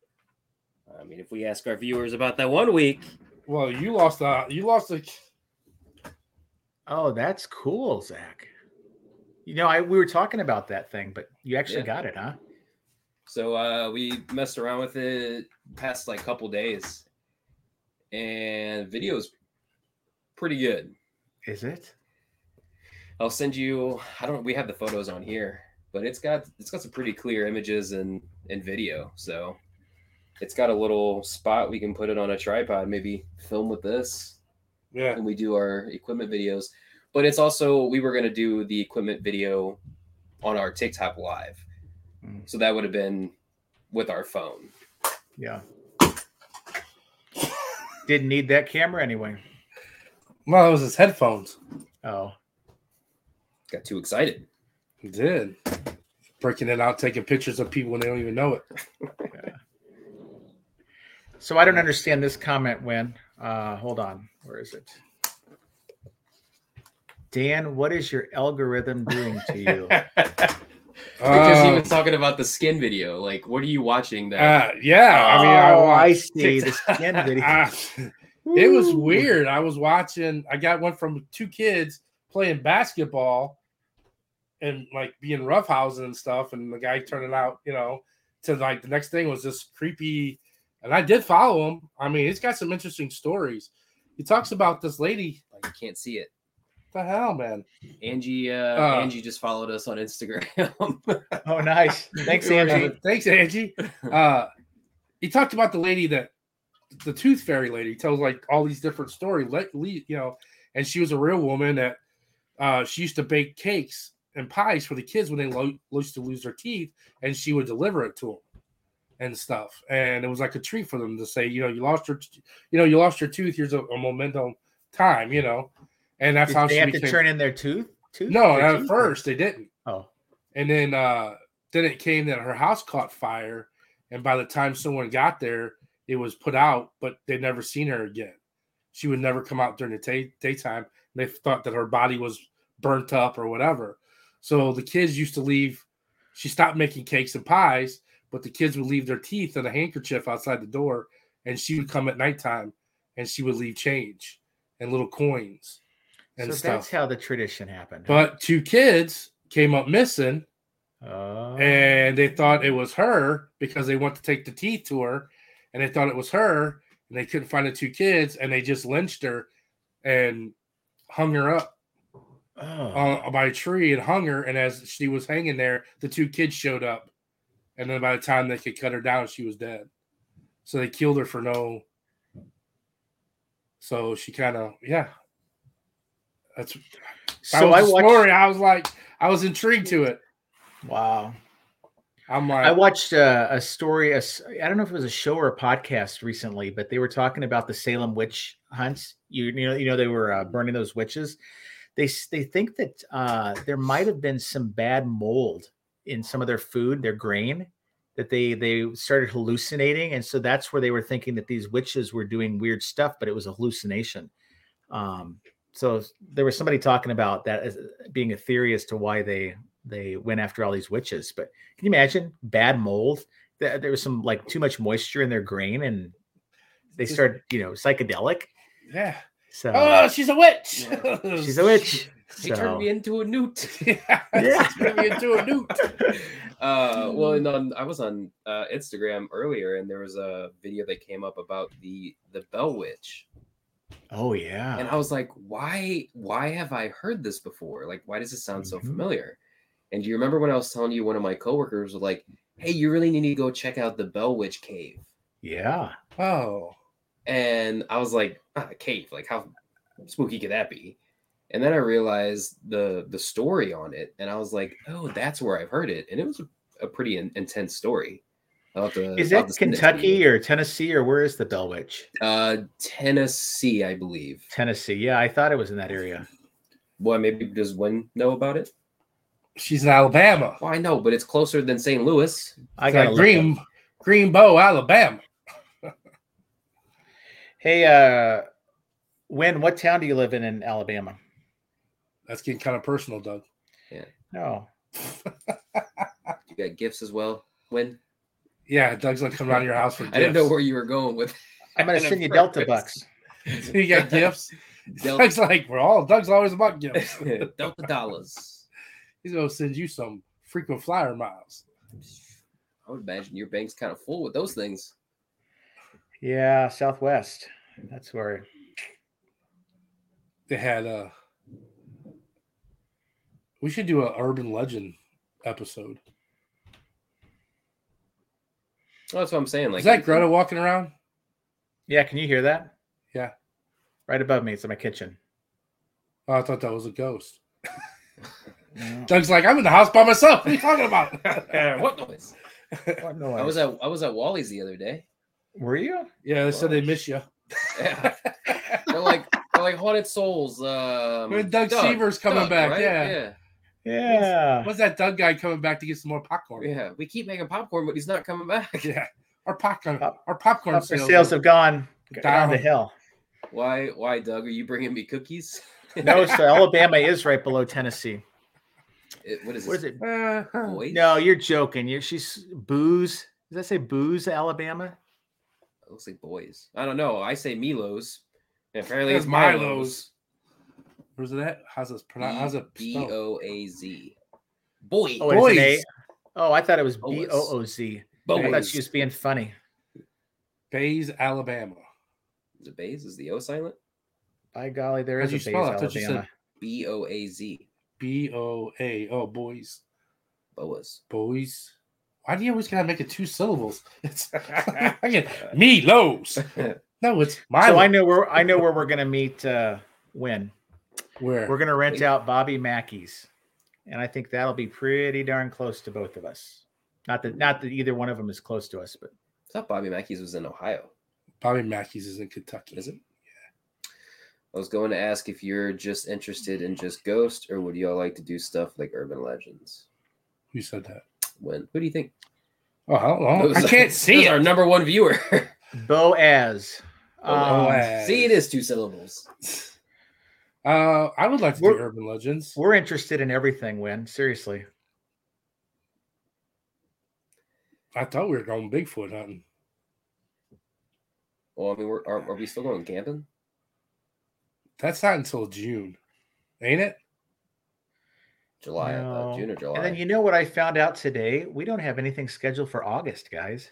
S3: I mean, if we ask our viewers about that one week,
S2: Well, you lost the you lost the
S1: Oh, that's cool, Zach. You know, I we were talking about that thing, but you actually
S3: Yeah.
S1: got it, huh?
S3: so uh, we messed around with it past like couple days, and video's pretty good.
S1: Is it?
S3: I'll send you. I don't. We have the photos on here, but it's got it's got some pretty clear images and and video. So it's got a little spot we can put it on a tripod. Maybe film with this
S2: yeah.
S3: when we do our equipment videos. But it's also we were gonna do the equipment video on our TikTok live,
S1: Mm.
S3: so that would have been with our phone.
S1: Yeah. Didn't need that camera anyway.
S2: Well, it was his headphones.
S1: Oh,
S3: Got too excited.
S2: He did. breaking it out, taking pictures of people when they don't even know it.
S1: So I don't understand this comment when. Uh, hold on. Where is it? Dan, what is your algorithm doing to
S3: [laughs]
S1: you?
S2: Oh.
S3: Because he was talking about the skin video. Like, what are you watching that?
S2: Um, Uh, yeah, I mean, I
S1: Oh, I
S2: watched
S1: see, [laughs] the
S2: TikTok.
S1: skin video.
S2: [laughs] it was
S1: Woo.
S2: weird. I was watching. I got one from two kids playing basketball and like being roughhousing and stuff, and the guy turning out, you know, to like the next thing was this creepy. And I did follow him. I mean, he's got some interesting stories. He talks about this lady.
S3: Like, you can't see it.
S2: What the hell, man?
S3: Angie, uh,
S2: Uh.
S3: Angie just followed us on Instagram. [laughs]
S1: oh, nice. Thanks,
S2: It was-
S1: Angie. [laughs]
S2: Thanks, Angie. Uh, he talked about the lady that the tooth fairy lady tells like all these different stories. Let le- you know, and she was a real woman that uh, she used to bake cakes and pies for the kids when they lo- used to lose their teeth, and she would deliver it to them and stuff. And it was like a treat for them to say, you know, you lost your, t- you know, you lost your tooth. Here's a, a memento time, you know, and that's
S1: Did
S2: how
S1: they
S2: she
S1: have
S2: became.
S1: to turn in their tooth? tooth?
S2: no,
S1: Their
S2: at
S1: tooth?
S2: first they didn't
S1: Oh,
S2: and then uh then it came that her house caught fire and by the time someone got there it was put out but they'd never seen her again she would never come out during the day- daytime they thought that her body was burnt up or whatever so the kids used to leave she stopped making cakes and pies but the kids would leave their teeth in a handkerchief outside the door and she would come at nighttime and she would leave change and little coins and
S1: so
S2: stuff
S1: that's how the tradition happened.
S2: but two kids came up missing
S1: Oh.
S2: and they thought it was her because they went to take the teeth to her and they thought it was her and they couldn't find the two kids and they just lynched her and hung her up
S1: oh.
S2: uh, by a tree and hung her and as she was hanging there the two kids showed up and then by the time they could cut her down she was dead so they killed her for no so she kind of yeah that's that
S1: so
S2: was
S1: I
S2: the
S1: watched.
S2: story. I was like, I was intrigued to it.
S1: Wow.
S2: I'm like,
S1: I watched uh, a story. a s- I don't know if it was a show or a podcast recently, but they were talking about the Salem witch hunts. You, you know, you know, they were uh, burning those witches. They s- they think that uh, there might have been some bad mold in some of their food, their grain, that they they started hallucinating, and so that's where they were thinking that these witches were doing weird stuff, but it was a hallucination. Um, so there was somebody talking about that as being a theory as to why they they went after all these witches, but can you imagine bad mold? There there was some like too much moisture in their grain, and they
S2: Just-
S1: started, you know, psychedelic.
S2: yeah.
S1: So
S2: Oh, she's a witch.
S1: Uh,
S2: [laughs]
S1: she's a witch.
S3: She turned me
S1: So-
S3: into a newt. [laughs]
S2: yeah,
S1: Yeah.
S2: she's turning me into a newt.
S3: Uh, well, and on I was on uh, Instagram earlier, and there was a video that came up about the the Bell Witch,
S1: Oh yeah.
S3: and I was like, why why have I heard this before? Like, why does this sound so
S1: Mhm.
S3: familiar? And do you remember when I was telling you one of my coworkers was like, hey, you really need to go check out the Bell Witch Cave?
S1: yeah.
S2: Oh,
S3: and I was like, ah, a cave, like how spooky could that be? And then I realized the the story on it, and I was like, oh, that's where I've heard it, and it was a, a pretty in- intense story. I'll have to-
S1: Is
S3: I'll
S1: that
S3: have to send it to
S1: Kentucky
S3: you.
S1: or Tennessee or where is the Bell Witch?
S3: uh, Tennessee? I believe.
S1: Tennessee. Yeah, I thought it was in that area.
S3: Well, maybe does Wynn know about it?
S2: she's in Alabama.
S3: Well, I know, but it's closer than St. Louis.
S1: I
S2: It's
S1: got
S2: like Green Greenbow, Alabama.
S1: Hey, uh, when what town do you live in in Alabama?
S2: That's getting kind of personal, Doug.
S1: No.
S3: You got gifts as well, Wynn.
S2: Yeah, Doug's gonna come down to your house for gifts.
S3: [laughs] I didn't know where you were going with.
S1: I'm gonna
S3: that
S1: send you
S3: at
S1: Delta
S3: first.
S1: bucks.
S2: [laughs] you got
S3: [laughs]
S2: gifts.
S3: Delta,
S2: Doug's like, we're all Doug's always about
S3: [laughs]
S2: gifts.
S3: Delta dollars.
S2: He's gonna send you some frequent flyer miles.
S3: I would imagine your bank's kind of full with those things.
S1: Yeah, Southwest. That's where
S2: they had uh we should do a urban legend episode
S3: Oh, that's what I'm saying. Like
S2: is that
S3: you-
S2: greta walking around
S1: Yeah, can you hear that?
S2: Yeah.
S1: Right above me. It's in my kitchen.
S2: oh i thought that was a ghost doug's like i'm in the house by myself what are you talking
S3: [laughs] Uh,
S2: about
S3: what noise?
S1: [laughs] What noise?
S3: I was at I was at Wally's the other day. [laughs]
S1: Were you?
S2: yeah they said they miss you
S3: Yeah.
S2: [laughs]
S3: they're like they're like haunted souls. Um,
S2: When Doug Seaver's coming back, yeah.
S1: Yeah.
S2: What's that Doug guy coming back to get some more popcorn?
S3: Yeah, we keep making popcorn, but he's not coming back.
S2: [laughs]
S3: [laughs]
S2: Yeah, our popcorn, our popcorn
S1: Our sales have gone down the
S2: Down. [laughs]
S1: hill.
S3: Why, why, Doug? Are you bringing me cookies? [laughs]
S1: No, so Alabama is right below Tennessee.
S3: It- what is
S1: What is
S3: this?
S1: it?
S2: [laughs] Uh-huh.
S3: Boys?
S1: No, you're joking. You're, she's booze. Does that say booze, Alabama?
S3: It looks like boys. I don't know. I say Milos. and Apparently, it's
S2: It's Milos.
S3: Milos.
S2: Where's that? How's it pronounced? How's it
S3: B
S2: spelled?
S3: O A Z. Boy.
S1: Oh, it's an A.
S2: Boys.
S1: Oh, I thought it was
S3: Boas.
S1: B O O Z.
S2: Oh,
S1: I thought
S3: Boys.
S1: she was being funny.
S2: Bays, Alabama.
S3: The Bays is the O silent.
S1: By golly, there
S2: How'd
S1: is
S2: you
S1: a Bays,
S2: spell it? I thought you said-
S1: Alabama.
S3: B O A Z.
S2: B O A. Oh, boys,
S3: Boas.
S2: boys. Why do you always gotta make it two syllables? [laughs] It's I get me lows. No, it's my.
S1: So I know where I know where we're gonna meet. Uh, when
S2: where
S1: we're gonna rent
S3: Wait.
S1: out Bobby Mackey's, and I think that'll be pretty darn close to both of us. Not that not that either one of them is close to us, but
S3: I thought Bobby Mackey's was in Ohio.
S2: Bobby Mackey's is in Kentucky.
S3: Is it? I was going to ask if you're just interested in just ghosts, or would y'all like to do stuff like urban legends?
S2: Who said that?
S3: When? Who do you think?
S2: Oh, I don't know.
S3: Those-
S2: I
S3: [laughs]
S2: can't see
S3: those
S2: it.
S3: Our number
S2: [laughs]
S3: one viewer. [laughs]
S1: Boaz. Um,
S2: Mm-hmm. Oh, Boaz.
S3: see, it is two syllables.
S2: Uh, I would like to do
S1: We're-
S2: urban legends.
S1: We're interested in everything, Win. Seriously.
S2: I thought we were going Bigfoot hunting.
S3: Well, I mean, we're, are, are we still going camping?
S2: That's not until June, ain't it?
S3: July, uh,
S1: No.
S3: June or July?
S1: And then you know what I found out today? We don't have anything scheduled for August, guys.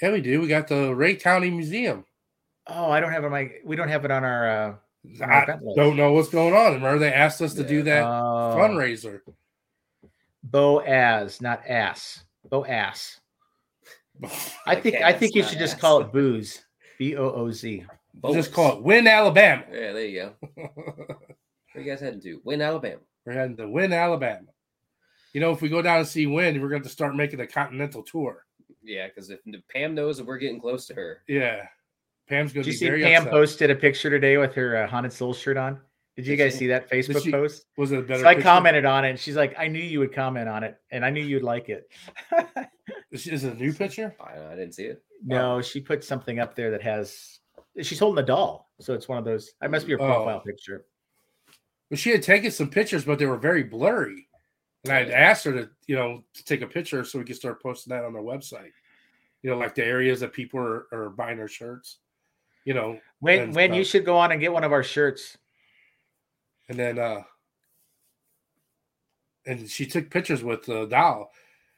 S2: Yeah, we do. We got the Ray County Museum.
S1: Oh, I don't have it on my. We don't have it on our. Uh, on our
S2: I
S1: event list.
S2: don't know what's going on. Remember, they asked us to
S3: Yeah.
S2: do that
S1: Oh.
S2: fundraiser.
S1: Boaz, not ass.
S2: [laughs]
S1: Boaz. I
S3: Like
S1: think I
S3: ass,
S1: think you
S3: not
S1: should just
S3: ass.
S1: call it booze. B O O Z.
S2: Just
S3: Boas.
S2: call it Win Alabama.
S3: Yeah, there you go.
S2: [laughs]
S3: Where you guys heading to? Win Alabama.
S2: we're heading to Win Alabama. You know, if we go down and see Win, we're going to start making the continental tour.
S3: Yeah, because if Pam knows that we're getting close to her,
S2: Yeah, Pam's going
S1: Did you
S2: to be
S1: see
S2: very
S1: Pam
S2: upset.
S1: posted a picture today with her uh, haunted soul shirt on? Did you
S3: Did
S1: guys
S3: she?
S1: see that Facebook
S2: she-
S1: post?
S2: Was it a better?
S1: So I
S2: picture?
S1: commented on it. And she's like, "I knew you would comment on it, and I knew you'd like it." [laughs]
S2: Is is it a new picture?
S3: I, I didn't see it.
S1: No, she put something up there that has she's holding a doll. So it's one of those. It must be her
S2: Oh.
S1: profile picture.
S2: Well, she had taken some pictures, but they were very blurry. And I had asked her to, you know, to take a picture so we could start posting that on their website. You know, like the areas that people are, are buying their shirts. You know,
S1: When
S2: Ben's
S1: when you
S2: about-
S1: should go on and get one of our shirts.
S2: and then uh and she took pictures with the doll.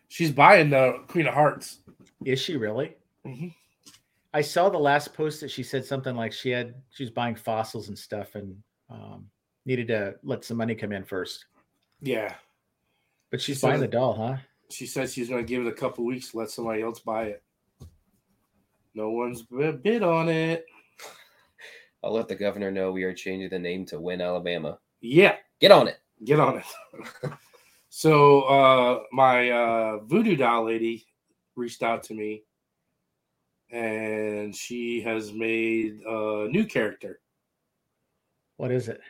S2: She's buying the Queen of Hearts.
S1: Is she really?
S2: Mhm.
S1: I saw the last post that she said something like she had she was buying fossils and stuff and um, needed to let some money come in first.
S2: Yeah,
S1: But she's
S2: So-
S1: buying the doll, huh?
S2: she said she's going to give it a couple weeks, let somebody else buy it. No one's bid bid on it.
S3: I'll let the governor know we are changing the name to Win Alabama.
S2: Yeah,
S3: Get on it.
S2: get on it. [laughs] so uh my uh voodoo doll lady reached out to me and she has made a new character.
S1: What is it?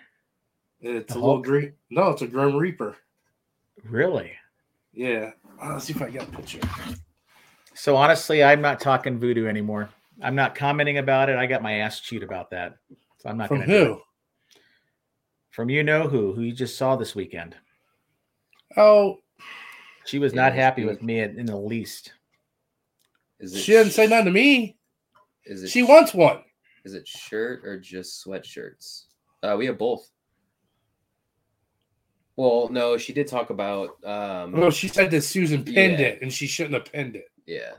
S2: It's
S1: The
S2: a little
S1: Hulk?
S2: green no, it's a Grim Reaper.
S1: Really?
S2: Yeah. Uh, Let's see if I got a picture.
S1: So honestly, I'm not talking voodoo anymore. I'm not commenting about it. I got my ass chewed about that. So I'm not
S2: From
S1: gonna do it.
S2: who?
S1: From you know who, who you just saw this weekend.
S2: Oh,
S1: She was
S3: Yeah,
S1: not
S3: that's
S1: happy
S3: good.
S1: with me in, in the least.
S3: Is it
S2: she didn't say nothing to me.
S3: Is it
S2: She wants one.
S3: Is it shirt or just sweatshirts? Uh, we have both. Well, no, she did talk about um
S1: Mm-hmm. [laughs]
S2: Well, she said that Susan pinned
S3: Yeah.
S2: it and she shouldn't have pinned it.
S3: yeah,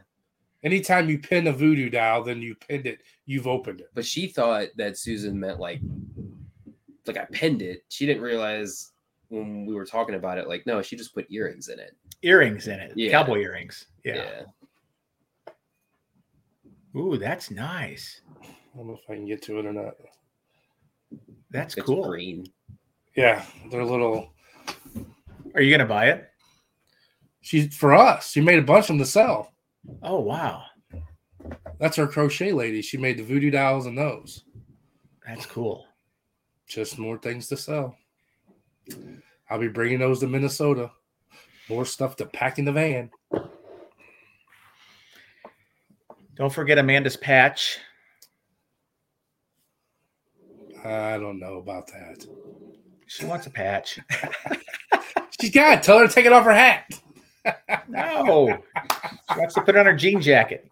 S2: Anytime you pin a voodoo doll, then you pinned it, you've opened it.
S3: but she thought that Susan meant like like I pinned it. She didn't realize when we were talking about it like no, she just put earrings in it.
S1: Earrings in it.
S3: Yeah.
S1: Cowboy earrings. Yeah.
S3: Yeah.
S1: Ooh, that's nice.
S2: I don't know if I can get to it or not.
S1: That's
S3: It's
S1: cool.
S3: green.
S2: Yeah, they're little.
S1: Are you gonna buy it?
S2: She's for us. She made a bunch of them to sell.
S1: Oh wow.
S2: That's her crochet lady. She made the voodoo dolls and those.
S1: That's cool.
S2: Just more things to sell. I'll be bringing those to Minnesota. More stuff to pack in the van.
S1: Don't forget Amanda's patch.
S2: I don't know about that.
S1: She wants a patch.
S2: She's got. it. Tell her to take it off her hat.
S1: No, she wants to put it on her jean jacket.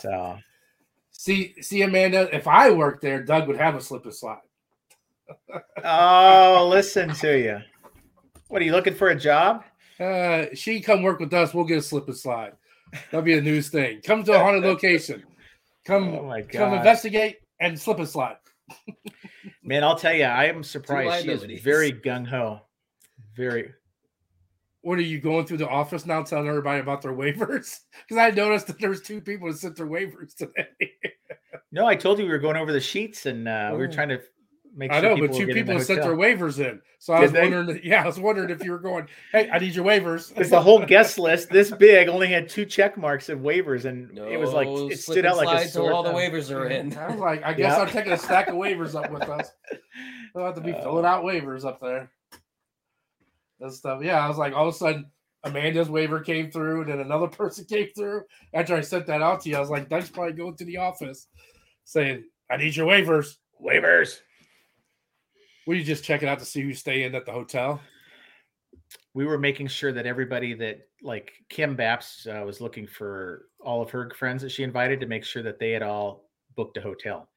S1: So
S2: See, see, Amanda. If I worked there, Doug would have a slip and slide.
S1: Oh, listen to you. What are you looking for a job?
S2: Uh, she come work with us. We'll get a slip and slide. That'll be a news thing. Come to a haunted location. Come,
S1: [laughs] Oh my
S2: come
S1: God.
S2: investigate and slip and slide.
S1: Man, I'll tell you, I am surprised. She is
S3: liabilities.
S1: very gung ho. Very.
S2: What are you going through the office now, telling everybody about their waivers? [laughs] Because I noticed that there's two people that sent their waivers today.
S1: No, I told you we were going over the sheets and uh, we were
S2: Oh.
S1: trying to make. Sure
S2: I know,
S1: people
S2: but
S1: were
S2: two
S1: getting in the
S2: people sent their
S1: hotel.
S2: waivers in. So I
S1: Did
S2: was
S1: they?
S2: wondering. Yeah, I was wondering if you were going. Hey, I need your waivers.
S1: Because the
S2: [laughs]
S1: whole guest list this big only had two check marks of waivers, and
S3: No,
S1: it was like it
S3: slip
S1: stood
S3: and
S1: out like
S3: slide
S1: a
S3: till
S1: sore
S3: all the
S1: thumb.
S3: waivers are
S1: [laughs]
S3: in.
S2: I was like, I guess
S1: Yeah. Uh.
S2: I'm taking a stack of waivers up with us. They'll have to be filling out waivers up there. That stuff. Yeah, I was like, all of a sudden, Amanda's waiver came through, and then another [laughs] person came through. After I sent that out to you, I was like, Doug's probably going to the office saying, I need your waivers.
S1: Waivers.
S2: Were you just checking out to see who's staying at the hotel?
S1: We were making sure that everybody that like Kim Baps uh, was looking for all of her friends that she invited to make sure that they had all booked a hotel.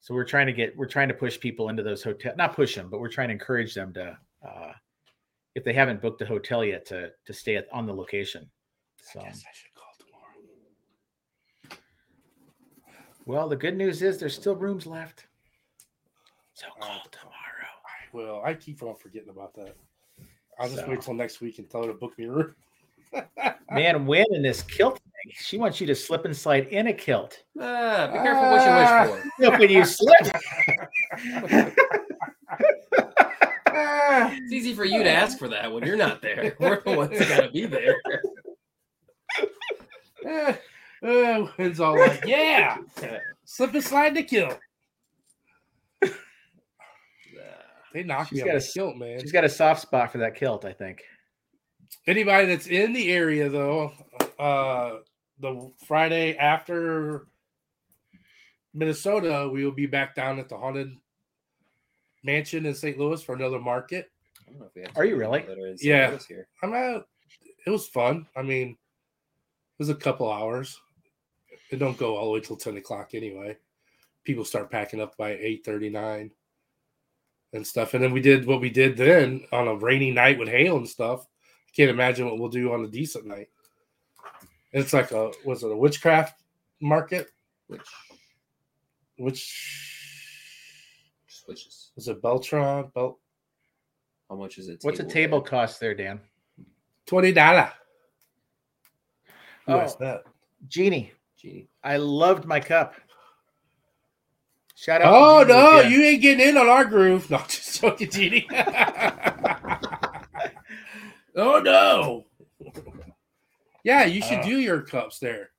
S1: So we're trying to get we're trying to push people into those hotel, not push them, but we're trying to encourage them to uh, if they haven't booked a hotel yet to to stay at, on the location. So.
S2: Yes, I should call tomorrow.
S1: Well, the good news is there's still rooms left. So call tomorrow.
S2: I will. I keep on forgetting about that. I'll just
S1: So.
S2: wait till next week and tell her to book me a room.
S1: Man, Win in this kilt thing. She wants you to slip and slide in a kilt.
S3: Ah, be careful what you wish for.
S1: Look when you slip.
S2: Ah,
S3: It's easy for you to ask for that when you're not there. [laughs] We're the ones that gotta be there.
S2: ah, ah, it's all like, yeah, slip and slide to kill. They knocked
S1: She's
S2: me
S1: got
S2: out
S1: a
S2: of
S1: s-
S2: kilt, man.
S1: She's got a soft spot for that kilt, I think.
S2: Anybody that's in the area though, uh, the Friday after Minnesota, we will be back down at the haunted mansion in St. Louis for another market.
S3: I don't know if we have
S1: Are you
S3: people
S1: really?
S3: that are in St.
S2: Yeah.
S3: Louis Here.
S2: I'm not. It was fun. I mean, it was a couple hours. It don't go all the way till ten o'clock anyway. People start packing up by eight thirty nine and stuff. And then we did what we did then on a rainy night with hail and stuff. I can't imagine what we'll do on a decent night. It's like a was it a witchcraft market?
S3: Which
S2: Which
S3: switches?
S2: was it Beltron? Belt
S3: How much is it?
S1: What's a table cost there, Dan?
S2: twenty dollar.
S1: Oh.
S2: that?
S1: Jeannie,
S3: Gee,
S1: I loved my cup. Shout out. to
S2: Oh
S1: Jeannie
S2: no,
S1: again.
S2: you ain't getting in on our groove. No, just joking, Jeannie. oh no. Yeah, you should
S1: Oh.
S2: do your cups there.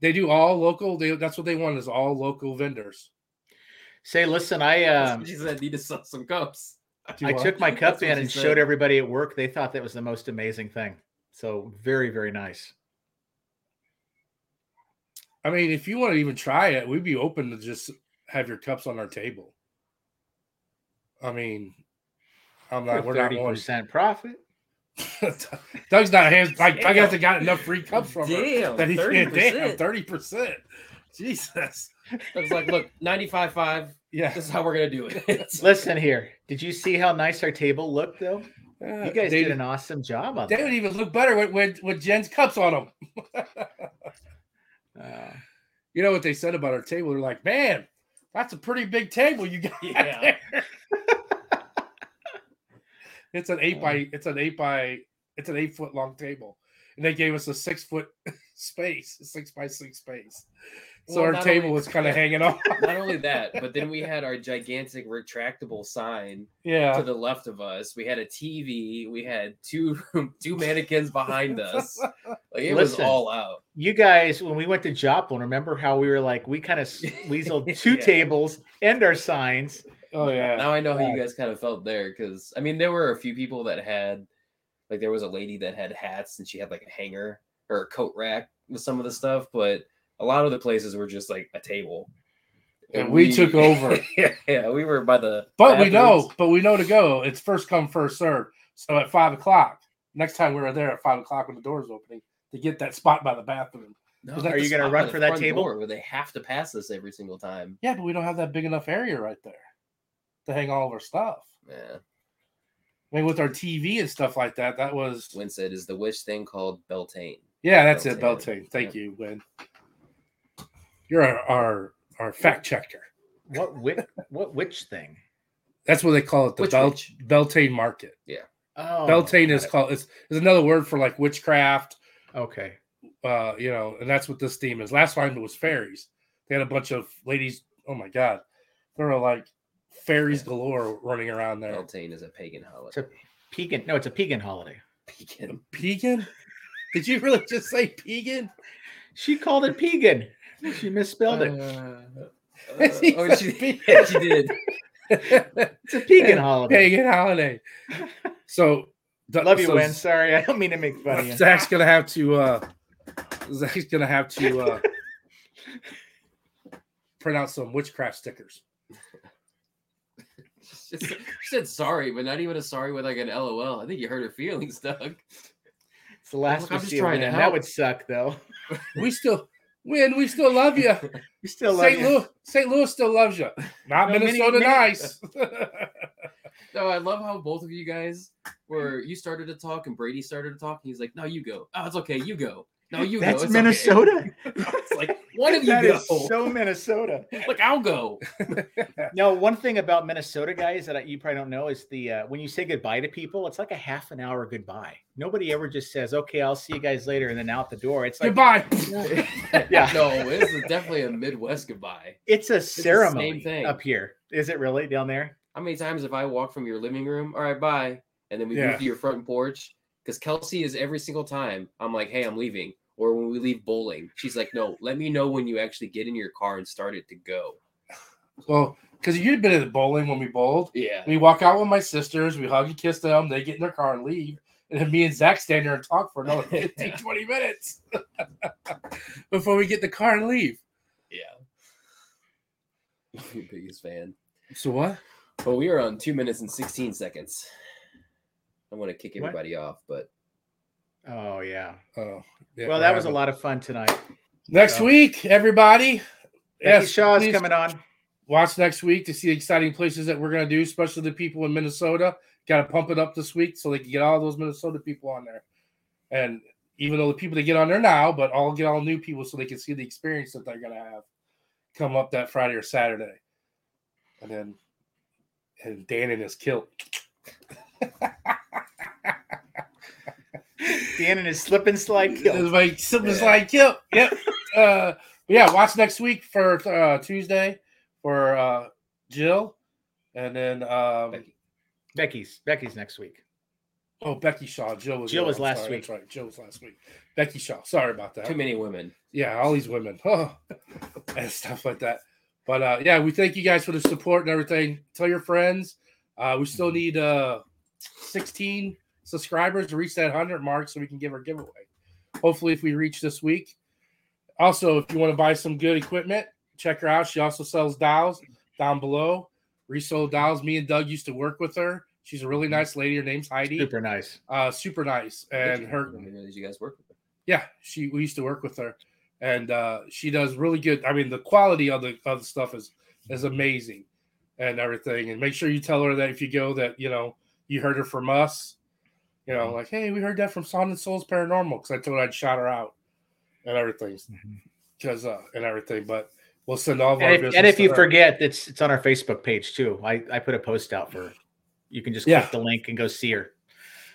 S2: They do all local. They, that's what they want is all local vendors.
S1: say, listen, I um,
S3: she said I need to sell some cups.
S2: Do
S1: I
S2: what?
S1: took
S3: [laughs]
S1: my
S3: That's
S1: cup
S3: what
S1: in
S3: she
S1: and
S3: said.
S1: showed everybody at work. They thought that was the most amazing thing. So very, very nice.
S2: I mean, if you want to even try it, we'd be open to just have your cups on our table. I mean, I'm not. We're not
S1: Thirty
S2: going.
S1: percent profit.
S2: [laughs] Doug's not hands. I, I guess I got enough free cups from her.
S3: Damn,
S2: that he can't
S3: 30%.
S2: damn thirty percent. Jesus.
S3: I was like, [laughs] look, 95 5,
S2: Yeah.
S3: this is how we're gonna
S1: [laughs]
S3: do it.
S1: Listen here. Did you see how nice our table looked, though? You guys
S2: Uh, they,
S1: did an awesome job on
S2: they
S1: that.
S2: would even look better with, with, with Jen's cups on them.
S1: Uh,
S2: You know what they said about our table? They're like, man, that's a pretty big table you got.
S3: [laughs] yeah.
S2: [laughs] It's an eight by it's an eight by it's an eight foot long table. And they gave us a six foot [laughs] space, a six by six space. So
S3: Well,
S2: our
S3: not
S2: table
S3: only-
S2: was kind of hanging off.
S3: Not only that, but then we had our gigantic retractable sign to
S2: [laughs] Yeah.
S3: the left of us. We had a TV. We had two [laughs] two mannequins behind us. Like it was
S1: Listen.
S3: all out.
S1: you guys, when we went
S3: [laughs]
S1: to Joplin, remember how we were like, we kind of weaseled two
S3: Yeah.
S1: tables and our signs
S2: Oh yeah.
S3: Now I know how you guys kind of felt there because I mean there were a few people that had like there was a lady that had hats and she had like a hanger or a coat rack with some of the stuff, but a lot of the places were just like a table.
S2: And we took over.
S3: [laughs] yeah, yeah, we were by the
S2: But we know,
S3: bathrooms.
S2: but we know to go. It's first come, first served. So at five o'clock, next time we're there at five o'clock when the door's opening, to get that spot by the bathroom.
S3: No,
S2: 'Cause that's
S1: Are
S2: the
S1: you gonna
S2: spot-
S3: Not
S1: run
S3: by the
S1: for that
S3: front
S1: table?
S3: door where they have to pass us every single time.
S2: Yeah, but we don't have that big enough area right there to hang all of our stuff.
S3: Yeah.
S2: I mean, with our TV and stuff like that, that was
S3: Win said is the witch thing called Beltane.
S2: yeah, that's it,
S3: Beltane.
S2: Beltane. Thank you, Win. You're our, our our fact checker.
S1: What witch? What witch thing?
S2: That's what they call it, the
S3: Which
S2: Bel-
S3: witch?
S2: Beltane market.
S1: Oh,
S2: Beltane
S1: got
S2: is
S1: it.
S2: called is is another word for like witchcraft,
S1: okay.
S2: uh, you know, and that's what this theme is. Last time it was fairies. They had a bunch of ladies. Oh my god, there were like fairies galore running around there.
S3: Beltane is a pagan holiday.
S1: It's a pagan. No, it's a pagan holiday.
S3: Pagan.
S2: Pegan? Did you really just say
S1: [laughs]
S2: Pegan?
S1: She called it pagan. She misspelled it.
S3: Uh,
S2: He
S3: oh,
S2: said
S3: she, [laughs]
S2: pagan.
S3: she did.
S1: It's a pagan holiday.
S2: Pagan holiday. So
S1: Love you,
S2: so
S1: Wen. Sorry, I don't mean to make fun of you.
S2: Zach's gonna have to. uh Zach's gonna have
S1: [laughs]
S2: to uh print out some witchcraft stickers.
S3: She said- she said sorry, but not even a sorry with like an LOL. I think you hurt her feelings, [laughs] Doug.
S1: It's the last
S3: Look,
S1: we
S3: I'm just
S1: see of
S3: trying to
S1: Wen.
S3: help.
S1: That would suck, though.
S2: We still win. We still love you.
S1: We still love
S2: St.
S1: you.
S2: Louis, St. Louis still loves you. Not
S1: No, many-
S2: Minnesota
S1: many-
S2: [laughs] nice.
S3: No, I love how both of you guys were. You started to talk, and Brady started to talk, and he's like, "No, you go. Oh, it's okay. You go. No, Oh, you go.
S1: That's
S3: It's
S1: Minnesota.
S3: Okay. It's like one of you
S1: That
S3: go.
S1: is so Minnesota.
S3: [laughs] like I'll go.
S1: No, one thing about Minnesota guys that I- you probably don't know is the uh, when you say goodbye to people, it's like a half an hour goodbye. Nobody ever just says, "Okay, I'll see you guys later," and then out the door. It's like
S2: Goodbye.
S1: Yeah.
S3: No, this is definitely a Midwest goodbye.
S1: it's a
S3: same
S1: ceremony
S3: thing.
S1: up here. Is it really down there?
S3: How many times have I walked from your living room? All right, bye, and then we
S2: Yeah.
S3: move to your front porch because Kelsey is every single time. I'm like, "Hey, I'm leaving." Or when we leave bowling, she's like, "No, let me know when you actually get in your car and start it to go."
S2: well, because you'd been in the bowling when we bowled.
S3: Yeah.
S2: We walk out with my sisters, we hug and kiss them, they get in their car and leave. And then me and Zach stand there and talk for another
S1: [laughs]
S2: 15, 20 minutes [laughs] before we get in the car and leave.
S3: Yeah. [laughs] Your biggest fan.
S2: So what?
S3: But we are on two minutes and 16 seconds. I want to kick
S1: What?
S3: everybody off, but
S1: Oh yeah.
S2: Oh, yeah,
S1: well, that
S2: we're
S1: was a
S2: having-
S1: lot of fun tonight.
S2: Next
S1: Yeah.
S2: week, everybody.
S1: Becky Shaw's
S2: please
S1: coming on.
S2: watch next week to see the exciting places that we're going to do, especially the people in Minnesota. Got to pump it up this week so they can get all those Minnesota people on there. And even though the people that get on there now, but all get all new people so they can see the experience that they're going to have come up that Friday or Saturday. And then, and Dan in his kilt.
S1: Dan and his slip and slide
S2: It was
S1: kill.
S2: like something like yep, yep. Uh, yeah, watch next week for uh, Tuesday for uh, Jill, and then um,
S3: Becky.
S1: Becky's Becky's next week.
S2: Oh, Becky Shaw. Jill was
S1: Jill
S2: the-
S1: was
S2: I'm
S1: last
S2: sorry,
S1: week.
S2: That's right. Jill was last week. Becky Shaw. Sorry about that.
S3: too many women.
S2: Yeah, all these women. [laughs] Oh, and stuff like that. But uh, yeah, we thank you guys for the support and everything. Tell your friends. Uh, we
S1: Mm-hmm.
S2: still need uh, 16 subscribers to reach that 100 mark so we can give our giveaway. Hopefully, if we reach this week. Also, if you want to buy some good equipment, check her out. She also sells dials down below. Resold dials. Me and Doug used to work with her. She's a really
S1: Mm-hmm.
S2: nice lady. Her name's Heidi
S1: Super nice.
S2: uh, super nice. And her,
S3: I didn't realize you guys work with them.
S2: yeah, she we used to work with her, and uh, she does really good. I mean, the quality of the of the stuff is is amazing, and everything. And make sure you tell her that if you go, that you know you heard her from us. You
S1: Mm-hmm.
S2: know, like hey, we heard that from Son and Souls Paranormal because I told her I'd shout her out and everything because uh, and everything. But we'll send all of our
S1: Mm-hmm. And if,
S2: business
S1: and if
S2: to
S1: you
S2: her.
S1: forget, it's it's on our Facebook page too. I I put a post out for. You can just
S2: Yeah.
S1: click the link and go see her.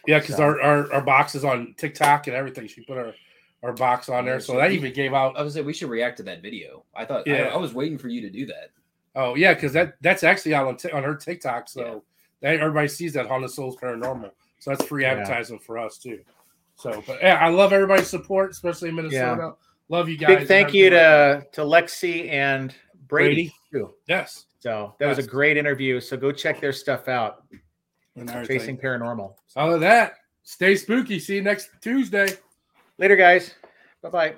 S2: Yeah, because
S1: So-
S2: our, our our box is on TikTok and everything. She put our our box
S1: Oh,
S2: on there, so that even gave out
S3: I was like, we should react to that video. I thought, I,
S2: Yeah.
S3: I was waiting for you to do that.
S2: Oh yeah, because that that's actually out on, t- on her TikTok, so that everybody sees that Haunted Souls Paranormal. So that's free
S1: Yeah.
S2: advertising for us too. So, but yeah, I love everybody's support, especially in Minnesota. Love you guys.
S1: Big thank you to to Lexi and Brady. too.
S2: Yes.
S1: So that was a great interview. So go check their stuff out. Chasing Paranormal.
S2: Other than that, stay spooky. See you next Tuesday.
S1: Later, guys. Bye bye.